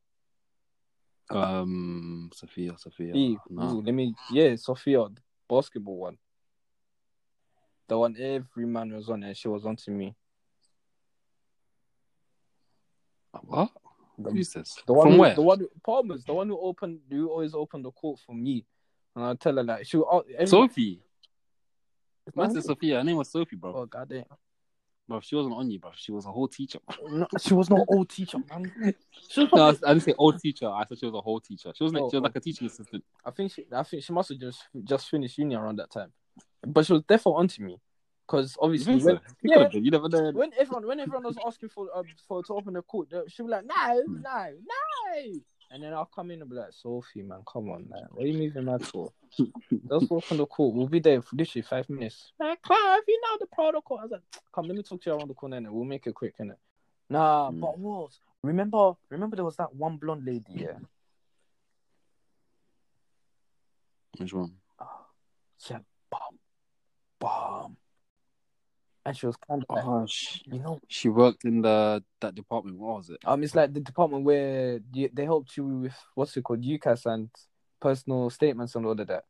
[SPEAKER 2] Um, Sophia, Sophia.
[SPEAKER 1] Hey,
[SPEAKER 2] No.
[SPEAKER 1] ooh, let me, yeah, Sophia, the basketball one, the one every man was on, and she was on to me.
[SPEAKER 2] What?
[SPEAKER 1] The,
[SPEAKER 2] Who's this?
[SPEAKER 1] the one,
[SPEAKER 2] From
[SPEAKER 1] who,
[SPEAKER 2] where?
[SPEAKER 1] the one, Palmer's, the one who opened, who always opened the court for me, and I tell her like she, was out- every,
[SPEAKER 2] Sophie.
[SPEAKER 1] It's not
[SPEAKER 2] That's
[SPEAKER 1] her name.
[SPEAKER 2] Sophia. Her name was Sophie, bro.
[SPEAKER 1] oh goddamn,
[SPEAKER 2] Bro, she wasn't on you, bro. She was a whole teacher.
[SPEAKER 1] no, she was no old teacher, man. She was
[SPEAKER 2] No, I
[SPEAKER 1] probably-
[SPEAKER 2] s- I didn't say old teacher. I said she was a whole teacher. She was like,
[SPEAKER 1] Oh,
[SPEAKER 2] she was
[SPEAKER 1] oh.
[SPEAKER 2] like a teaching assistant.
[SPEAKER 1] I think she, I think she must have just just finished uni around that time, but she was definitely onto me, because
[SPEAKER 2] You
[SPEAKER 1] obviously
[SPEAKER 2] think
[SPEAKER 1] when,
[SPEAKER 2] so? You
[SPEAKER 1] yeah.
[SPEAKER 2] could have been. You never know.
[SPEAKER 1] when everyone when everyone was asking for um, for to open the court, they- she was like, no, no, no. And then I'll come in and be like, Sophie, man, come on, man. What are you moving mad for? Let's walk on the court. We'll be there for literally five minutes. Like, Clive, you know the protocol. I was like, come, let me talk to you around the corner, and we'll make it quick, innit? Nah,
[SPEAKER 2] Hmm.
[SPEAKER 1] but what? else? Remember, remember there was that one blonde lady, yeah?
[SPEAKER 2] Which one?
[SPEAKER 1] Oh, she had bomb, bomb. And she was kind of like,
[SPEAKER 2] Oh, she,
[SPEAKER 1] you know,
[SPEAKER 2] she worked in the that department. What was it?
[SPEAKER 1] Um, it's like the department where you, they helped you with what's it called, UCAS and personal statements and all of that.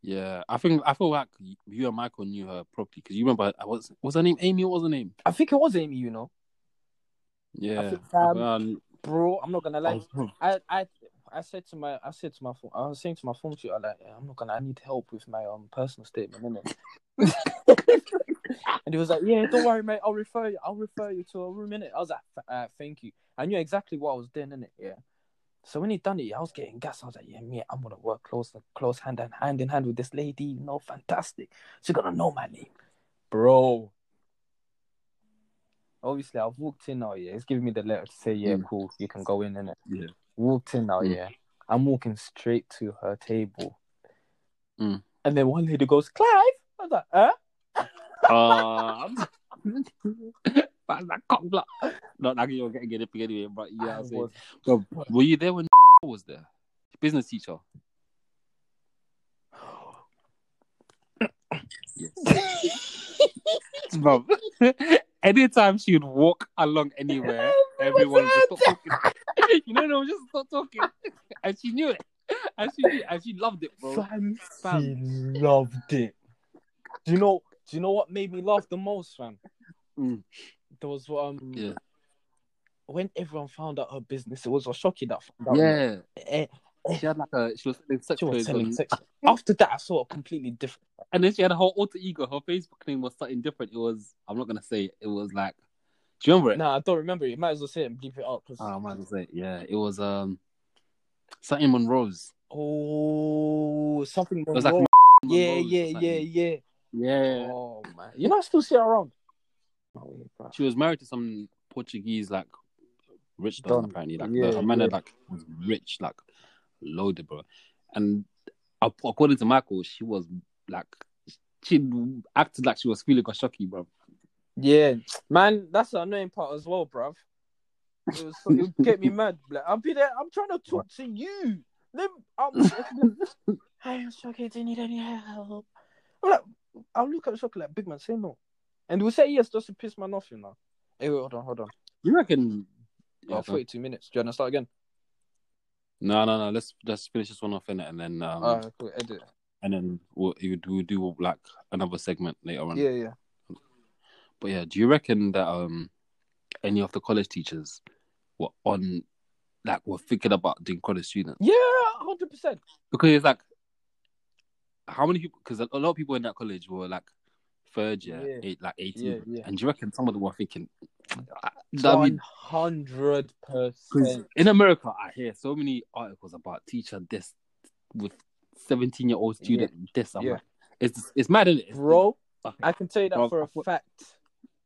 [SPEAKER 2] Yeah, I think I feel like you and Michael knew her properly because you remember. I was was her name Amy? What was her name?
[SPEAKER 1] I think it was Amy, you know,
[SPEAKER 2] Yeah.
[SPEAKER 1] think,
[SPEAKER 2] I
[SPEAKER 1] um,
[SPEAKER 2] forgot-
[SPEAKER 1] bro. I'm not gonna lie.
[SPEAKER 2] oh,
[SPEAKER 1] I, I, I said to my, I said to my, phone, I was saying to my phone tutor, like, "Yeah, I'm not gonna, I need help with my um personal statement, innit? and he was like, Yeah, don't worry, mate. I'll refer you. I'll refer you to a room, innit? I was like, "Th- uh, Thank you. I knew exactly what I was doing, innit? Yeah. So when he done it, I was getting gas. I was like, Yeah, me, I'm gonna work close, close hand and hand in hand with this lady. You know, fantastic. She's gonna know my name, bro. Obviously, I've walked in now. Yeah, it's giving me the letter to say, Yeah,
[SPEAKER 2] Mm.
[SPEAKER 1] cool, you can go in, innit?
[SPEAKER 2] Yeah.
[SPEAKER 1] Walked in now.
[SPEAKER 2] Mm.
[SPEAKER 1] Yeah, I'm walking straight to her table,
[SPEAKER 2] Mm.
[SPEAKER 1] and then one lady goes, Clive. I was like, Huh?
[SPEAKER 2] Um, but that cock block. Not like you're getting anything anyway, but yeah, I
[SPEAKER 1] I
[SPEAKER 2] was saying.
[SPEAKER 1] was-
[SPEAKER 2] Bro, were you there when was there? Business teacher. Yes. Bro, anytime she'd walk along anywhere,
[SPEAKER 3] Oh
[SPEAKER 2] everyone would just stop talking. you know, they would just stop talking. And she knew it. And she knew it. And she loved it, bro.
[SPEAKER 1] Fam,
[SPEAKER 2] Fam.
[SPEAKER 1] she loved it. Do you know? Do you know what made me laugh the most, fam?
[SPEAKER 2] Mm.
[SPEAKER 1] There was um,
[SPEAKER 2] Yeah.
[SPEAKER 3] when everyone found out her business, it was Oshoki that found out.
[SPEAKER 2] Yeah,
[SPEAKER 3] Eh,
[SPEAKER 2] she had like a she was selling sex
[SPEAKER 3] she was
[SPEAKER 2] toys,
[SPEAKER 3] selling
[SPEAKER 2] on-
[SPEAKER 3] sex. After that, I saw a completely different.
[SPEAKER 2] and then she had a whole alter ego. Her Facebook name was something different. It was I'm not gonna say it, it was like. Do you remember it?
[SPEAKER 3] No, I don't remember it. You might as well say it and bleep it out. 'cause-
[SPEAKER 2] Oh, I might as well say it. Yeah, it was um something Monroe's.
[SPEAKER 3] oh, something
[SPEAKER 2] It
[SPEAKER 3] went
[SPEAKER 2] was like
[SPEAKER 3] wrong.
[SPEAKER 2] Monroe's
[SPEAKER 3] Yeah,
[SPEAKER 2] or
[SPEAKER 3] yeah, yeah,
[SPEAKER 2] something.
[SPEAKER 3] yeah.
[SPEAKER 2] yeah.
[SPEAKER 3] Oh man, you know I still see her around. Oh, yeah, bruh.
[SPEAKER 2] She was married to some Portuguese like rich person
[SPEAKER 1] Don.
[SPEAKER 2] apparently. Like
[SPEAKER 1] Yeah,
[SPEAKER 2] the her man had,
[SPEAKER 1] yeah.
[SPEAKER 2] like was rich, like loaded, bro. And ap- according to Michael, she was like she acted like she was feeling Koshoki, bro.
[SPEAKER 1] Yeah, man, that's the annoying part as well, bruv. It was so, it would get me mad. Like, I'll be there. I'm trying to talk to you. Then I'm,
[SPEAKER 3] Hey, I'm shocked. Do you need any help? I'm like, I'll look at Shocky like, big man, say no.
[SPEAKER 1] and we'll say yes just to piss man off, you know. Hey, wait, hold on, hold on.
[SPEAKER 2] You reckon?
[SPEAKER 1] Oh,
[SPEAKER 2] Yeah,
[SPEAKER 1] 42 minutes. Do you want to start again?
[SPEAKER 2] no, no, no. Let's just finish this one off in it, and then um,
[SPEAKER 1] Uh, cool, edit.
[SPEAKER 2] and then we'll, you would- we'll do like another segment later on.
[SPEAKER 1] Yeah, yeah.
[SPEAKER 2] But yeah, do you reckon that um any of the college teachers were on like were thinking about doing college students?
[SPEAKER 1] Yeah, 100%.
[SPEAKER 2] Because it's like how many people? Because a lot of people in that college were like third year,
[SPEAKER 1] Yeah.
[SPEAKER 2] eight, like eighteen,
[SPEAKER 1] Yeah, yeah.
[SPEAKER 2] and do you reckon some of them were thinking? I- I mean,
[SPEAKER 1] 100%.
[SPEAKER 2] 'cause in America, I hear so many articles about teacher this with seventeen-year-old student this. I'm
[SPEAKER 1] Yeah.
[SPEAKER 2] like, it's it's mad, is it?
[SPEAKER 1] Bro,
[SPEAKER 2] Okay.
[SPEAKER 1] I can tell you that
[SPEAKER 2] Bro,
[SPEAKER 1] for
[SPEAKER 2] I
[SPEAKER 1] a
[SPEAKER 2] thought-
[SPEAKER 1] fact.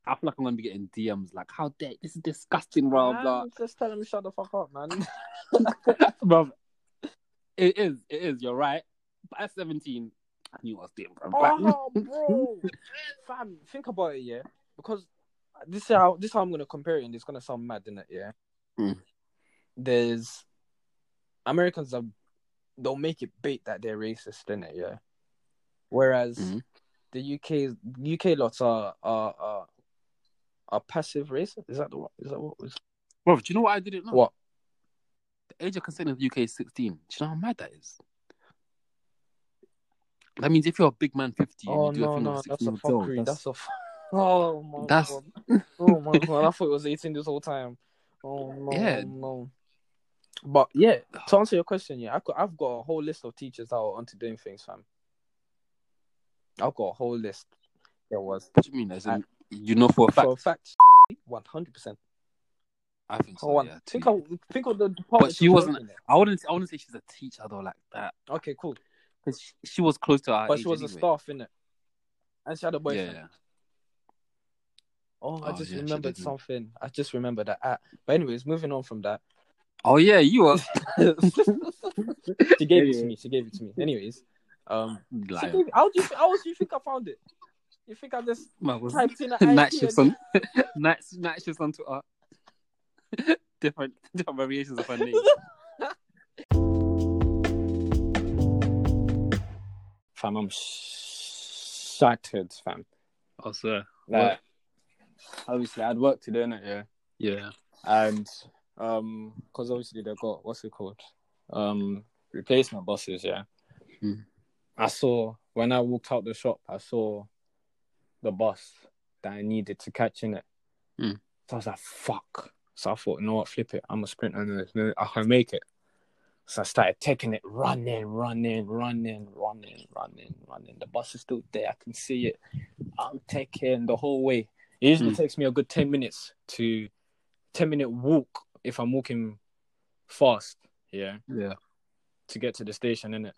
[SPEAKER 2] I feel like I'm gonna be getting DMs like, "How dare this is disgusting, blah blah."
[SPEAKER 1] Man, Just tell him to shut the fuck up, man.
[SPEAKER 2] bro. It is, it is. You're right. But at 17, I knew what I was doing, bro. But-
[SPEAKER 1] Oh, bro, fam, think about it, yeah. Because this is how this is how I'm gonna compare it, and it's gonna sound mad, innit? Yeah.
[SPEAKER 2] Mm.
[SPEAKER 1] There's Americans are they'll make it bait that they're racist, innit? Yeah. Whereas
[SPEAKER 2] Mhm.
[SPEAKER 1] the UK UK lots are are are, are passive racist. Is that the what? Is that what was
[SPEAKER 2] Bro, do you know what I didn't know?
[SPEAKER 1] what?
[SPEAKER 2] The age of consent in the UK is 16. Do you know how mad that is? That means if you're a big man 50
[SPEAKER 1] Oh
[SPEAKER 2] and you do a
[SPEAKER 1] no
[SPEAKER 2] thing
[SPEAKER 1] no,
[SPEAKER 2] with
[SPEAKER 1] that's
[SPEAKER 2] 16
[SPEAKER 1] a
[SPEAKER 2] years old,
[SPEAKER 1] fuckery.
[SPEAKER 2] that's-
[SPEAKER 1] That's a. F- oh my
[SPEAKER 2] That's-
[SPEAKER 1] god. Oh my god, I thought it was 18 this whole time. Oh no,
[SPEAKER 2] Yeah.
[SPEAKER 1] no. But yeah, to answer your question, yeah, I've got, I've got a whole list of teachers that were onto doing things, fam. I've got a whole list. There was
[SPEAKER 2] what do you mean? As in, you know for a fact,
[SPEAKER 1] for a fact, 100. percent
[SPEAKER 2] I think so.
[SPEAKER 1] Hold on,
[SPEAKER 2] yeah,
[SPEAKER 1] think
[SPEAKER 2] too.
[SPEAKER 1] of think of the department.
[SPEAKER 2] she
[SPEAKER 1] she was
[SPEAKER 2] wasn't-
[SPEAKER 1] working
[SPEAKER 2] I wouldn't, I wouldn't say she's a teacher though, like that,
[SPEAKER 1] in. Okay, cool.
[SPEAKER 2] because she, she was close to our
[SPEAKER 1] But
[SPEAKER 2] age
[SPEAKER 1] she was a
[SPEAKER 2] anyway.
[SPEAKER 1] staff in it, and she had a
[SPEAKER 2] Yeah,
[SPEAKER 1] boyfriend.
[SPEAKER 2] yeah.
[SPEAKER 1] Oh, I
[SPEAKER 2] Oh,
[SPEAKER 1] just
[SPEAKER 2] yeah, she
[SPEAKER 1] remembered
[SPEAKER 2] didn't.
[SPEAKER 1] something. I just remembered that. Ah, but anyways, moving on from that.
[SPEAKER 2] Oh yeah, you were.
[SPEAKER 1] she gave it
[SPEAKER 2] Yeah.
[SPEAKER 1] to me. She gave it to me. Anyways, um, she
[SPEAKER 2] Liar.
[SPEAKER 1] gave, how do you how else do you think I found it? You think I just
[SPEAKER 2] Man, was-
[SPEAKER 1] typed in an
[SPEAKER 2] night
[SPEAKER 1] IP
[SPEAKER 2] shifts
[SPEAKER 1] and-
[SPEAKER 2] on night, night shifts on Twitter. different different variations of her name.
[SPEAKER 1] Fam, I'm shattered, fam.
[SPEAKER 2] I swear.
[SPEAKER 1] Like, obviously, I'd work to do it, yeah,
[SPEAKER 2] Yeah.
[SPEAKER 1] and um, because obviously they got what's it called, um, replacement buses, yeah.
[SPEAKER 2] Mhm.
[SPEAKER 1] I saw when I walked out the shop, I saw the bus that I needed to catch in it.
[SPEAKER 2] Mm.
[SPEAKER 1] So I was like, "Fuck!" So I thought, "You know what? Flip it. I'm a sprinter. No, no, I can make it." So I started taking it, running, running, running, running, running, running. The bus is still there. I can see it. I'm taking the whole way. It usually
[SPEAKER 2] Mm.
[SPEAKER 1] takes me a good 10 minutes to 10 minute walk if I'm walking fast, yeah,
[SPEAKER 2] Yeah.
[SPEAKER 1] to get to the station, innit?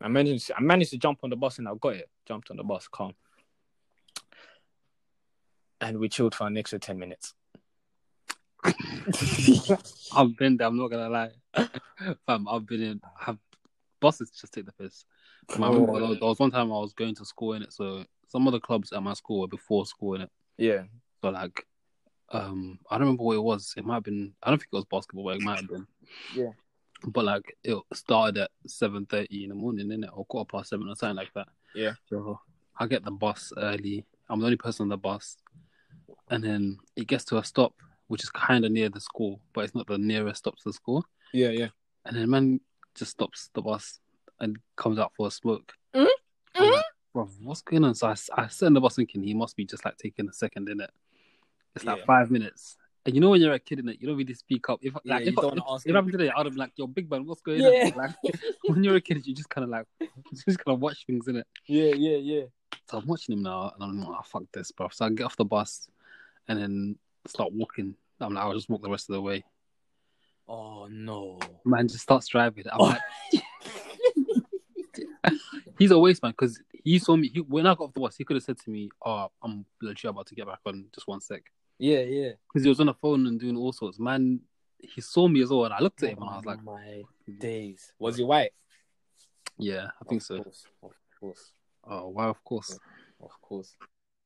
[SPEAKER 1] I managed I managed to jump on the bus and I got it. Jumped on the bus, calm. And we chilled for an extra 10 minutes.
[SPEAKER 2] I've been there, I'm not gonna lie. Fam, I've been in have bosses just take the piss. Fam,
[SPEAKER 1] Oh,
[SPEAKER 2] I remember there was, there was one time I was going to school in it, so some of the clubs at my school were before school in it.
[SPEAKER 1] Yeah.
[SPEAKER 2] So like um I don't remember what it was. It might have been I don't think it was basketball, but it might have been.
[SPEAKER 1] Yeah.
[SPEAKER 2] But like it started at seven thirty in the morning, innit? Or quarter past seven or something like that.
[SPEAKER 1] Yeah.
[SPEAKER 2] So I get the bus early. I'm the only person on the bus. And then it gets to a stop, which is kinda near the school, but it's not the nearest stop to the school.
[SPEAKER 1] Yeah, yeah.
[SPEAKER 2] And then man just stops the bus and comes out for a smoke.
[SPEAKER 1] Mm,
[SPEAKER 2] I'm like, Bro, what's going on? So I, I sit in the bus thinking he must be just like taking a second in it. It's like
[SPEAKER 1] Yeah.
[SPEAKER 2] five minutes, And you know when you're a kid in it, you don't really speak up. If
[SPEAKER 1] Yeah,
[SPEAKER 2] like, if,
[SPEAKER 1] you
[SPEAKER 2] I-
[SPEAKER 1] don't wanna
[SPEAKER 2] if-
[SPEAKER 1] ask
[SPEAKER 2] if
[SPEAKER 1] him.
[SPEAKER 2] I'm today, I'd have been like, "Yo, big man, what's going
[SPEAKER 1] Yeah.
[SPEAKER 2] on?" Like when you're a kid, you just kind of like you just kind of watch things in it.
[SPEAKER 1] Yeah, yeah, yeah.
[SPEAKER 2] So I'm watching him now, and I'm like, oh, "Fuck this, bro." So I get off the bus, and then start walking. I'm like, "I'll just walk the rest of the way."
[SPEAKER 1] Oh no.
[SPEAKER 2] Man just starts driving. I'm like,
[SPEAKER 1] Oh.
[SPEAKER 2] he's a waste man because he saw me. He, when I got off the bus, he could have said to me, "Oh, I'm literally about to get back on. Just one sec."
[SPEAKER 1] Yeah, yeah.
[SPEAKER 2] Because he was on the phone and doing all sorts. Man, he saw me as well, and I looked at him and I was like,
[SPEAKER 1] Oh my days. Was he white?
[SPEAKER 2] "Yeah, I think
[SPEAKER 1] of
[SPEAKER 2] so."
[SPEAKER 1] Course, of course.
[SPEAKER 2] Oh wow, of course.
[SPEAKER 1] Of course.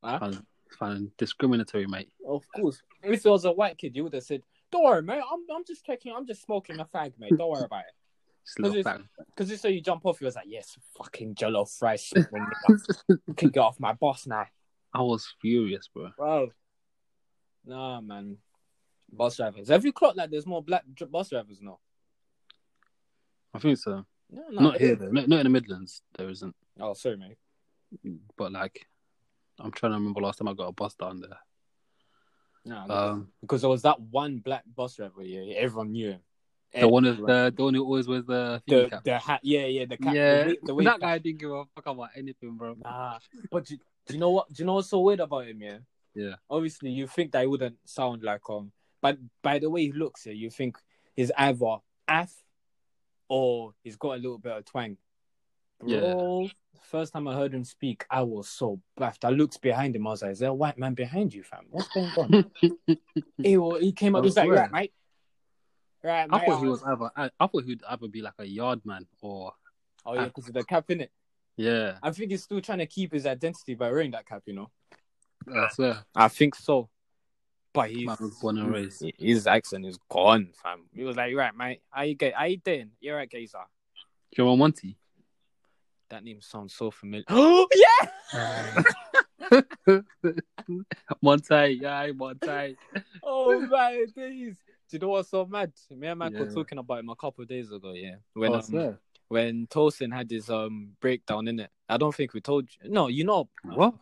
[SPEAKER 1] Huh?
[SPEAKER 2] Fine, fine. discriminatory, mate.
[SPEAKER 1] Of course. Uh, If it was a white kid, you would have said, Don't worry, mate. I'm, I'm just checking. I'm just smoking a fag, mate. Don't worry about it.
[SPEAKER 2] Just a little
[SPEAKER 1] Because
[SPEAKER 2] fact.
[SPEAKER 1] Because just so you jump off, he was like, Yes, fucking jello fries. shit, man, nigga. You can get off my boss now.
[SPEAKER 2] I was furious, bro.
[SPEAKER 1] Bro. Nah, man. Bus drivers. Every clock, like, there's more black dr- bus drivers now.
[SPEAKER 2] I think so.
[SPEAKER 1] No,
[SPEAKER 2] Not here though. Not, not in the Midlands. There isn't.
[SPEAKER 1] Oh, sorry, mate.
[SPEAKER 2] But like, I'm trying to remember last time I got a bus down there.
[SPEAKER 1] Nah, no.
[SPEAKER 2] Um,
[SPEAKER 1] because there was that one black bus driver. Yeah, everyone knew him.
[SPEAKER 2] the one is the, the one who always wears Eh, the thingy
[SPEAKER 1] the,
[SPEAKER 2] cap.
[SPEAKER 1] the hat. Yeah, yeah, the cap.
[SPEAKER 2] yeah,
[SPEAKER 1] the wig- the wig
[SPEAKER 2] that
[SPEAKER 1] cap.
[SPEAKER 2] guy didn't give a fuck about anything, bro.
[SPEAKER 1] Nah, but do, do you know what? Do you know what's so weird about him? Yeah.
[SPEAKER 2] Yeah.
[SPEAKER 1] Obviously, you think that he wouldn't sound like um, but by the way he looks, yeah, you think he's either af or he's got a little bit of twang. Bro, first time I heard him speak, I was so baffed. I looked behind him. I was like, "Is there a white man behind you, fam? What's going on?" he, wa- he came up.
[SPEAKER 2] I
[SPEAKER 1] He was like,
[SPEAKER 2] swear.
[SPEAKER 1] "Right, mate. Right,
[SPEAKER 2] I
[SPEAKER 1] mate."
[SPEAKER 2] thought he was either I, I thought he'd either be like a yard man or
[SPEAKER 1] Oh yeah, because of the cap in it.
[SPEAKER 2] yeah,
[SPEAKER 1] I think he's still trying to keep his identity by wearing that cap. You know.
[SPEAKER 2] I swear.
[SPEAKER 1] I think so. But he's
[SPEAKER 2] Man was born and raised.
[SPEAKER 1] His accent is gone, fam. He was like, right, mate, how you get how you doing? You're right, Gazer.
[SPEAKER 2] Do you want Monty?
[SPEAKER 1] That name sounds so familiar. Oh, yeah!
[SPEAKER 2] Monty, yeah, Monty.
[SPEAKER 1] Oh my days. Do you know what's so mad? Me and Mike were
[SPEAKER 2] Yeah.
[SPEAKER 1] talking about him a couple of days ago, yeah. When
[SPEAKER 2] Oh, I
[SPEAKER 1] um,
[SPEAKER 2] swear.
[SPEAKER 1] when Tolson had his um breakdown in it. I don't think we told you no, you know
[SPEAKER 2] What?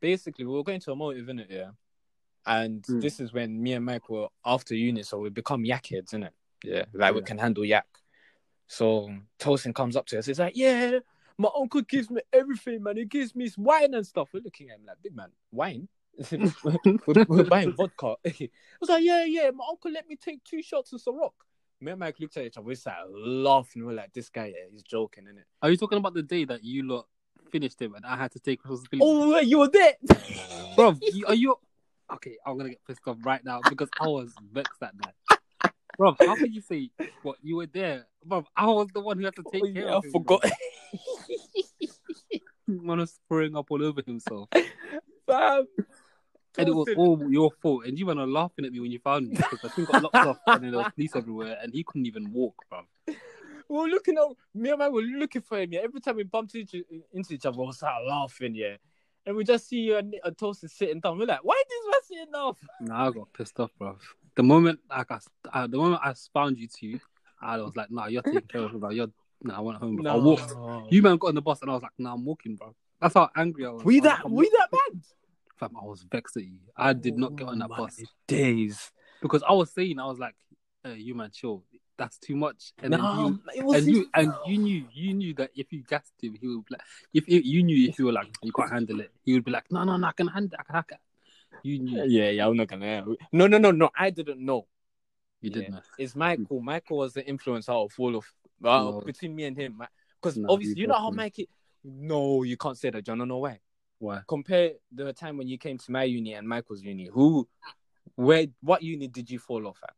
[SPEAKER 1] basically we were going to a motive in it, yeah. And
[SPEAKER 2] Hmm.
[SPEAKER 1] this is when me and Mike were after uni, so we become yak heads, innit? Yeah. Like we
[SPEAKER 2] Yeah.
[SPEAKER 1] can handle yak. So Tosin comes up to us, he's like, Yeah, my uncle gives me everything, man. He gives me his wine and stuff. We're looking at him like, big man, wine? we're, we're buying vodka. I was like, Yeah, yeah, my uncle let me take two shots of Ciroc. Me and Mike looked at each other, we started laughing. We're like, This guy, yeah, he's joking, innit?
[SPEAKER 2] Are you talking about the day that you lot finished him and I had to take responsibility?
[SPEAKER 1] Oh, you were there.
[SPEAKER 2] bro, you, are you okay? I'm gonna get pissed off right now because I was vexed that night. Bro, how can you say what you were there? Bro, I was the one who had to take
[SPEAKER 1] Oh,
[SPEAKER 2] care
[SPEAKER 1] yeah, I
[SPEAKER 2] of him.
[SPEAKER 1] forgot.
[SPEAKER 2] bro. Man was throwing up all over himself,
[SPEAKER 1] Fam.
[SPEAKER 2] and it was
[SPEAKER 1] Tosin-
[SPEAKER 2] all your fault. And you were laughing at me when you found me because the thing got locked off, and then there was police everywhere, and he couldn't even walk, bro.
[SPEAKER 1] We were looking at me and my were looking for him. Yeah, every time we bumped into, into each other, we started laughing. Yeah, and we just see you and, and Tosin sitting down. We're like, why is this man sitting down?
[SPEAKER 2] Nah, I got pissed off, bro. The moment like I, uh, the moment I found you two, I was like, nah, you're taking care of him, bro. You're, nah, I went home, bro. I walked. You man got on the bus, and I was like, nah, I'm walking, bro. That's how angry I was.
[SPEAKER 1] we
[SPEAKER 2] I was like,
[SPEAKER 1] that
[SPEAKER 2] I'm
[SPEAKER 1] we that bad?
[SPEAKER 2] Fam, I was vexed at you. I did not get on that
[SPEAKER 1] Oh my
[SPEAKER 2] bus
[SPEAKER 1] Days.
[SPEAKER 2] because I was saying, I was like, uh, "You man, chill. That's too much." And then
[SPEAKER 1] Nah,
[SPEAKER 2] you,
[SPEAKER 1] it was
[SPEAKER 2] and you,
[SPEAKER 1] his
[SPEAKER 2] and you knew, you knew that if you gassed him, he would. Be like, if you, you knew, if you were like, "You can't handle it," he would be like, "No, no, no, I can handle. I can hack it." You knew.
[SPEAKER 1] Yeah, yeah, I'm not gonna. No, no, no, no. I didn't know.
[SPEAKER 2] You
[SPEAKER 1] Yeah.
[SPEAKER 2] didn't. know.
[SPEAKER 1] It's Michael. Michael was the influence out of all of
[SPEAKER 2] No.
[SPEAKER 1] between me and him. Because
[SPEAKER 2] No,
[SPEAKER 1] obviously,
[SPEAKER 2] you
[SPEAKER 1] you know how
[SPEAKER 2] definitely-
[SPEAKER 1] Mikey. No, you can't say that, John. No, no way.
[SPEAKER 2] Why?
[SPEAKER 1] compare the time when you came to my uni and Michael's uni. Who, where, what uni did you fall off at?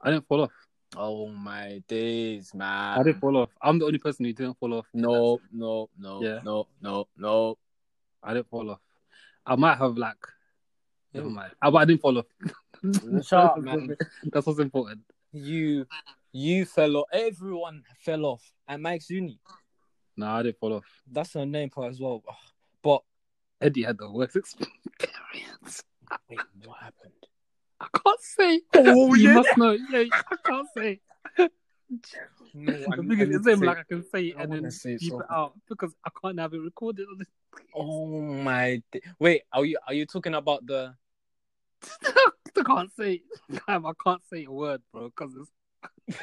[SPEAKER 2] I didn't fall off.
[SPEAKER 1] Oh my days, man!
[SPEAKER 2] I didn't fall off. I'm the only person who didn't fall off.
[SPEAKER 1] Ah. No, no, no,
[SPEAKER 2] Yeah.
[SPEAKER 1] no, no, no.
[SPEAKER 2] I didn't fall off. I might have like. Never mind. I, but I didn't fall off.
[SPEAKER 1] Shut up, man.
[SPEAKER 2] That's what's important.
[SPEAKER 1] You, you fell off. Everyone fell off at Mike's uni.
[SPEAKER 2] No, I didn't fall off.
[SPEAKER 1] That's her name part as well. Ugh. But
[SPEAKER 2] Eddie had the worst experience.
[SPEAKER 1] wait, what happened?
[SPEAKER 2] I can't say.
[SPEAKER 1] Oh,
[SPEAKER 2] you
[SPEAKER 1] yeah.
[SPEAKER 2] must know. Yeah, I can't say.
[SPEAKER 1] No,
[SPEAKER 2] The thing is, it's him like I can say it
[SPEAKER 1] I
[SPEAKER 2] and
[SPEAKER 1] wanna
[SPEAKER 2] then
[SPEAKER 1] say it
[SPEAKER 2] keep
[SPEAKER 1] so
[SPEAKER 2] it out because I can't have it recorded. on this-
[SPEAKER 1] oh my! Da- wait, are you are you talking about the
[SPEAKER 2] I can't say, fam, I can't say a word, bro, because it's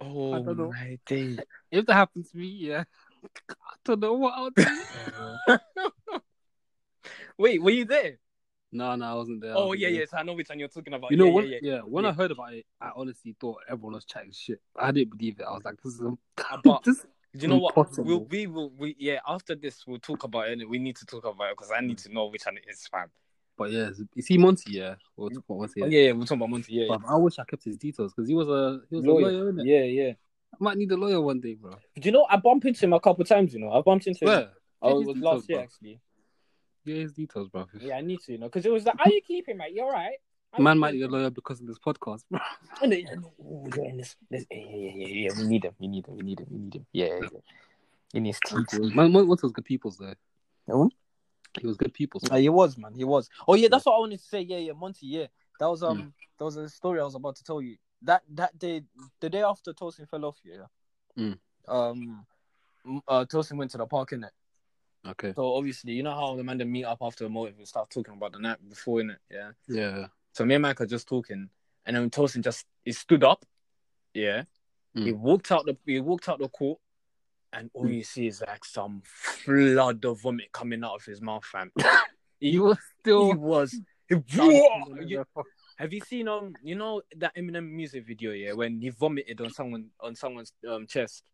[SPEAKER 3] Oh
[SPEAKER 2] I don't know.
[SPEAKER 3] my days.
[SPEAKER 2] if that happens to me, yeah, I don't know what I'll do.
[SPEAKER 3] Wait, were you there?
[SPEAKER 2] no, no, I wasn't there. I
[SPEAKER 3] Oh
[SPEAKER 2] wasn't
[SPEAKER 3] yeah,
[SPEAKER 2] there.
[SPEAKER 3] yes, I know which one you're talking about.
[SPEAKER 2] You know
[SPEAKER 3] yeah,
[SPEAKER 2] what?
[SPEAKER 3] Yeah,
[SPEAKER 2] Yeah,
[SPEAKER 3] yeah.
[SPEAKER 2] when I heard about it, I honestly thought everyone was chatting shit. I didn't believe it. I was like, this is.
[SPEAKER 3] Ah, But
[SPEAKER 2] this...
[SPEAKER 3] Do you know what?
[SPEAKER 2] Impossible.
[SPEAKER 3] We'll, we will. We yeah. After this, we'll talk about it. innit? We need to talk about it because I need to know which one it is, fam.
[SPEAKER 2] But yeah, you see Monty, yeah, or Monty.
[SPEAKER 3] Oh, yeah, yeah. We'll talk about Monty. Yeah, yeah.
[SPEAKER 2] Bruv, I wish I kept his details because he was a he was
[SPEAKER 1] Lawyer.
[SPEAKER 2] a lawyer, innit?
[SPEAKER 1] Yeah, yeah.
[SPEAKER 2] I might need a lawyer one day, bro.
[SPEAKER 1] Do you know I bumped into him a couple times? You know, I bumped into him.
[SPEAKER 2] Where?
[SPEAKER 1] Oh, it
[SPEAKER 2] Get his
[SPEAKER 1] was
[SPEAKER 2] details,
[SPEAKER 1] last year
[SPEAKER 2] bruv.
[SPEAKER 1] actually.
[SPEAKER 2] Get his details, bro.
[SPEAKER 1] Yeah, I need to, you know, because it was like, "Are you keeping, mate? You're right."
[SPEAKER 2] Man might need a lawyer because of this podcast, bro.
[SPEAKER 1] And they- and- ooh, yeah, and this- this- yeah, yeah, yeah, yeah, yeah, We need him. We need him. We need him. We need him. Yeah, yeah, yeah. In his teeth.
[SPEAKER 2] Man, man was good people's though.
[SPEAKER 1] Oh?
[SPEAKER 2] He was good people's.
[SPEAKER 1] Uh, he was, man. He was. Oh yeah, that's what I wanted to say. Yeah, yeah, Monty. Yeah, that was um,
[SPEAKER 2] Mm.
[SPEAKER 1] that was a story I was about to tell you. That that day, the day after Tosin fell off, yeah.
[SPEAKER 2] Mm.
[SPEAKER 1] Um, m- uh, Tosin went to the park in it.
[SPEAKER 2] Okay.
[SPEAKER 1] So obviously, you know how the man they meet up after the motive and start talking about the night before in it. Yeah.
[SPEAKER 2] Yeah.
[SPEAKER 1] So me and Mike are just talking, and then Tosin just he stood up. Yeah.
[SPEAKER 2] Mm.
[SPEAKER 1] He walked out the he walked out the court, and all
[SPEAKER 2] Mm.
[SPEAKER 1] you see is like some flood of vomit coming out of his mouth, fam.
[SPEAKER 2] He was
[SPEAKER 1] He
[SPEAKER 2] still.
[SPEAKER 1] was. he- Whoa! You- have you seen um you know that Eminem music video yeah when he vomited on someone on someone's um chest?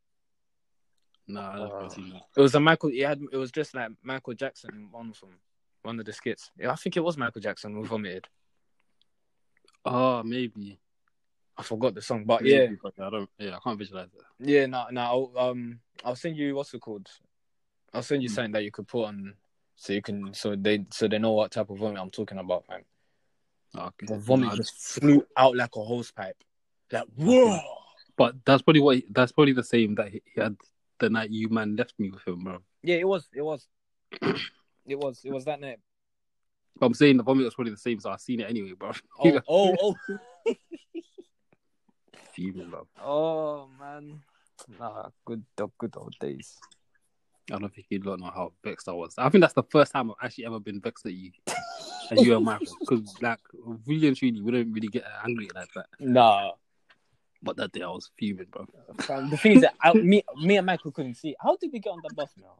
[SPEAKER 2] Nah, I
[SPEAKER 1] Uh,
[SPEAKER 2] don't see that.
[SPEAKER 1] It was a Michael. He had it was just like Michael Jackson in one of them, one of the skits. Yeah, I think it was Michael Jackson who vomited.
[SPEAKER 2] Oh, maybe.
[SPEAKER 1] I forgot the song, but yeah,
[SPEAKER 2] Maybe, but I don't. Oh, Yeah, I can't visualize that.
[SPEAKER 1] yeah. No, no. I'll, um, I'll send you what's it called? I'll send you
[SPEAKER 2] Hmm.
[SPEAKER 1] something that you could put on. So you can, so they, so they know what type of vomit I'm talking about, man.
[SPEAKER 2] Oh, okay.
[SPEAKER 1] The vomit
[SPEAKER 2] Nah,
[SPEAKER 1] just flew out like a hose pipe, like whoa.
[SPEAKER 2] but that's probably what. he- That's probably the same that he he had the night you man left me with him, bro.
[SPEAKER 1] Yeah, it was, it was, it was, it was that night.
[SPEAKER 2] But I'm saying the vomit was probably the same, so I seen it anyway, bro.
[SPEAKER 1] Oh, oh, oh.
[SPEAKER 2] Fuming, bro.
[SPEAKER 1] Oh man, nah, good, the good old days.
[SPEAKER 2] I don't think you don't know how vexed I was. I think that's the first time I've actually ever been vexed at you and you and my because like really and truly we don't really get angry like that.
[SPEAKER 1] Nah,
[SPEAKER 2] But that day I was fuming, bro.
[SPEAKER 1] fam, the thing is that I, me, me and Michael couldn't see. How did we get on the bus now?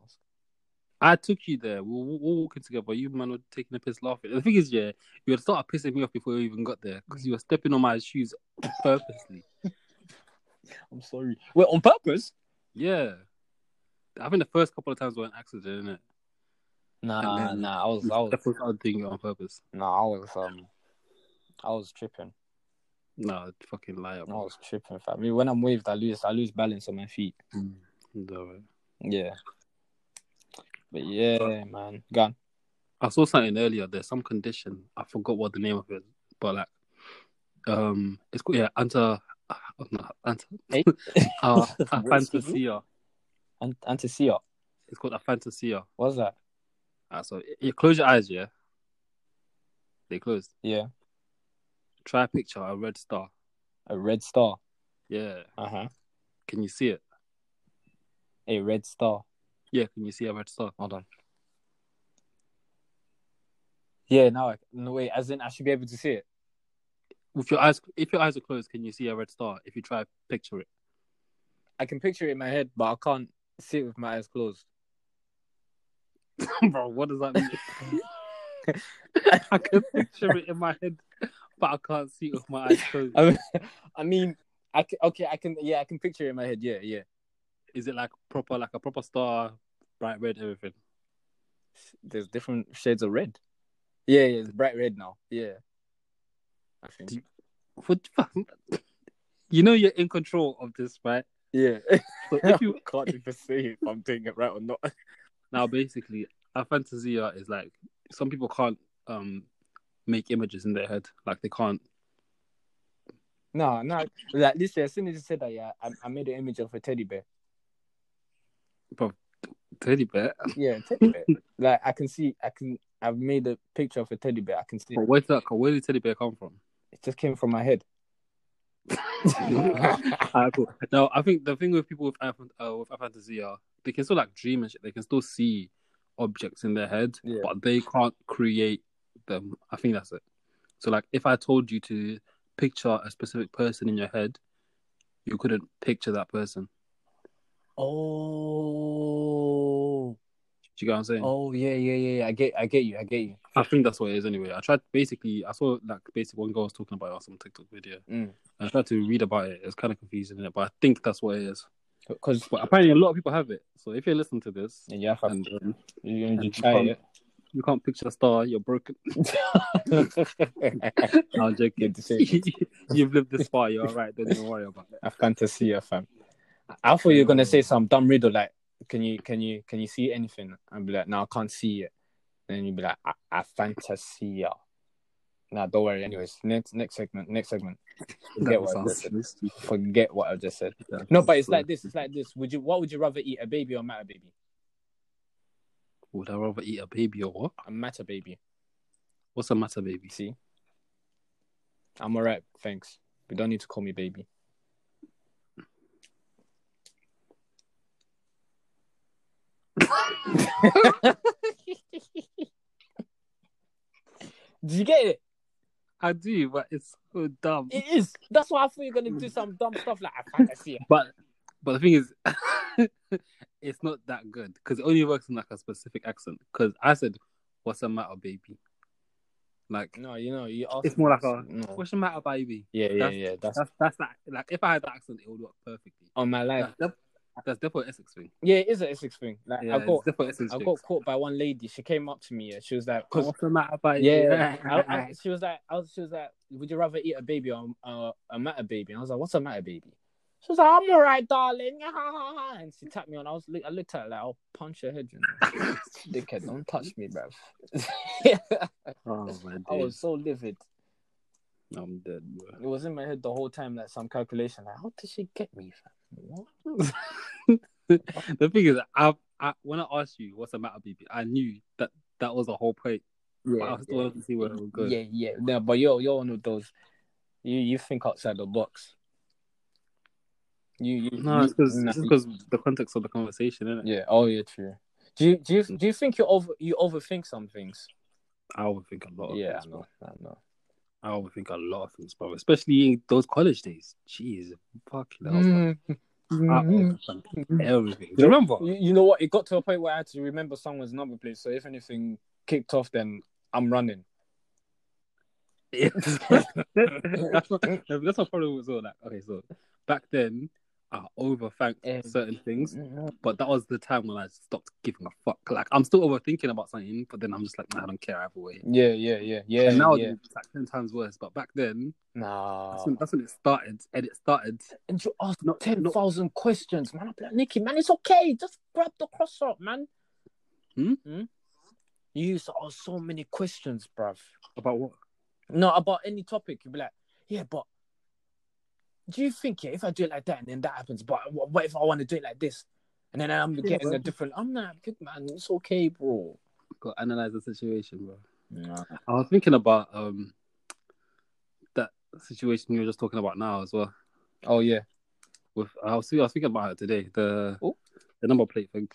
[SPEAKER 2] I took you there. We were all walking together. You man were taking a piss laughing. The thing is, yeah, you had started pissing me off before you even got there because you were stepping on my shoes purposely.
[SPEAKER 1] I'm sorry. Wait, on purpose?
[SPEAKER 2] Yeah. I think the first couple of times were an accident, innit?
[SPEAKER 1] Nah,
[SPEAKER 2] And then-
[SPEAKER 1] nah, I was, I was,
[SPEAKER 2] That was I was doing it on purpose.
[SPEAKER 1] nah, I was, um, I was tripping.
[SPEAKER 2] No, fucking liar,
[SPEAKER 1] I
[SPEAKER 2] bro.
[SPEAKER 1] was tripping, fam. I mean, when I'm waved, I lose, I lose balance on my feet.
[SPEAKER 2] Mm. No, man.
[SPEAKER 1] Yeah. But yeah, man, gone.
[SPEAKER 2] I saw something earlier. There's some condition. I forgot what the name of it, but like, um, it's called yeah, anti, uh, no, anti,
[SPEAKER 1] Hey.
[SPEAKER 2] uh,
[SPEAKER 1] What's the
[SPEAKER 2] aphantasia.
[SPEAKER 1] And and to see up.
[SPEAKER 2] It's called aphantasia.
[SPEAKER 1] What's that?
[SPEAKER 2] Uh, so you close your eyes, yeah. They closed.
[SPEAKER 1] Yeah,
[SPEAKER 2] Try a picture a red star.
[SPEAKER 1] a red star.
[SPEAKER 2] Yeah,
[SPEAKER 1] Uh huh.
[SPEAKER 2] can you see it?
[SPEAKER 1] A red star.
[SPEAKER 2] Yeah, can you see a red star?
[SPEAKER 1] Hold on. Yeah, now I no wait, as in I should be able to see it.
[SPEAKER 2] With your eyes, if your eyes are closed, can you see a red star? If you try to picture it,
[SPEAKER 1] I can picture it in my head, but I can't see it with my eyes closed.
[SPEAKER 2] bro, what does that mean? I can picture it in my head, but I can't see it with my eyes closed.
[SPEAKER 1] I mean, I mean, I can, okay, I can yeah, I can picture it in my head. Yeah, yeah.
[SPEAKER 2] Is it like proper, like a proper star, bright red, everything?
[SPEAKER 1] There's different shades of red. Yeah, yeah, it's bright red now. Yeah. I think.
[SPEAKER 2] Do- What? the fuck? You know you're in control of this, right?
[SPEAKER 1] Yeah.
[SPEAKER 2] So
[SPEAKER 1] I
[SPEAKER 2] if you
[SPEAKER 1] can't even see if I'm doing it right or not.
[SPEAKER 2] now basically, a fantasia is like some people can't um make images in their head, like they can't.
[SPEAKER 1] No, no. Like listen, as soon as you said that, yeah, I, I made an image of a teddy bear.
[SPEAKER 2] Teddy bear.
[SPEAKER 1] Yeah, teddy bear. like I can see I can I've made a picture of a teddy bear. I can see it.
[SPEAKER 2] But where did that? come- Where did teddy bear come from?
[SPEAKER 1] It just came from my head.
[SPEAKER 2] Alright, cool. Now I think the thing with people with aphan- uh, with aphantasia, they can still like dream and shit. They can still see objects in their head,
[SPEAKER 1] Yeah.
[SPEAKER 2] but they can't create them. I think that's it. So like, if I told you to picture a specific person in your head, you couldn't picture that person.
[SPEAKER 1] Oh.
[SPEAKER 2] Do you get what I'm saying?
[SPEAKER 1] Oh yeah, yeah, yeah. yeah. I get, I get you. I get you.
[SPEAKER 2] I think that's what it is anyway. I tried basically. I saw like basically one girl was talking about it on some TikTok video.
[SPEAKER 1] Mm.
[SPEAKER 2] I tried to read about it. It's kind of confusing, innit? but I think that's what it is.
[SPEAKER 1] Because
[SPEAKER 2] But apparently, a lot of people have it. So if you're listening to this
[SPEAKER 1] you have to,
[SPEAKER 2] and um,
[SPEAKER 1] you need
[SPEAKER 2] and
[SPEAKER 1] to try
[SPEAKER 2] you you can't picture a star, you're broken.
[SPEAKER 1] it.
[SPEAKER 2] No, I'm joking.
[SPEAKER 1] You're disabled.
[SPEAKER 2] You've lived this far. You're all right. Don't even worry about it.
[SPEAKER 1] a fantasy, yeah, fam. I thought you were gonna say some dumb riddle like, "Can you, can you, can you see anything?" I'd be like, "No, I can't see it." Then you'd be like, "I, I fantasy, yeah." Nah, don't worry. Anyways, next next segment, next segment. Forget what I just said. Forget what I just said. No, but it's like this. It's like this. Would you? What would you rather eat, a baby or a matter baby?
[SPEAKER 2] Would I rather eat a baby or what?
[SPEAKER 1] A matter baby.
[SPEAKER 2] What's the matter, baby?
[SPEAKER 1] See, I'm alright. Thanks. You don't need to call me baby. Did you get it?
[SPEAKER 2] I do, but it's so dumb.
[SPEAKER 1] It is. That's why I thought you're gonna do some dumb stuff like I can't see it.
[SPEAKER 2] But but the thing is, it's not that good because it only works in like a specific accent. Because I said, "What's the matter, baby?" Like
[SPEAKER 1] No, you know you. Asked
[SPEAKER 2] it's more like a
[SPEAKER 1] No.
[SPEAKER 2] "What's the matter, baby?"
[SPEAKER 1] Yeah, yeah,
[SPEAKER 2] That's-
[SPEAKER 1] yeah. That's
[SPEAKER 2] That's that's that. Like if I had that accent, it would work perfectly.
[SPEAKER 1] on my life.
[SPEAKER 2] That's, def- that's definitely an Essex thing.
[SPEAKER 1] Yeah, it is an Essex thing. Like
[SPEAKER 2] Yeah,
[SPEAKER 1] I got,
[SPEAKER 2] it's definitely an Essex
[SPEAKER 1] I
[SPEAKER 2] thing.
[SPEAKER 1] got caught by one lady. She came up to me. Yeah, she was like, "Cause
[SPEAKER 2] What's the matter, baby?
[SPEAKER 1] Oh. yeah, I, I, she was like, I was, she was like, would you rather eat a baby or uh, a matter baby? And I was like, what's a matter baby? She was like, I'm alright, darling. And she tapped me on. I was, look- I looked at her like, I'll punch your head. You know? Dickhead, don't touch me, bruv.
[SPEAKER 2] oh my
[SPEAKER 1] I was
[SPEAKER 2] days,
[SPEAKER 1] so livid.
[SPEAKER 2] I'm dead. Bro.
[SPEAKER 1] It was in my head the whole time, like some calculation, like, how did she get me? fam? What?
[SPEAKER 2] Oh. The thing is, I, I when I asked you what's the matter, baby, I knew that that was the whole point.
[SPEAKER 1] Yeah,
[SPEAKER 2] but I still wanted to see where it would go.
[SPEAKER 1] yeah, yeah. No, but you're you're one of those. You you think outside the box. You, you
[SPEAKER 2] No,
[SPEAKER 1] you-
[SPEAKER 2] it's because
[SPEAKER 1] nah,
[SPEAKER 2] it's
[SPEAKER 1] you-
[SPEAKER 2] because the context of the conversation, isn't it?
[SPEAKER 1] Yeah. Oh, yeah. True. Do you do you do you think you over you overthink some things?
[SPEAKER 2] I overthink a lot. Of
[SPEAKER 1] yeah,
[SPEAKER 2] things,
[SPEAKER 1] I
[SPEAKER 2] bro.
[SPEAKER 1] know. I know.
[SPEAKER 2] I overthink a lot of things, bro. Especially in those college days. Jeez, fucking
[SPEAKER 1] Mm.
[SPEAKER 2] hell. I overthink everything. Do you remember?
[SPEAKER 1] Mm-hmm. You, you know what? It got to a point where I had to remember someone's number plate. So if anything kicked off, then I'm running.
[SPEAKER 2] that's, what, that's my problem was all that. Okay, so back then I overthanked
[SPEAKER 1] Eh.
[SPEAKER 2] certain things, but that was the time when I stopped giving a fuck. Like I'm still overthinking about something, but then I'm just like, nah, I don't care either way.
[SPEAKER 1] Yeah, yeah, yeah, yeah.
[SPEAKER 2] and now
[SPEAKER 1] yeah. Ah.
[SPEAKER 2] it's like ten times worse. But back then,
[SPEAKER 1] nah.
[SPEAKER 2] that's, when, that's when it started, and it started.
[SPEAKER 1] And you asked
[SPEAKER 2] Not-
[SPEAKER 1] ten
[SPEAKER 2] not-
[SPEAKER 1] thousand questions, man. I'm like, Nikki, man, it's okay. Just grab the cross up, man.
[SPEAKER 2] Hmm?
[SPEAKER 1] You used to ask so many questions, bruv.
[SPEAKER 2] About what?
[SPEAKER 1] No, about any topic, you'd be like, yeah, but do you think yeah, if I do it like that and then that happens, but wh- what if I want to do it like this? And then I'm getting a
[SPEAKER 2] bro.
[SPEAKER 1] different. I'm not good, man. It's okay, bro.
[SPEAKER 2] Got to analyze the situation, bro.
[SPEAKER 1] Nah.
[SPEAKER 2] I was thinking about um that situation you were just talking about now as well.
[SPEAKER 1] Oh yeah.
[SPEAKER 2] With I was, I was thinking about it today. The
[SPEAKER 1] Oh.
[SPEAKER 2] the number plate thing.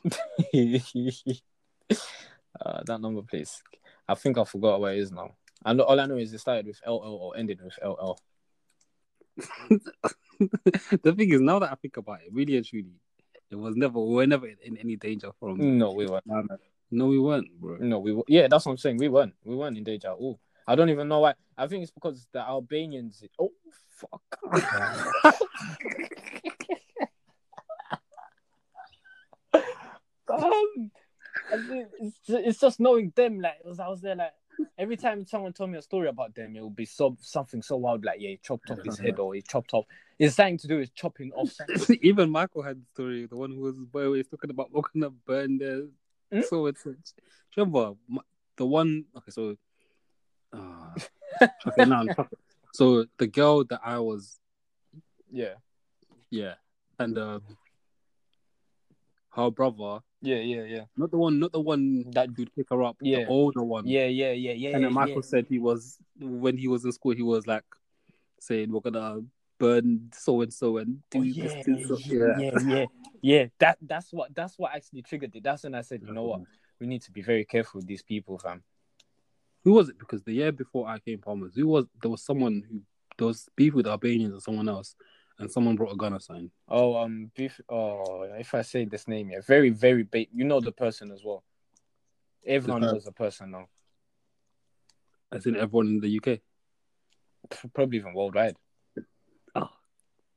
[SPEAKER 1] uh, that number, please. I think I forgot where it is now. And all I know is it started with LL or ended with LL.
[SPEAKER 2] the thing is, now that I think about it, really and truly, it was never we were never in, in any danger from.
[SPEAKER 1] No, we weren't.
[SPEAKER 2] Nah, man. No, we weren't, bro.
[SPEAKER 1] No, we were. Yeah, that's what I'm saying. We weren't. We weren't in danger at all. I don't even know why. I think it's because the Albanians. Oh fuck. um, I mean, it's, ju- it's just knowing them. Like it was, I was there. Like every time someone told me a story about them, it would be so something so wild. Like yeah, he chopped off his head, or he chopped off. It's something to do with chopping off. something.
[SPEAKER 2] Even Michael had the story, the one who was boy was talking about we're gonna burn the
[SPEAKER 1] Hmm?
[SPEAKER 2] so and such. Do you remember m- the one? Okay, so uh, okay, now I'm- so the girl that I was,
[SPEAKER 1] Yeah,
[SPEAKER 2] yeah, and uh, her brother,
[SPEAKER 1] yeah, yeah, yeah,
[SPEAKER 2] not the one, not the one
[SPEAKER 1] That-
[SPEAKER 2] who'd pick her up,
[SPEAKER 1] Yeah.
[SPEAKER 2] the older one,
[SPEAKER 1] Um, yeah, yeah, yeah, yeah.
[SPEAKER 2] And then
[SPEAKER 1] yeah,
[SPEAKER 2] Michael said he was when he was in school, he was like saying, "We're gonna burn so and so and do
[SPEAKER 1] Oh,
[SPEAKER 2] this."
[SPEAKER 1] yeah,
[SPEAKER 2] do so.
[SPEAKER 1] yeah, yeah, yeah, yeah. That that's what that's what actually triggered it. That's when I said, you know what, we need to be very careful with these people, fam.
[SPEAKER 2] Who was it? Because the year before I came Palmer's, who was there was someone who there was beef with Albanians and someone else, and someone brought a gun or something.
[SPEAKER 1] Oh, um, beef. Oh, if I say this name, yeah, very, very bait. You know the person as well. Everyone
[SPEAKER 2] Just-
[SPEAKER 1] knows the person now,
[SPEAKER 2] As in everyone in the UK.
[SPEAKER 1] P- probably even worldwide.
[SPEAKER 2] Oh.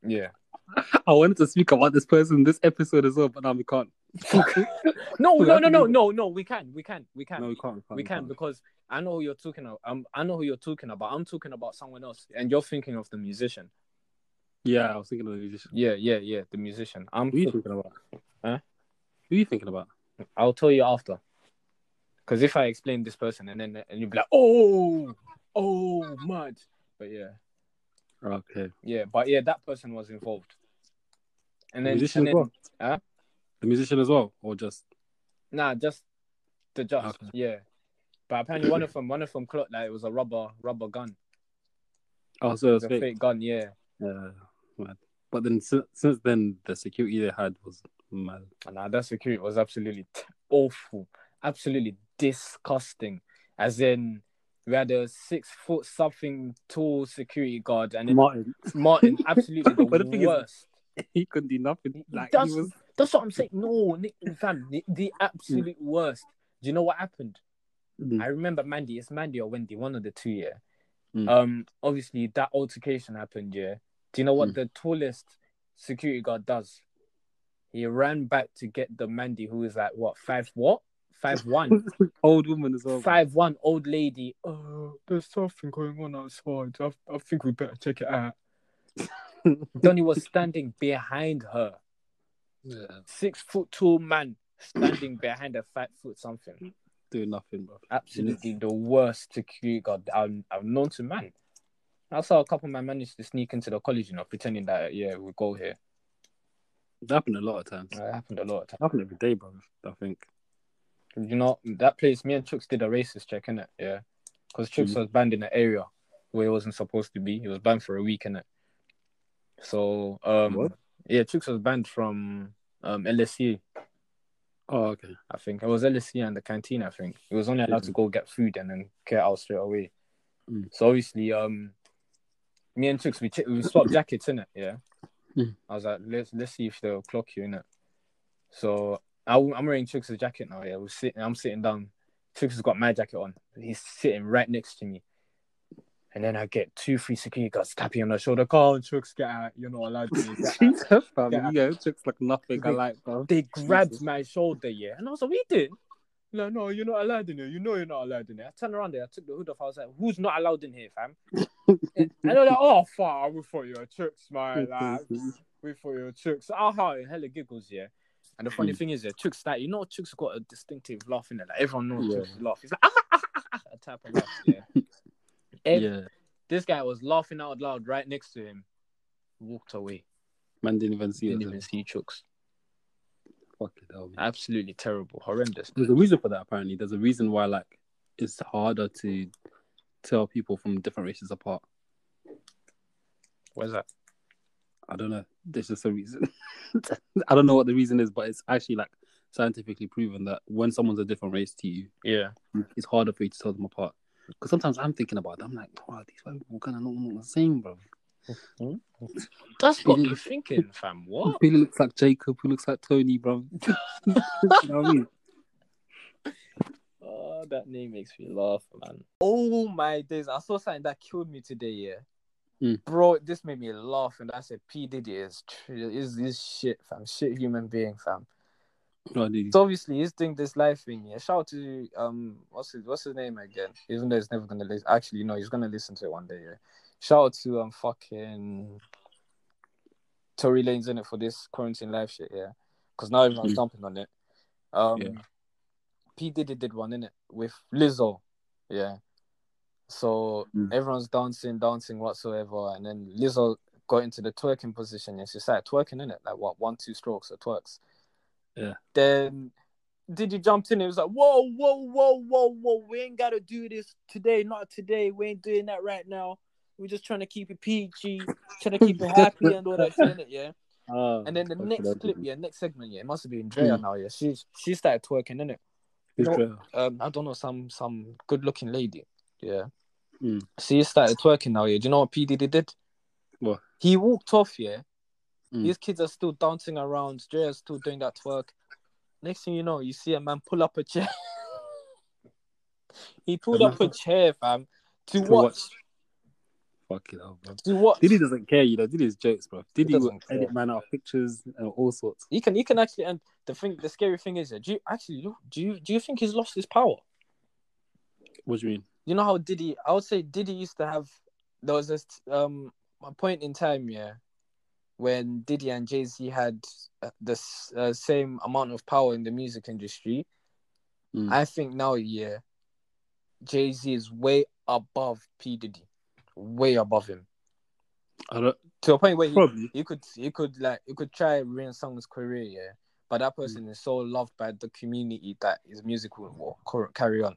[SPEAKER 1] Yeah.
[SPEAKER 2] I wanted to speak about this person this episode as well, but now we can't.
[SPEAKER 1] No,
[SPEAKER 2] We
[SPEAKER 1] no,
[SPEAKER 2] have
[SPEAKER 1] no,
[SPEAKER 2] to
[SPEAKER 1] no,
[SPEAKER 2] do-
[SPEAKER 1] no, no. We can, we can, we can,
[SPEAKER 2] No, we can't.
[SPEAKER 1] we can because I know who you're talking about. Um, I know who you're talking about. I'm talking about someone else, and you're thinking of the musician.
[SPEAKER 2] Yeah, I was thinking of the musician.
[SPEAKER 1] Yeah, yeah, yeah. The musician. I'm.
[SPEAKER 2] Who are you thinking about?
[SPEAKER 1] Huh?
[SPEAKER 2] Who are you thinking about?
[SPEAKER 1] I'll tell you after. Because if I explain this person and then and you'll be like, oh, oh, mad. But yeah,
[SPEAKER 2] Okay.
[SPEAKER 1] yeah, but yeah, that person was involved. And
[SPEAKER 2] the
[SPEAKER 1] then,
[SPEAKER 2] musician
[SPEAKER 1] and
[SPEAKER 2] as
[SPEAKER 1] then
[SPEAKER 2] well.
[SPEAKER 1] Huh?
[SPEAKER 2] The musician as well, or just
[SPEAKER 1] nah, just the judge.
[SPEAKER 2] Okay.
[SPEAKER 1] Yeah. But apparently one of them, one of them clocked like it was a rubber, rubber gun.
[SPEAKER 2] oh, so
[SPEAKER 1] It
[SPEAKER 2] it
[SPEAKER 1] was
[SPEAKER 2] was
[SPEAKER 1] a
[SPEAKER 2] fake.
[SPEAKER 1] fake gun, yeah.
[SPEAKER 2] Yeah, mad. But then since, since then, the security they had was mad.
[SPEAKER 1] Nah, that security was absolutely t- awful, absolutely disgusting. As in, we had a six foot something tall security guard, and then
[SPEAKER 2] Martin,
[SPEAKER 1] Martin, absolutely the
[SPEAKER 2] But the thing is-
[SPEAKER 1] worst.
[SPEAKER 2] he couldn't do nothing. Like
[SPEAKER 1] That's-
[SPEAKER 2] he was
[SPEAKER 1] That's what I'm saying. No, Nick, fam, the, the absolute worst. Do you know what happened? I remember Mandy. It's Mandy or Wendy, one of the two. Yeah.
[SPEAKER 2] Mm.
[SPEAKER 1] Um. Obviously, that altercation happened. Yeah. Do you know what
[SPEAKER 2] Mm.
[SPEAKER 1] the tallest security guard does? He ran back to get the Mandy, who is like what five what five one
[SPEAKER 2] old woman as well.
[SPEAKER 1] five one old lady. Oh, there's something going on outside. I, I think we better check it out. Donny was standing behind her.
[SPEAKER 2] Yeah,
[SPEAKER 1] six foot two man standing behind a five foot something.
[SPEAKER 2] doing nothing, bro.
[SPEAKER 1] Absolutely the worst security guard I've, I've known to man. That's how a couple of men managed to sneak into the college, you know, pretending that yeah, we go here.
[SPEAKER 2] It happened a lot of times.
[SPEAKER 1] That happened a lot of
[SPEAKER 2] It happened every day, bro. I think.
[SPEAKER 1] times. You know, that place me and Chooks did a racist check, innit? Yeah. Because Chooks
[SPEAKER 2] Mhm.
[SPEAKER 1] was banned in an area where he wasn't supposed to be. He was banned for a week, innit? So um
[SPEAKER 2] What?
[SPEAKER 1] yeah, Chooks was banned from um LSE.
[SPEAKER 2] Oh, okay.
[SPEAKER 1] I think it was LSC and the canteen. I think it was only allowed to go get food and then get out straight away.
[SPEAKER 2] Mm.
[SPEAKER 1] So obviously, um, me and Chooks we ch- we swapped jackets in it. Yeah,
[SPEAKER 2] Mm.
[SPEAKER 1] I was like, let's let's see if they'll clock you in it. So I, am wearing Chooks' jacket now. Yeah, we're sitting. I'm sitting down. Chooks has got my jacket on. He's sitting right next to me. And then I get two, three security guards tapping on the shoulder. Come on, Chooks, get out. You're not allowed to. Get out.
[SPEAKER 2] Jesus, fam.
[SPEAKER 1] Yeah.
[SPEAKER 2] You guys took like nothing. I like, bro.
[SPEAKER 1] they grabbed my shoulder, yeah, and I was like, "What you doing?" No, no, you're not allowed in here. You know you're not allowed in here. I turned around there, I took the hood off. I was like, "Who's not allowed in here, fam?" and they're like, "Oh, fuck, we thought you were chooks, man. Like, we thought you were chooks." Ah, ha, hella giggles, yeah. And the funny
[SPEAKER 2] Hmm.
[SPEAKER 1] thing is, yeah, chooks that you know, chooks have got a distinctive laugh in it. Like everyone knows
[SPEAKER 2] Yeah.
[SPEAKER 1] chooks laugh. It's like ah, ah, ah, ah, a type of laugh. Yeah. Ev-
[SPEAKER 2] yeah,
[SPEAKER 1] This guy was laughing out loud right next to him. Walked away.
[SPEAKER 2] man didn't even see
[SPEAKER 1] Didn't
[SPEAKER 2] it.
[SPEAKER 1] even see chooks.
[SPEAKER 2] Fuck it, hell, man.
[SPEAKER 1] Absolutely terrible, horrendous.
[SPEAKER 2] there's a reason for that apparently there's a reason why like it's harder to tell people from different races apart
[SPEAKER 1] Where's that?
[SPEAKER 2] i don't know there's just a reason i don't know what the reason is but it's actually like scientifically proven that when someone's a different race to you
[SPEAKER 1] Yeah.
[SPEAKER 2] it's harder for you to tell them apart because sometimes i'm thinking about it i'm like wow these white people kind of look look the same bro
[SPEAKER 1] That's
[SPEAKER 2] what
[SPEAKER 1] what
[SPEAKER 2] you're
[SPEAKER 1] you're thinking, fam. What?
[SPEAKER 2] who looks like jacob who looks like tony bro you know what i mean
[SPEAKER 1] Oh, that name makes me laugh, man. Oh my days. I saw something that killed me today, yeah.
[SPEAKER 2] Mm.
[SPEAKER 1] Bro, this made me laugh, and I said, P. Diddy is, tr- is this shit, fam. Shit human being, fam.
[SPEAKER 2] No, dude.
[SPEAKER 1] So obviously, he's doing this live thing, yeah. Shout out to, um, what's his, what's his name again? Even though he's never going to listen. Actually, no, he's going to listen to it one day, yeah. Shout out to, um, fucking Tory Lane's in it for this quarantine live shit, yeah. Because now everyone's
[SPEAKER 2] Mm.
[SPEAKER 1] jumping on it. Um,
[SPEAKER 2] Yeah.
[SPEAKER 1] P Diddy did one in it with Lizzo, yeah. So
[SPEAKER 2] Mm.
[SPEAKER 1] everyone's dancing, dancing whatsoever, and then Lizzo got into the twerking position and she started twerking in it, like what one, two strokes or twerks.
[SPEAKER 2] Yeah.
[SPEAKER 1] Then Diddy jumped in and was like, "Whoa, whoa, whoa, whoa, whoa! We ain't gotta do this today, not today. We ain't doing that right now. We're just trying to keep it PG, trying to keep it happy and all that shit, innit, yeah."
[SPEAKER 2] Ah,
[SPEAKER 1] And then the
[SPEAKER 2] fuck
[SPEAKER 1] next
[SPEAKER 2] that,
[SPEAKER 1] clip,
[SPEAKER 2] dude. Mm.
[SPEAKER 1] yeah, next segment, yeah, it must have been Drea now, yeah. She she started twerking in it.
[SPEAKER 2] It's
[SPEAKER 1] No.
[SPEAKER 2] real.
[SPEAKER 1] Um, I don't know, some some good looking lady. Yeah.
[SPEAKER 2] Mm.
[SPEAKER 1] See, he started twerking now. Yeah. Do you know what P Diddy did?
[SPEAKER 2] What?
[SPEAKER 1] He walked off. Yeah.
[SPEAKER 2] Mm.
[SPEAKER 1] These kids are still dancing around. Jay is still doing that twerk. Next thing you know, you see a man pull up a chair. he pulled
[SPEAKER 2] The
[SPEAKER 1] up a chair, fam, to,
[SPEAKER 2] To
[SPEAKER 1] watch.
[SPEAKER 2] watch. Fuck it up, bro.
[SPEAKER 1] To watch.
[SPEAKER 2] Diddy doesn't care, you know. Diddy's jokes, bro. Diddy will
[SPEAKER 1] doesn't care.
[SPEAKER 2] edit man out of pictures and all sorts.
[SPEAKER 1] He can. He can actually. And the thing, the scary thing is, yeah, do you actually do you do you think he's lost his power?
[SPEAKER 2] What do you mean?
[SPEAKER 1] you know how Diddy, I would say Diddy used to have, there was this um a point in time, yeah, when Diddy and Jay Z had uh, the s- uh, same amount of power in the music industry.
[SPEAKER 2] Mm.
[SPEAKER 1] I think now, yeah, Jay Z is way above P Diddy, way above him
[SPEAKER 2] I don't
[SPEAKER 1] to a point where he,
[SPEAKER 2] probably.
[SPEAKER 1] you could you could like you could try and ruin someone's career, yeah. But that person is so loved by the community that his music will, will cor- carry on.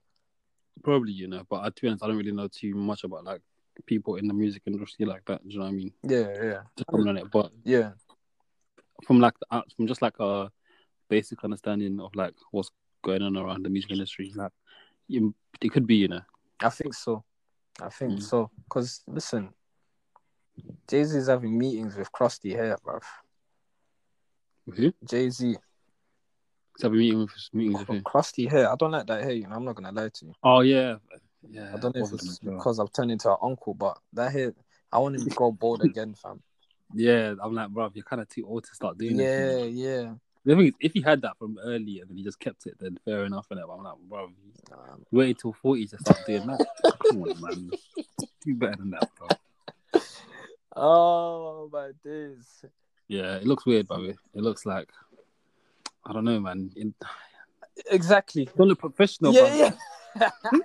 [SPEAKER 2] Probably, you know, but uh, to be honest, I don't really know too much about like people in the music industry like that. Do you know what I mean?
[SPEAKER 1] Yeah, yeah,
[SPEAKER 2] Just comment on it, but
[SPEAKER 1] yeah.
[SPEAKER 2] from like the, out- from just like a basic understanding of like what's going on around the music industry, like you, it could be, you know,
[SPEAKER 1] I think so. I think
[SPEAKER 2] Mm.
[SPEAKER 1] so. Because listen, Jay Z is having meetings with Krusty here, bruv.
[SPEAKER 2] with who?
[SPEAKER 1] Jay Z,
[SPEAKER 2] So I've been meeting with meeting
[SPEAKER 1] Oh.
[SPEAKER 2] with who?
[SPEAKER 1] Krusty hair. I don't like that hair, you know. I'm not gonna lie to you.
[SPEAKER 2] Oh yeah, yeah.
[SPEAKER 1] I don't know if
[SPEAKER 2] bothered
[SPEAKER 1] it's
[SPEAKER 2] me, bro.
[SPEAKER 1] because I've turned into an uncle, but that hair, I want him to go bald again, fam.
[SPEAKER 2] Yeah, I'm like, bro, you're kind of too old to start doing this. you know?
[SPEAKER 1] Yeah, yeah.
[SPEAKER 2] The thing is, if he had that from earlier, then he just kept it. Then fair enough, and I'm like, bro,
[SPEAKER 1] Um,
[SPEAKER 2] wait until forty to start doing that. Come on, man, do better than that, bro.
[SPEAKER 1] oh my days.
[SPEAKER 2] Yeah, it looks weird, bro. It looks like I don't know, man. It,
[SPEAKER 1] Exactly.
[SPEAKER 2] don't look professional, bro.
[SPEAKER 1] yeah, yeah.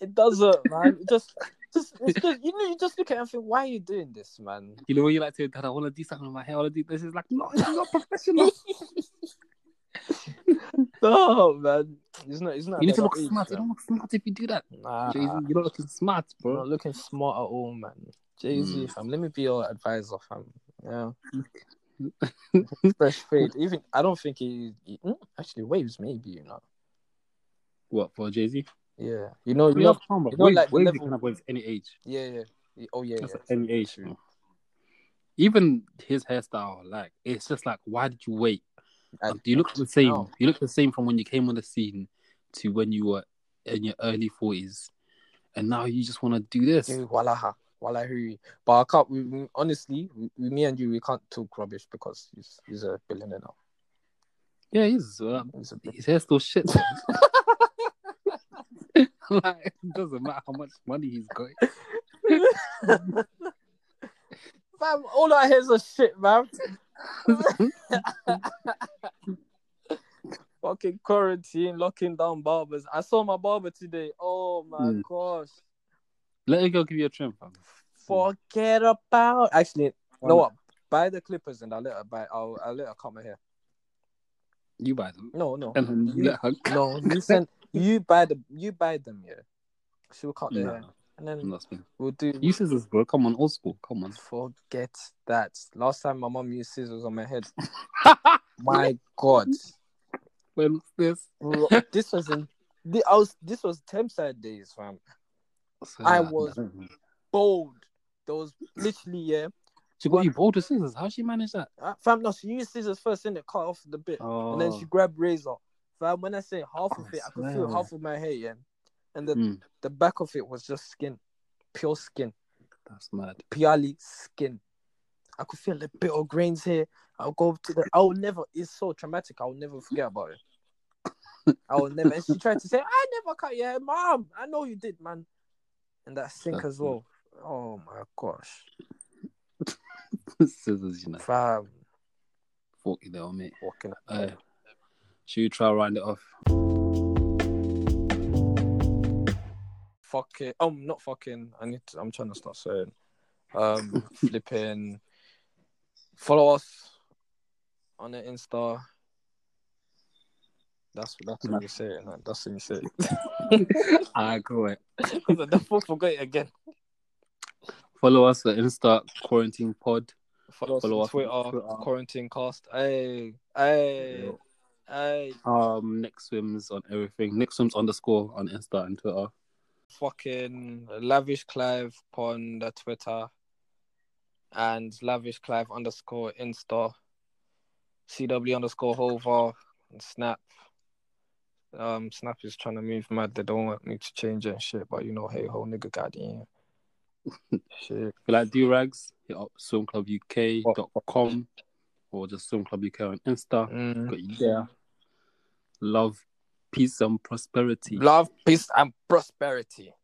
[SPEAKER 1] it doesn't, man. It just, just, it's just, you know, you just look at it and think, why are you doing this, man?
[SPEAKER 2] You know when you like to, God, I want to do something with my hair. I want to do this. It's like, no, it's not professional.
[SPEAKER 1] No, man. It's not. It's Ah. not.
[SPEAKER 2] you need to
[SPEAKER 1] about
[SPEAKER 2] look
[SPEAKER 1] that age,
[SPEAKER 2] smart. You
[SPEAKER 1] man.
[SPEAKER 2] don't look smart if you do that.
[SPEAKER 1] Nah,
[SPEAKER 2] Jay-Z, you're not looking smart,
[SPEAKER 1] I'm
[SPEAKER 2] bro.
[SPEAKER 1] not looking smart at all, man. Jay Z,
[SPEAKER 2] Mm.
[SPEAKER 1] fam. Let me be your advisor, fam. Yeah. Fresh fade. Even I don't think he, he- mm, actually waves. Maybe you know.
[SPEAKER 2] What for Jay Z?
[SPEAKER 1] Yeah. You know. You
[SPEAKER 2] We
[SPEAKER 1] know.
[SPEAKER 2] love calm, bro.
[SPEAKER 1] you know,
[SPEAKER 2] Waves-
[SPEAKER 1] like, the
[SPEAKER 2] waves you
[SPEAKER 1] level-
[SPEAKER 2] can have waves any age.
[SPEAKER 1] Yeah. Yeah. yeah. Oh yeah.
[SPEAKER 2] That's
[SPEAKER 1] yeah.
[SPEAKER 2] at any age. bro. Even his hairstyle, like it's just like, why did you wait?
[SPEAKER 1] I-
[SPEAKER 2] Like, do you look the same?
[SPEAKER 1] No.
[SPEAKER 2] You look the same from when you came on the scene to when you were in your early forties, and now you just want to do this.
[SPEAKER 1] Dude, Wallaha. Wallahi. But I can't. We, we- honestly, we, we- me and you, we can't talk rubbish because he's he's a billionaire now.
[SPEAKER 2] Yeah, he's uh,
[SPEAKER 1] He's a bi-
[SPEAKER 2] his hair's still shit. like, it doesn't matter how much money he's got.
[SPEAKER 1] Fam, all I hear is a shit, man. Fucking quarantine, locking down barbers. I saw my barber today. Oh my
[SPEAKER 2] Mm.
[SPEAKER 1] gosh.
[SPEAKER 2] Let a girl give you a trim, fam.
[SPEAKER 1] Forget about actually you know
[SPEAKER 2] Um,
[SPEAKER 1] what? Buy the clippers and I'll let her buy I'll I'll let her cut my hair.
[SPEAKER 2] You buy them.
[SPEAKER 1] No, no.
[SPEAKER 2] And then you
[SPEAKER 1] You-
[SPEAKER 2] let her.
[SPEAKER 1] No, you send you buy the you buy them, yeah. She'll cut the
[SPEAKER 2] No,
[SPEAKER 1] hair.
[SPEAKER 2] no,
[SPEAKER 1] And then
[SPEAKER 2] I'm not spinning.
[SPEAKER 1] we'll do
[SPEAKER 2] You scissors, bro. Come on, old school. Come on.
[SPEAKER 1] forget that. Last time my mom used scissors on my head. My god.
[SPEAKER 2] When's this?
[SPEAKER 1] Bro, this was in the I was this was Thameside days, fam. I was- bold. There was literally yeah.
[SPEAKER 2] She got you both the scissors. How she manage that?
[SPEAKER 1] Uh, Fam, no, she used scissors first, and it cut off the bit,
[SPEAKER 2] Oh,
[SPEAKER 1] and then she grabbed razor. Fam, when I say half
[SPEAKER 2] Oh,
[SPEAKER 1] of it, I could
[SPEAKER 2] swear.
[SPEAKER 1] feel half of my hair, yeah, and the
[SPEAKER 2] Mm.
[SPEAKER 1] the back of it was just skin, pure skin,
[SPEAKER 2] that's mad.
[SPEAKER 1] purely skin. I could feel a bit of grains here. I'll go to the. I'll never. It's so traumatic. I'll never forget about it. I will never. And she tried to say, "I never cut your hair, mom. I know you did, man." And that sink
[SPEAKER 2] That's
[SPEAKER 1] as well. Oh my gosh,
[SPEAKER 2] scissors, you know.
[SPEAKER 1] fam,
[SPEAKER 2] Fork it there, mate.
[SPEAKER 1] walking.
[SPEAKER 2] Uh, should we try to round it off?
[SPEAKER 1] fucking um not fucking I need to, I'm trying to start saying um flipping follow us on the insta that's that's what you say it, man. that's what you say
[SPEAKER 2] I go it.
[SPEAKER 1] because the fuck forgot it again
[SPEAKER 2] Follow us on Insta Quarantine Pod.
[SPEAKER 1] follow us
[SPEAKER 2] Follow
[SPEAKER 1] on
[SPEAKER 2] us on
[SPEAKER 1] Twitter,
[SPEAKER 2] Twitter.
[SPEAKER 1] quarantine cast hey hey
[SPEAKER 2] Yeah.
[SPEAKER 3] I
[SPEAKER 2] Um, Nick Swims on everything. Nick Swims underscore on Insta and Twitter.
[SPEAKER 1] fucking lavish Clive on the Twitter and lavish Clive underscore Insta, CW underscore Hover and Snap. Um, Snap is trying to move mad. They don't want me to change it and shit, but you know, hey ho, nigga, goddamn. shit.
[SPEAKER 2] If you like do rags, hit up swimclubuk.com or just swimclubuk on Insta.
[SPEAKER 1] Mm.
[SPEAKER 2] Got you there. Love, peace, and prosperity.
[SPEAKER 1] Love, peace, and prosperity.